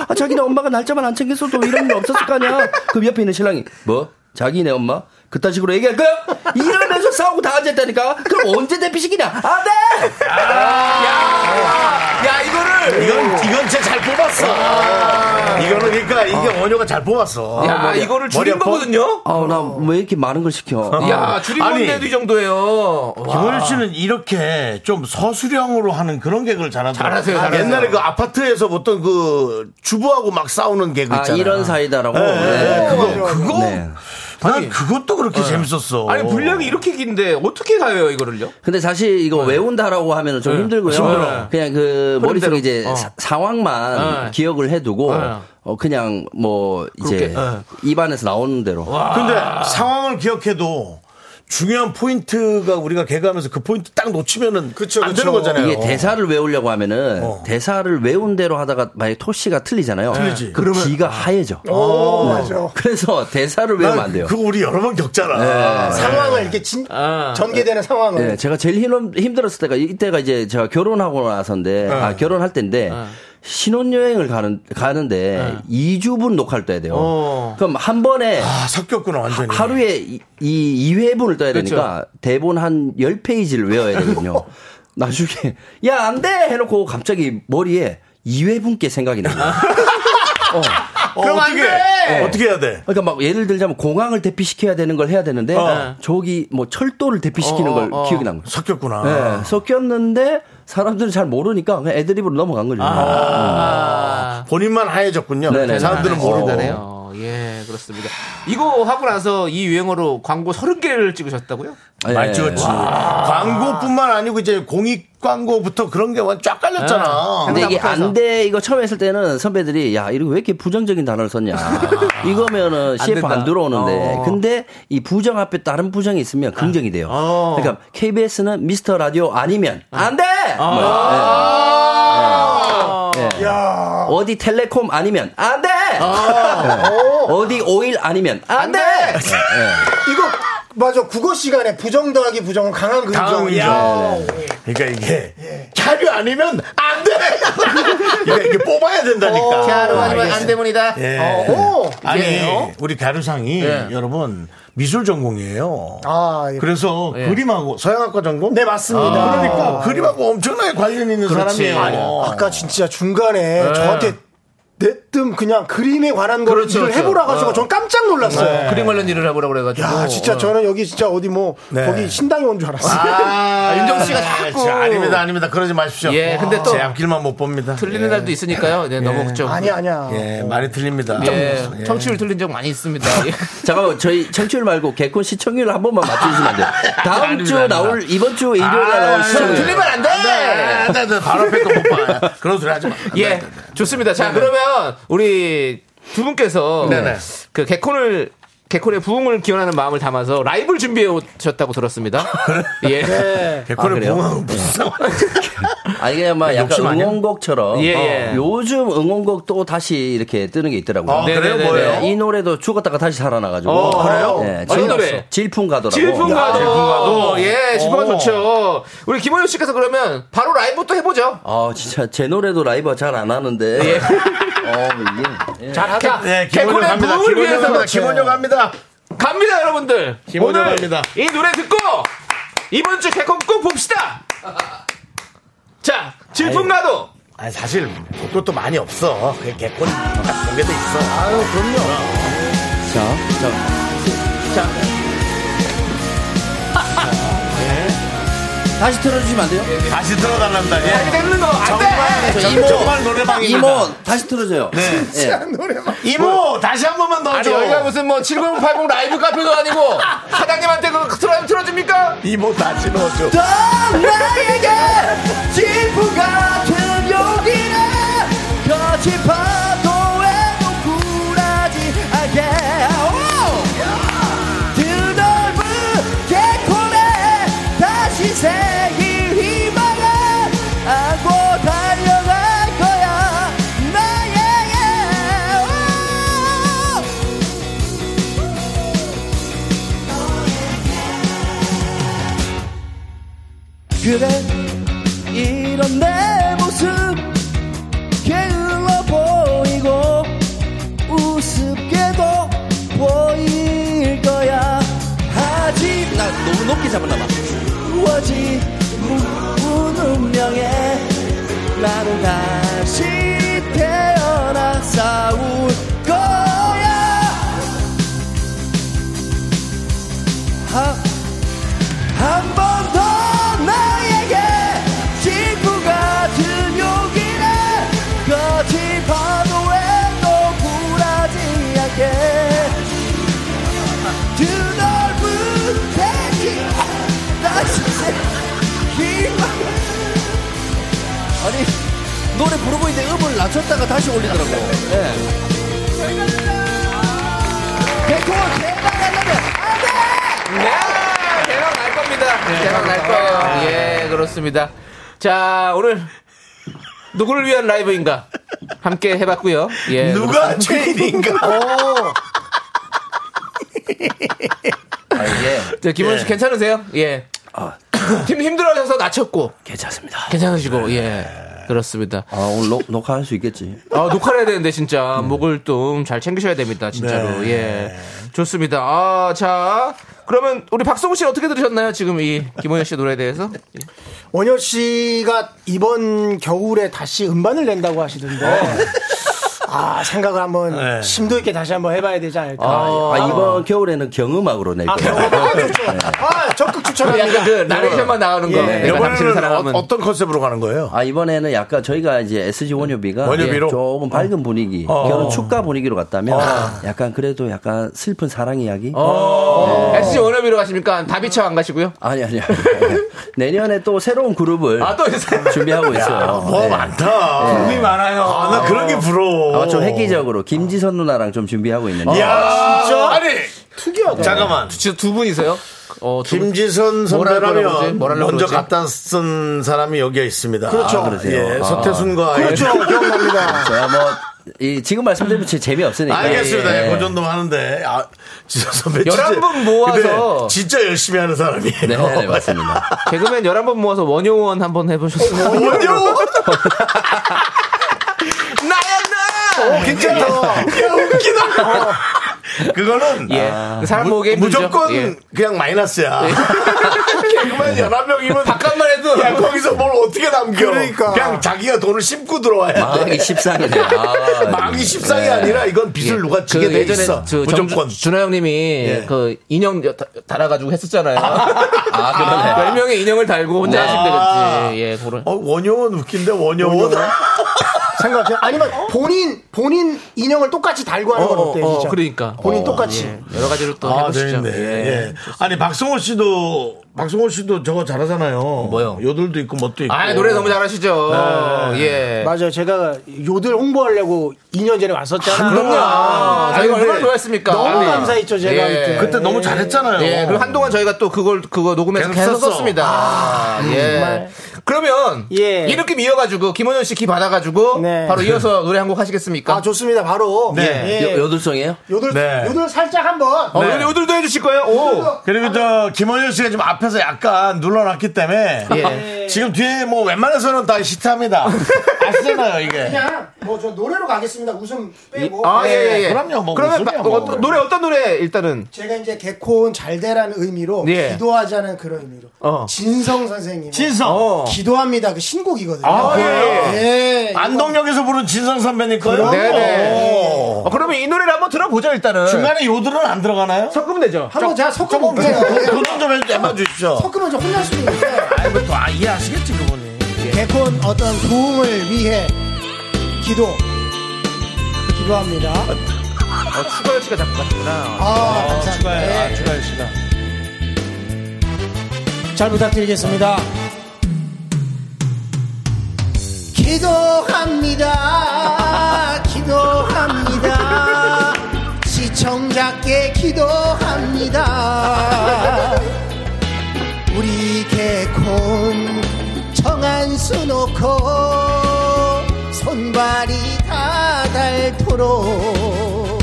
Speaker 6: 아, 자기네 엄마가 날짜만 안 챙겼어도 이런 일 없었을 거 아니야. 그럼 옆에 있는 신랑이, 뭐? 자기네 엄마? 그딴 식으로 얘기할 거야? 이러면서 싸우고 다 앉아있다니까? 그럼 언제 대피시키냐? 안 돼!
Speaker 2: 야, 이거를.
Speaker 1: 이건, 이건 쟤 잘 뽑았어. 이거는 그러니까 이게 원효가 잘 뽑았어.
Speaker 2: 아. 야, 이거를 줄인
Speaker 1: 아파?
Speaker 2: 거거든요?
Speaker 6: 아, 나 왜 이렇게 많은 걸 시켜?
Speaker 2: 야, 줄인
Speaker 1: 아니.
Speaker 2: 건데도 이 정도예요. 와.
Speaker 1: 김원일 씨는 이렇게 좀 서수령으로 하는 그런 개그를 잘하더라고요.
Speaker 2: 잘하세요, 잘하세요.
Speaker 1: 옛날에 그 아파트에서 어떤 그 주부하고 막 싸우는 개그
Speaker 6: 아,
Speaker 1: 있잖아요.
Speaker 6: 이런 사이다라고?
Speaker 1: 네, 그거, 그거.
Speaker 6: 네.
Speaker 1: 난 그것도 그렇게 재밌었어.
Speaker 2: 네. 아니, 분량이 이렇게 긴데 어떻게 가요, 이거를요?
Speaker 6: 근데 사실 이거 외운다라고 하면 좀 힘들고요.
Speaker 2: 힘들어.
Speaker 6: 그냥 그 머릿속에 이제
Speaker 2: 어.
Speaker 6: 사- 상황만
Speaker 2: 네.
Speaker 6: 기억을 해두고
Speaker 2: 네.
Speaker 6: 어, 그냥 뭐 이제
Speaker 2: 그렇게, 네.
Speaker 6: 입안에서 나오는 대로.
Speaker 1: 근데 상황을 기억해도 중요한 포인트가 우리가 개그하면서 그 포인트 딱 놓치면은 안 되는 거잖아요. 어.
Speaker 6: 이게 대사를 외우려고 하면은 대사를 외운 대로 하다가 만약 토씨가 틀리잖아요.
Speaker 1: 틀리지.
Speaker 6: 그
Speaker 1: 그러면-
Speaker 6: 귀가 하얘져.
Speaker 7: 오, 맞아.
Speaker 6: 그래서 대사를 외우면 안 돼요. 네.
Speaker 1: 그거 우리 여러 번 겪잖아.
Speaker 7: 상황을 이렇게 진,
Speaker 2: 아.
Speaker 7: 전개되는 상황을
Speaker 6: 예, 제가 제일 힘, 힘들었을 때가 이때가 이제 제가 결혼하고 나서인데 아 결혼할 때인데 신혼여행을 가는 가는데 2주분 녹화를 떠야 돼요.
Speaker 2: 어.
Speaker 6: 그럼 한 번에
Speaker 1: 아, 섞였구나, 완전히.
Speaker 6: 네. 하루에 이, 이 2회분을 떠야 되니까 대본 한 10페이지를 외워야 되거든요. 나중에 야, 안 돼! 해 놓고 갑자기 머리에 2회분께 생각이 나요.
Speaker 1: 어, 어떻게, 해? 어떻게 해야 돼? 어.
Speaker 6: 그러니까 막 예를 들자면 공항을 대피시켜야 되는 걸 해야 되는데 저기 뭐 철도를 대피시키는
Speaker 2: 어,
Speaker 6: 걸
Speaker 2: 어, 어.
Speaker 6: 기억이 난 거예요.
Speaker 1: 섞였구나.
Speaker 7: 아.
Speaker 6: 예, 섞였는데 사람들은 잘 모르니까 그냥 애드립으로 넘어간 거죠.
Speaker 7: 아.
Speaker 1: 본인만 하얘졌군요.
Speaker 6: 네네네. 어.
Speaker 1: 사람들은 모르고.
Speaker 2: 대단해요. 아, 예, 그렇습니다. 이거 하고 나서 이 유행어로 광고 30개를 찍으셨다고요?
Speaker 6: 예.
Speaker 1: 많이 찍었지. 광고뿐만 아니고 이제 공익 광고부터 그런 게 쫙 깔렸잖아.
Speaker 6: 네. 근데 이게 안 돼 이거 처음 했을 때는 선배들이 야 이거 왜 이렇게 부정적인 단어를 썼냐 이거면은 CF 안
Speaker 2: 된다.
Speaker 6: 들어오는데
Speaker 2: 어.
Speaker 6: 근데 이 부정 앞에 다른 부정이 있으면 긍정이 돼요
Speaker 2: 어.
Speaker 6: 그러니까 KBS는 미스터 라디오 아니면 안돼 어디 텔레콤 아니면 예. 안돼 예. 어디 오일 아니면 안돼
Speaker 7: 이거 맞아 국어 시간에 부정 더하기 부정은 강한
Speaker 1: 다음
Speaker 7: 긍정.
Speaker 1: 이죠.
Speaker 7: 야.
Speaker 6: 네,
Speaker 1: 그러니까 이게 자료 아니면 안 돼. 그러니까 이게 뽑아야 된다니까.
Speaker 2: 자로 아니면 안
Speaker 1: 알겠어요.
Speaker 2: 때문이다.
Speaker 1: 예.
Speaker 7: 어, 오.
Speaker 1: 아니
Speaker 2: 이게요?
Speaker 1: 우리 가루상이
Speaker 2: 예.
Speaker 1: 여러분 미술 전공이에요.
Speaker 7: 아, 예.
Speaker 1: 그래서
Speaker 2: 예. 아.
Speaker 1: 그림하고 서양학과 전공.
Speaker 7: 네 맞습니다.
Speaker 1: 그러니까 그림하고 엄청나게 관련 있는
Speaker 2: 그렇지.
Speaker 1: 사람이에요.
Speaker 7: 어. 아까 진짜 중간에
Speaker 6: 예.
Speaker 7: 저한테 내뜸 그냥 그림에 관한 거를
Speaker 2: 그렇죠, 그렇죠.
Speaker 7: 해보라고 하시고
Speaker 2: 어.
Speaker 7: 전 깜짝
Speaker 6: 네.
Speaker 7: 놀랐어요.
Speaker 2: 그림 관련 일을 해보라 고 그래가지고.
Speaker 6: 어.
Speaker 7: 야 진짜 저는 여기 진짜 어디 뭐
Speaker 1: 네.
Speaker 7: 거기 신당에 온 줄 알았어요.
Speaker 1: 아,
Speaker 2: 윤정 씨가 자꾸.
Speaker 1: 자, 아닙니다, 아닙니다. 그러지 마십시오.
Speaker 2: 예, 근데 또-
Speaker 1: 제 앞길만 못 봅니다.
Speaker 7: 예.
Speaker 2: 틀리는 날도 있으니까요. 네, 너무 걱정.
Speaker 7: 아니야 아니야.
Speaker 1: 예, 많이 틀립니다.
Speaker 2: 예, 청취율 틀린 적 많이 있습니다. 예.
Speaker 6: 잠깐만 저희 청취율 말고 개콘 시청률 한 번만 맞춰주시면 안 돼요? 다음
Speaker 1: 아닙니다,
Speaker 6: 주
Speaker 1: 아닙니다.
Speaker 6: 나올 이번 주 일요일 날 나올 시청률
Speaker 2: 아, 틀리면 안 돼!
Speaker 1: 아, 안 돼, 안 돼. 바로 앞에 거못 봐. 그런 소리 하지 마. 안 돼,
Speaker 2: 예,
Speaker 6: 네,
Speaker 1: 안 돼, 안 돼.
Speaker 2: 좋습니다. 자, 그러면 우리 두 분께서
Speaker 1: 네네.
Speaker 2: 그 개콘을 개콘의 부흥을 기원하는 마음을 담아서 라이브를 준비해 오셨다고 들었습니다. 예.
Speaker 1: 개콘의
Speaker 6: 아, 그래요?
Speaker 1: 봉황은 무슨 상황이야?
Speaker 6: 아니 그냥 막 약간
Speaker 1: 욕심 아니야?
Speaker 6: 응원곡처럼
Speaker 2: 예, 예.
Speaker 6: 어, 요즘 응원곡 또 다시 이렇게 뜨는 게 있더라고요.
Speaker 1: 아, 그래요?
Speaker 2: 어, 네네네네.
Speaker 1: 뭐예요?
Speaker 6: 네, 이 노래도 죽었다가 다시 살아나가지고.
Speaker 2: 어,
Speaker 1: 그래요?
Speaker 6: 네,
Speaker 2: 어떤
Speaker 6: 질-
Speaker 2: 노래?
Speaker 6: 질풍 가도라고. 어.
Speaker 2: 질풍가도.
Speaker 6: 야,
Speaker 1: 질풍가도.
Speaker 2: 예, 질풍가
Speaker 1: 오.
Speaker 2: 좋죠. 우리 김호연 씨께서 그러면 바로 라이브 또 해보죠.
Speaker 6: 아 진짜 제 노래도 라이브 잘 안 하는데.
Speaker 2: 예.
Speaker 6: 어, 이게. 예.
Speaker 2: 잘하자.
Speaker 1: 네, 기본요
Speaker 2: 개콘의
Speaker 1: 갑니다.
Speaker 2: 부흥을
Speaker 1: 기본요
Speaker 2: 위해서
Speaker 1: 갑니다. 기본요 갑니다.
Speaker 2: 갑니다, 여러분들.
Speaker 1: 기본요
Speaker 2: 오늘
Speaker 1: 갑니다.
Speaker 2: 이 노래 듣고 이번 주 개콘 꼭 봅시다. 자, 질풍가도.
Speaker 1: 아니, 사실, 그것도 많이 없어. 그게 개콘, 그런 게도 있어. 아유, 그럼요.
Speaker 6: 자, 자. 자. 다시 틀어주시면 안 돼요?
Speaker 1: 다시 들어달란다.
Speaker 2: 자,
Speaker 1: 예.
Speaker 2: 이렇게 되는 거 안 돼.
Speaker 6: 저
Speaker 1: 정- 정말 노래방입니다.
Speaker 6: 이모 다시 틀어줘요. 네.
Speaker 1: 이모, 다시 한 번만
Speaker 2: 아니
Speaker 1: 넣어줘.
Speaker 2: 여기가 무슨 뭐 7080 라이브 카페가 아니고 사장님한테 그 트라이브 틀어줍니까?
Speaker 1: 이모, 다시 넣어줘.
Speaker 6: 나에게 지푸 같은 용기를 거친 파도에도 굴하지 않게 그 넓은 개콘에 다시 새길 희망을 안고 달려갈 거야 나에게 그래 이런 내 모습 게을러 보이고 우습게도 보일 거야 하지 나 너무 높게 잡았나 봐 우아지 무운 운명에 나는 다시 태어나 싸울 거야 하, 한 번 더 나에게 지구 같은 용기를 거친 파도에도 굴하지 않게 그 넓은 대지 다시 희망 아니 노래 부르고 있는데 음을 낮췄다가 다시 올리더라고 예. 개콘 대박 날라면 안돼
Speaker 2: 야 네, 대박 날 겁니다.
Speaker 6: 네,
Speaker 2: 대박 날 거예요. 예 그렇습니다. 자 오늘 누구를 위한 라이브인가 함께 해봤고요. 예
Speaker 1: 누가 죄인인가?
Speaker 6: 아 이게
Speaker 2: 자, 김원 씨
Speaker 1: 예.
Speaker 2: 괜찮으세요? 예. 팀 힘들어져서 낮췄고
Speaker 6: 어. 괜찮습니다. 네.
Speaker 2: 괜찮으시고 예 그렇습니다.
Speaker 6: 아 오늘 녹, 녹화할 수 있겠지.
Speaker 2: 아, 녹화를 해야 되는데, 진짜. 목을 좀 잘 챙기셔야 됩니다, 진짜로.
Speaker 6: 네.
Speaker 2: 예. 좋습니다. 아, 자. 그러면 우리 박성우 씨는 어떻게 들으셨나요? 지금 이 김호연 씨 노래에 대해서?
Speaker 7: 원효 씨가 이번 겨울에 다시 음반을 낸다고 하시던데. 아 생각을 한번
Speaker 1: 어. 네.
Speaker 7: 심도 있게 다시 한번 해봐야 되지 않을까.
Speaker 6: 아, 이번 겨울에는 경음악으로 낼
Speaker 7: 아,
Speaker 6: 거예요. 네.
Speaker 7: 아,
Speaker 6: 그러니까
Speaker 7: 좋죠. 아, 적극
Speaker 2: 약간
Speaker 7: 추천합니다.
Speaker 2: 그 나레이션만 나오는 거.
Speaker 7: 예.
Speaker 2: 내가 당신을
Speaker 1: 네. 이번에는
Speaker 2: 사랑하면.
Speaker 1: 어, 어떤 컨셉으로 가는 거예요?
Speaker 6: 아 이번에는 약간 저희가 이제 SG 원효비가
Speaker 1: 원효비로?
Speaker 6: 예, 조금 밝은 분위기,
Speaker 1: 어.
Speaker 6: 결혼 축가 분위기로 갔다면 아,
Speaker 1: 아.
Speaker 6: 약간 그래도 약간 슬픈 사랑 이야기.
Speaker 2: 어. SG 원어비로 가십니까? 다비처 안 가시고요?
Speaker 6: 아니 아니 아니. 내년에 또 새로운 그룹을
Speaker 2: 아, 또 있어요?
Speaker 6: 준비하고 있어요.
Speaker 1: 뭐
Speaker 6: 네.
Speaker 1: 많다.
Speaker 6: 네.
Speaker 1: 고민 많아요. 아, 나 그런 게 부러워.
Speaker 6: 아마 좀 획기적으로 김지선 누나랑 좀 준비하고 있는데.
Speaker 1: 이야, 진짜? 아, 아니,
Speaker 7: 특이하다.
Speaker 1: 잠깐만.
Speaker 2: 진짜 두 분이세요? 어, 두 분-
Speaker 1: 김지선
Speaker 2: 뭐라 그러지?
Speaker 1: 선배라면
Speaker 2: 뭐라
Speaker 1: 먼저
Speaker 2: 그러지?
Speaker 1: 갖다 쓴 사람이 여기에 있습니다.
Speaker 9: 그렇죠.
Speaker 1: 아, 예,
Speaker 6: 아.
Speaker 1: 서태순과
Speaker 9: 그렇죠. 기억납니다.
Speaker 6: 제가 뭐, 이, 지금 말씀드리면 제 재미없으니까.
Speaker 1: 알겠습니다. 예,
Speaker 6: 예.
Speaker 1: 그 정도 하는데 아, 지선 선배 진짜-
Speaker 2: 11분 모아서-
Speaker 1: 근데 진짜 열심히 하는 사람이에요.
Speaker 6: 네, 네, 맞습니다.
Speaker 2: 개그맨 11번 모아서 원효원 한번 해보셨어요?
Speaker 1: 원효
Speaker 2: 나였나!
Speaker 9: 괜찮다.
Speaker 1: 그거는
Speaker 2: 예. 그 사람 목에
Speaker 1: 아, 무조건
Speaker 2: 예.
Speaker 1: 그냥 마이너스야. 개그맨 11명이면
Speaker 2: 바깥만 해도
Speaker 1: 야, 거기서 뭘 어떻게 남겨.
Speaker 9: 그러니까.
Speaker 1: 냥 자기가 돈을 씹고 들어와야 돼.
Speaker 6: 망하기 13이네요. 아,
Speaker 1: 망이 십상이 아니라 이건 빚을 누가 지게
Speaker 2: 그
Speaker 1: 돼
Speaker 2: 예. 예전에
Speaker 1: 있어.
Speaker 2: 저
Speaker 1: 무조건. 예.
Speaker 2: 정- 준하 형님이 그 인형 여- 다- 달아가지고 했었잖아요.
Speaker 6: 아, 그러네.
Speaker 2: 열 명의 인형을 달고 혼자
Speaker 1: 아.
Speaker 2: 하시면 되겠지. 예, 그런.
Speaker 1: 어, 원효원 웃긴데 원효원.
Speaker 9: 생각해. 아니면 본인 본인 인형을 똑같이 달고 하는 건
Speaker 1: 어,
Speaker 9: 어때요?
Speaker 2: 어,
Speaker 9: 진짜?
Speaker 2: 그러니까.
Speaker 9: 본인
Speaker 2: 어,
Speaker 9: 똑같이.
Speaker 2: 예. 여러 가지로 또
Speaker 1: 아,
Speaker 2: 해보시죠.
Speaker 1: 재밌네. 예. 아니, 박성호 씨도, 박성호 씨도 저거 잘하잖아요.
Speaker 2: 뭐요?
Speaker 1: 요들도 있고, 뭣도 있고.
Speaker 2: 아, 노래 너무 잘하시죠.
Speaker 1: 네.
Speaker 2: 예.
Speaker 9: 맞아요. 제가 요들 홍보하려고 2년 전에 왔었잖아요.
Speaker 2: 그럼요.
Speaker 9: 아,
Speaker 2: 저희가
Speaker 9: 근데
Speaker 2: 얼마나 좋아했습니까?
Speaker 9: 너무
Speaker 2: 아니.
Speaker 9: 감사했죠, 제가.
Speaker 2: 예.
Speaker 9: 그때.
Speaker 1: 그때 너무 잘했잖아요.
Speaker 2: 예, 그리고 한동안 저희가 또 그걸 그거 녹음해서
Speaker 1: 계속
Speaker 2: 계속
Speaker 1: 썼어.
Speaker 2: 썼습니다. 예. 그러면
Speaker 9: 아, 예.
Speaker 2: 이렇게 이어가지고 김원현 씨 키 받아가지고
Speaker 9: 네.
Speaker 2: 바로 이어서 노래 한 곡 하시겠습니까?
Speaker 9: 아, 좋습니다. 바로.
Speaker 1: 네.
Speaker 9: 예.
Speaker 6: 여- 여둘성이에요?
Speaker 9: 요들,
Speaker 1: 네.
Speaker 9: 요들 살짝 한번.
Speaker 2: 어,
Speaker 1: 네.
Speaker 2: 오늘 오늘도 해주실 거예요? 오.
Speaker 1: 그리고 저, 김원효 씨가 지금 앞에서 약간 눌러놨기 때문에.
Speaker 2: 예.
Speaker 1: 지금 뒤에 뭐 웬만해서는 다 히트합니다. 아시잖아요, 이게.
Speaker 9: 그냥 뭐 저 노래로 가겠습니다. 웃음 빼고.
Speaker 2: 아, 예, 예, 예.
Speaker 1: 그럼요, 뭐,
Speaker 2: 그러면
Speaker 1: 무슨 소리야,
Speaker 2: 마-
Speaker 1: 뭐.
Speaker 2: 어떤- 노래 어떤 노래 일단은
Speaker 9: 제가 이제 개코온 잘 되라는 의미로
Speaker 2: 예.
Speaker 9: 기도하자는 그런 의미로
Speaker 2: 어.
Speaker 9: 진성 선생님
Speaker 1: 진성.
Speaker 9: 기도합니다 그 신곡이거든요.
Speaker 2: 아, 그래요?
Speaker 9: 예. 이거
Speaker 1: 안동역에서 부른 진성 선배님 거요?
Speaker 2: 네네.
Speaker 1: 오.
Speaker 2: 어, 그러면 이 노래를 한번 들어보죠 일단은.
Speaker 1: 중간에 요들은 안 들어가나요?
Speaker 2: 섞으면 되죠.
Speaker 9: 한번 제가
Speaker 1: 조금
Speaker 9: 섞어볼게요.
Speaker 1: 도전 좀 해주- 해봐 주십시오.
Speaker 9: 섞으면 좀 혼날 수도 있는데
Speaker 1: 아이고 또 아, 이해하시겠지 그분이.
Speaker 2: 예.
Speaker 9: 개콘 어떤 도움을 위해 기도 기도합니다.
Speaker 2: 어, 추가열 씨가 자꾸 같구나.
Speaker 9: 아, 감사합니다.
Speaker 2: 네.
Speaker 9: 예.
Speaker 1: 추가열 씨가.
Speaker 9: 잘 부탁드리겠습니다. 기도합니다. 기도합니다. 시청자께 기도합니다. 우리 개콘 정한수 놓고 손발이 다 닳도록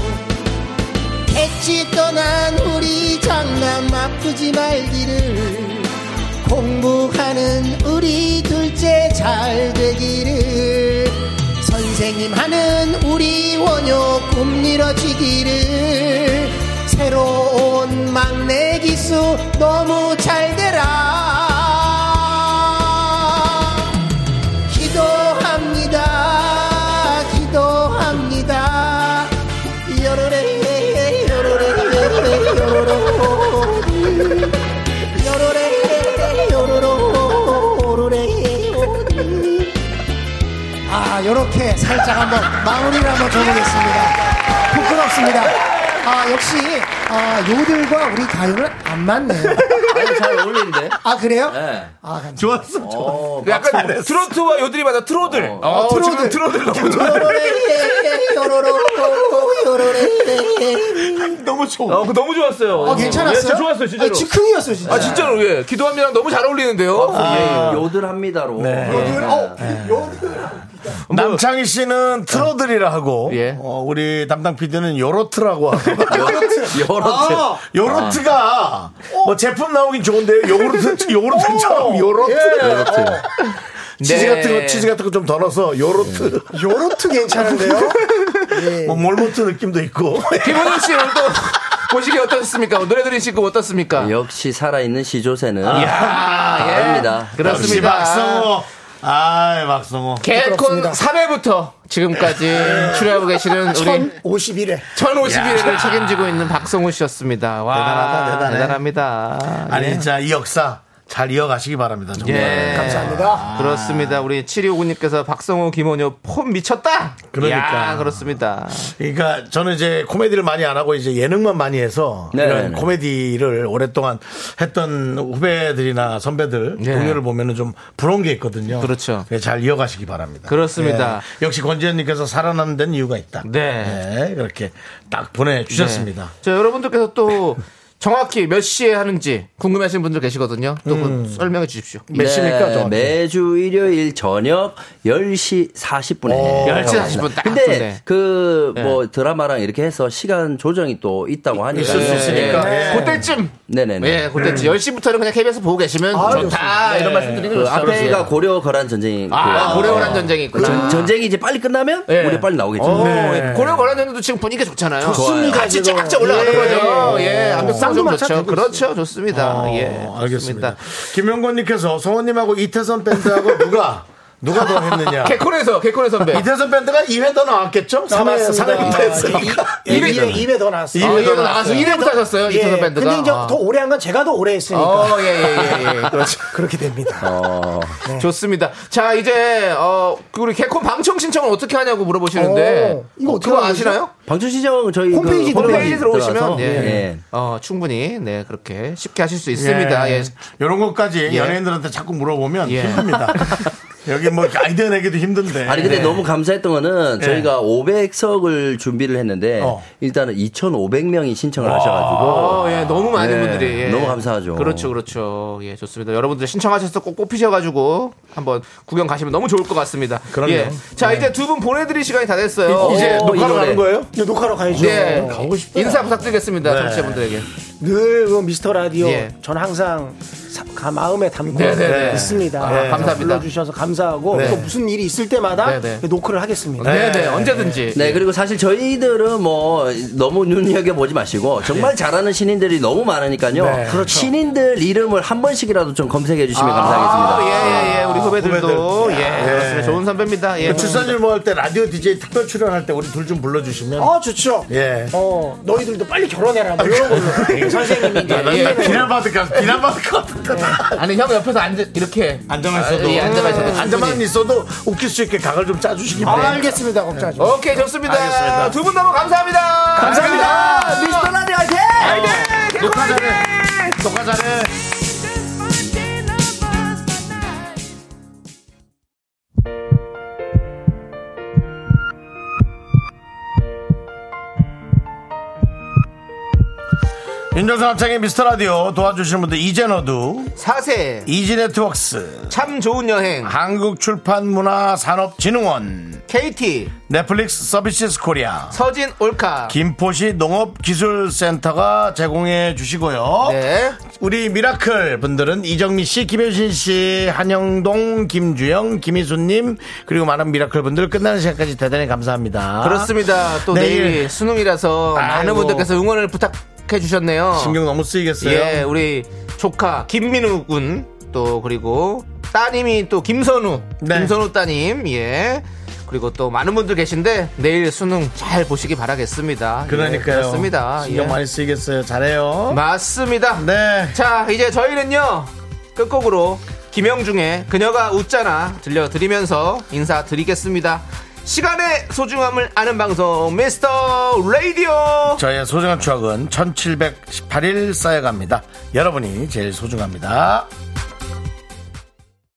Speaker 9: 객지 떠난 우리 장남 아프지 말기를 공부하는 우리 둘째 잘 되기를 선생님 하는 우리 원효 꿈 이뤄지기를 새로운 막내 기수 너무 잘 되라 기도합니다. 기도합니다. 여로레 여로레 여로로 여로레 여로로 오로레 아 요렇게 살짝 한번 마무리를 한번 줘보겠습니다. 부끄럽습니다. 아 역시 아, 요들과 우리 가요는 안 맞네요.
Speaker 6: 아니, 잘 어울리는데?
Speaker 9: 아 그래요?
Speaker 6: 네.
Speaker 9: 아 감사합니다.
Speaker 1: 좋았어. 좋았어.
Speaker 6: 어,
Speaker 2: 그 약간 트로트와 요들이 맞아 트로들. 어,
Speaker 9: 트로들.
Speaker 2: 지금 트로들 너무 좋아.
Speaker 9: 요로레 요로로 요로레
Speaker 1: 너무 좋아.
Speaker 2: 어, 그 너무 좋았어요.
Speaker 9: 어,
Speaker 2: 예,
Speaker 9: 괜찮았어요?
Speaker 2: 진짜 좋았어요, 진짜로.
Speaker 9: 아, 즉흥이었어요, 진짜.
Speaker 2: 아 진짜로 예 기도합니다랑 너무 잘 어울리는데요.
Speaker 6: 요들합니다로.
Speaker 9: 요들, 어, 요들.
Speaker 1: 남창희 씨는 트러들이라 하고
Speaker 2: 뭐- 예.
Speaker 1: 어, 우리 담당 PD는 요로트라고 하고
Speaker 6: 요렇트.
Speaker 2: 아.
Speaker 1: 요로트가 뭐 제품 나오긴 좋은데요. 요구르트 요구르트처럼 요로트. 네. 치즈
Speaker 2: 어. 예. 네.
Speaker 1: 같은 거 치즈 같은 거 좀 덜어서 요로트.
Speaker 9: 음. 요로트 괜찮은데요? 예.
Speaker 1: 뭐 몰모트 느낌도 있고.
Speaker 2: 김원준 씨 오늘 또 보시기 어떻습니까? 노래 들으시고 어떻습니까?
Speaker 1: 예.
Speaker 6: 역시 살아있는 시조새는
Speaker 2: 아, 예.
Speaker 6: 다릅니다.
Speaker 1: 역시
Speaker 2: 그렇습니다.
Speaker 1: 박성호. 아, 박성호.
Speaker 2: 개콘 3회부터 지금까지 출연하고 계시는 우리
Speaker 7: 네.
Speaker 9: 51회.
Speaker 2: 1051회를 책임지고 있는 박성우 씨였습니다. 와,
Speaker 1: 대단하다, 대단해.
Speaker 2: 합니다
Speaker 1: 아니 진짜 이 역사 잘 이어가시기 바랍니다. 정말.
Speaker 2: 네. 예.
Speaker 1: 아.
Speaker 9: 감사합니다.
Speaker 2: 그렇습니다. 우리 7259님께서 박성우, 김원효 폼 미쳤다.
Speaker 1: 그러니까.
Speaker 2: 이야, 그렇습니다.
Speaker 1: 그러니까 저는 이제 코미디를 많이 안 하고 이제 예능만 많이 해서
Speaker 6: 네,
Speaker 1: 이런
Speaker 6: 네.
Speaker 1: 코미디를 오랫동안 했던 후배들이나 선배들
Speaker 2: 예.
Speaker 1: 동료를 보면은 좀 부러운 게 있거든요.
Speaker 2: 그렇죠.
Speaker 1: 예, 잘 이어가시기 바랍니다.
Speaker 2: 그렇습니다.
Speaker 1: 예. 역시 권지현님께서 살아남는 데는 이유가 있다.
Speaker 2: 네.
Speaker 1: 예, 그렇게 딱 보내주셨습니다.
Speaker 2: 네. 자, 여러분들께서 또 정확히 몇 시에 하는지 궁금해하시는 분들 계시거든요. 또 그거
Speaker 1: 음.
Speaker 2: 설명해 네. 주십시오.
Speaker 1: 네.
Speaker 2: 몇 시입니까? 정확히?
Speaker 6: 매주 일요일 저녁 10시 40분에.
Speaker 2: 10시 40분 딱
Speaker 6: 근데
Speaker 2: 좋네.
Speaker 6: 그 뭐 드라마랑 이렇게 해서 시간 조정이 또 있다고 하니까.
Speaker 2: 있을 수
Speaker 1: 네.
Speaker 2: 있으니까. 네.
Speaker 1: 예.
Speaker 2: 그때쯤.
Speaker 6: 네네네.
Speaker 2: 예,
Speaker 1: 음.
Speaker 2: 그때쯤. 10시부터는 그냥 KBS 보고 계시면 아, 좋다. 네, 예. 이런 말씀 드리는
Speaker 6: 그
Speaker 7: 예.
Speaker 2: 거죠.
Speaker 6: 앞에가 고려 거란 전쟁이 있고.
Speaker 2: 아, 고려 권한 전쟁이 있구나.
Speaker 6: 전, 전쟁이 이제 빨리 끝나면
Speaker 2: 예.
Speaker 6: 우리 빨리 나오겠죠.
Speaker 7: 어,
Speaker 6: 네.
Speaker 2: 오,
Speaker 1: 네.
Speaker 2: 예. 고려 권한 전쟁도 지금 분위기가 좋잖아요.
Speaker 7: 네. 좋습니다,
Speaker 2: 같이
Speaker 7: 지금.
Speaker 2: 쫙쫙 올라가는
Speaker 7: 예.
Speaker 2: 거죠. 예, 압력상 좀
Speaker 7: 쌍두마차
Speaker 2: 좋죠.
Speaker 7: 되고 아,
Speaker 2: 그렇죠. 좋습니다. 예.
Speaker 1: 어, 알겠습니다. 김영권님께서 성원님하고 이태선 밴드하고 누가 누가 더 했느냐?
Speaker 2: 개콘에서, 개콘의 선배.
Speaker 1: 이태선 밴드가 2회 더 나왔겠죠? 3회, 3회 더 했으니까.
Speaker 6: 예.
Speaker 7: 2회, 2회 더 나왔어요.
Speaker 2: 아, 이회도 나와서 1회부터 하셨어요.
Speaker 7: 예,
Speaker 2: 이태선 밴드가.
Speaker 7: 근데 이제
Speaker 2: 아.
Speaker 7: 더 오래 한 건 제가 더 오래 했으니까 아,
Speaker 2: 어, 예, 예, 예, 예. 그렇죠.
Speaker 7: 그렇게 됩니다.
Speaker 6: 아,
Speaker 2: 네. 좋습니다. 자, 이제, 어, 그 우리 개콘 방청 신청을 어떻게 하냐고 물어보시는데.
Speaker 7: 오, 이거
Speaker 2: 어,
Speaker 7: 어떻게
Speaker 2: 그거
Speaker 7: 하는
Speaker 2: 아시나요?
Speaker 6: 방청시장 저희
Speaker 7: 홈페이지
Speaker 6: 그
Speaker 2: 홈페이지 들어오시면,
Speaker 6: 들어가서
Speaker 2: 예.
Speaker 6: 예.
Speaker 2: 어, 충분히, 네, 그렇게 쉽게 하실 수 있습니다. 예.
Speaker 1: 이런 것까지 연예인들한테 자꾸 물어보면
Speaker 2: 예.
Speaker 1: 힘듭니다. 여기 뭐 아이디어 내기도 힘든데. 예.
Speaker 6: 아니
Speaker 7: 예.
Speaker 6: 근데 너무 감사했던 거는 저희가 500석을 준비를 했는데
Speaker 1: 어.
Speaker 6: 일단은 2,500명이 신청을 하셔가지고
Speaker 2: 어, 예, 너무 많은
Speaker 6: 예,
Speaker 2: 분들이. 예.
Speaker 6: 너무 감사하죠.
Speaker 2: 그렇죠, 그렇죠. 예, 좋습니다. 여러분들 신청하셔서 꼭 뽑히셔가지고 한번 구경 가시면 너무 좋을 것 같습니다.
Speaker 1: 그럼요.
Speaker 2: 예. 자, 이제 두 분 보내드릴 시간이 다 됐어요.
Speaker 1: 이제
Speaker 6: 어, 이
Speaker 1: 녹화로
Speaker 6: 노래.
Speaker 1: 가는 거예요?
Speaker 7: 이제 녹화로 가야죠.
Speaker 2: 네. 인사 부탁드리겠습니다. 청취자분들에게.
Speaker 7: 늘그 미스터 라디오
Speaker 2: 예.
Speaker 7: 전 항상 사- 가- 마음에 담고
Speaker 2: 네, 네, 네.
Speaker 7: 있습니다.
Speaker 2: 아, 감사합니다.
Speaker 7: 불러주셔서 감사하고 또 무슨 일이 있을 때마다
Speaker 2: 네, 네.
Speaker 7: 노크를 하겠습니다.
Speaker 2: 네, 네, 언제든지.
Speaker 6: 네 그리고 사실 저희들은 뭐 너무 눈여겨 보지 마시고
Speaker 2: 네.
Speaker 6: 정말 잘하는 신인들이 너무 많으니까요.
Speaker 7: 그렇죠.
Speaker 6: 신인들 이름을 한 번씩이라도 좀 검색해 주시면
Speaker 2: 아,
Speaker 6: 감사하겠습니다.
Speaker 2: 예, 예, 예. 우리 후배들도. 예, 그렇습니다. 좋은 선배입니다. 예.
Speaker 1: 출산율 모을 뭐 때 라디오 DJ 특별 출연할 때 우리 둘 좀 불러주시면.
Speaker 7: 아 좋죠.
Speaker 1: 예.
Speaker 7: 어 너희들도 빨리 결혼해라. 뭐 이런 걸로 선생님이 이제
Speaker 2: 예, 예.
Speaker 1: 비난받을 것 같- 비난받을 것 같은데.
Speaker 2: 아니, 형 옆에서 앉아, 이렇게.
Speaker 1: 앉아만
Speaker 2: 아, 예, 앉아만 있어도
Speaker 1: 있어도. 앉아만
Speaker 2: 충분히.
Speaker 1: 있어도 웃길 수 있게 각을 좀 짜주시기
Speaker 7: 아,
Speaker 1: 바랍니다.
Speaker 7: 알겠습니다. 걱정하지 마.
Speaker 2: 오케이, 좋습니다.
Speaker 1: 알겠습니다.
Speaker 2: 두 분 너무 감사합니다. 감사합니다. 미스터 라디오 화이팅! 화이팅!
Speaker 1: 어, 녹화 잘해. 녹화 잘해. 윤정수 합창의 미스터 라디오 도와주시는 분들 이젠어두
Speaker 2: 사세.
Speaker 1: 이지네트웍스
Speaker 2: 참 좋은 여행.
Speaker 1: 한국출판문화산업진흥원
Speaker 2: KT.
Speaker 1: 넷플릭스 서비스 코리아
Speaker 2: 서진 올카.
Speaker 1: 김포시 농업기술센터가 제공해 주시고요.
Speaker 2: 네.
Speaker 1: 우리 미라클 분들은 이정미 씨, 김효신 씨, 한영동, 김주영, 김희수님 그리고 많은 미라클 분들 끝나는 시간까지 대단히 감사합니다.
Speaker 2: 아, 그렇습니다. 또
Speaker 1: 내일.
Speaker 2: 내일 수능이라서 많은
Speaker 1: 네, 예. 아이고.
Speaker 2: 분들께서 응원을 부탁해 주셨네요.
Speaker 1: 신경 너무 쓰이겠어요.
Speaker 2: 예, 우리 조카 김민우 군 또 그리고 따님이 또 김선우,
Speaker 1: 네.
Speaker 2: 김선우 따님 예. 그리고 또 많은 분들 계신데 내일 수능 잘 보시기 바라겠습니다. 예,
Speaker 1: 그러니까요.
Speaker 2: 그렇습니다.
Speaker 1: 신경
Speaker 2: 예.
Speaker 1: 많이 쓰이겠어요. 잘해요.
Speaker 2: 맞습니다.
Speaker 1: 네.
Speaker 2: 자, 이제 저희는요. 끝곡으로 김영중의 그녀가 웃잖아 들려드리면서 인사드리겠습니다. 시간의 소중함을 아는 방송 미스터 라디오.
Speaker 1: 저의 소중한 추억은 1718일 쌓여갑니다. 여러분이 제일 소중합니다.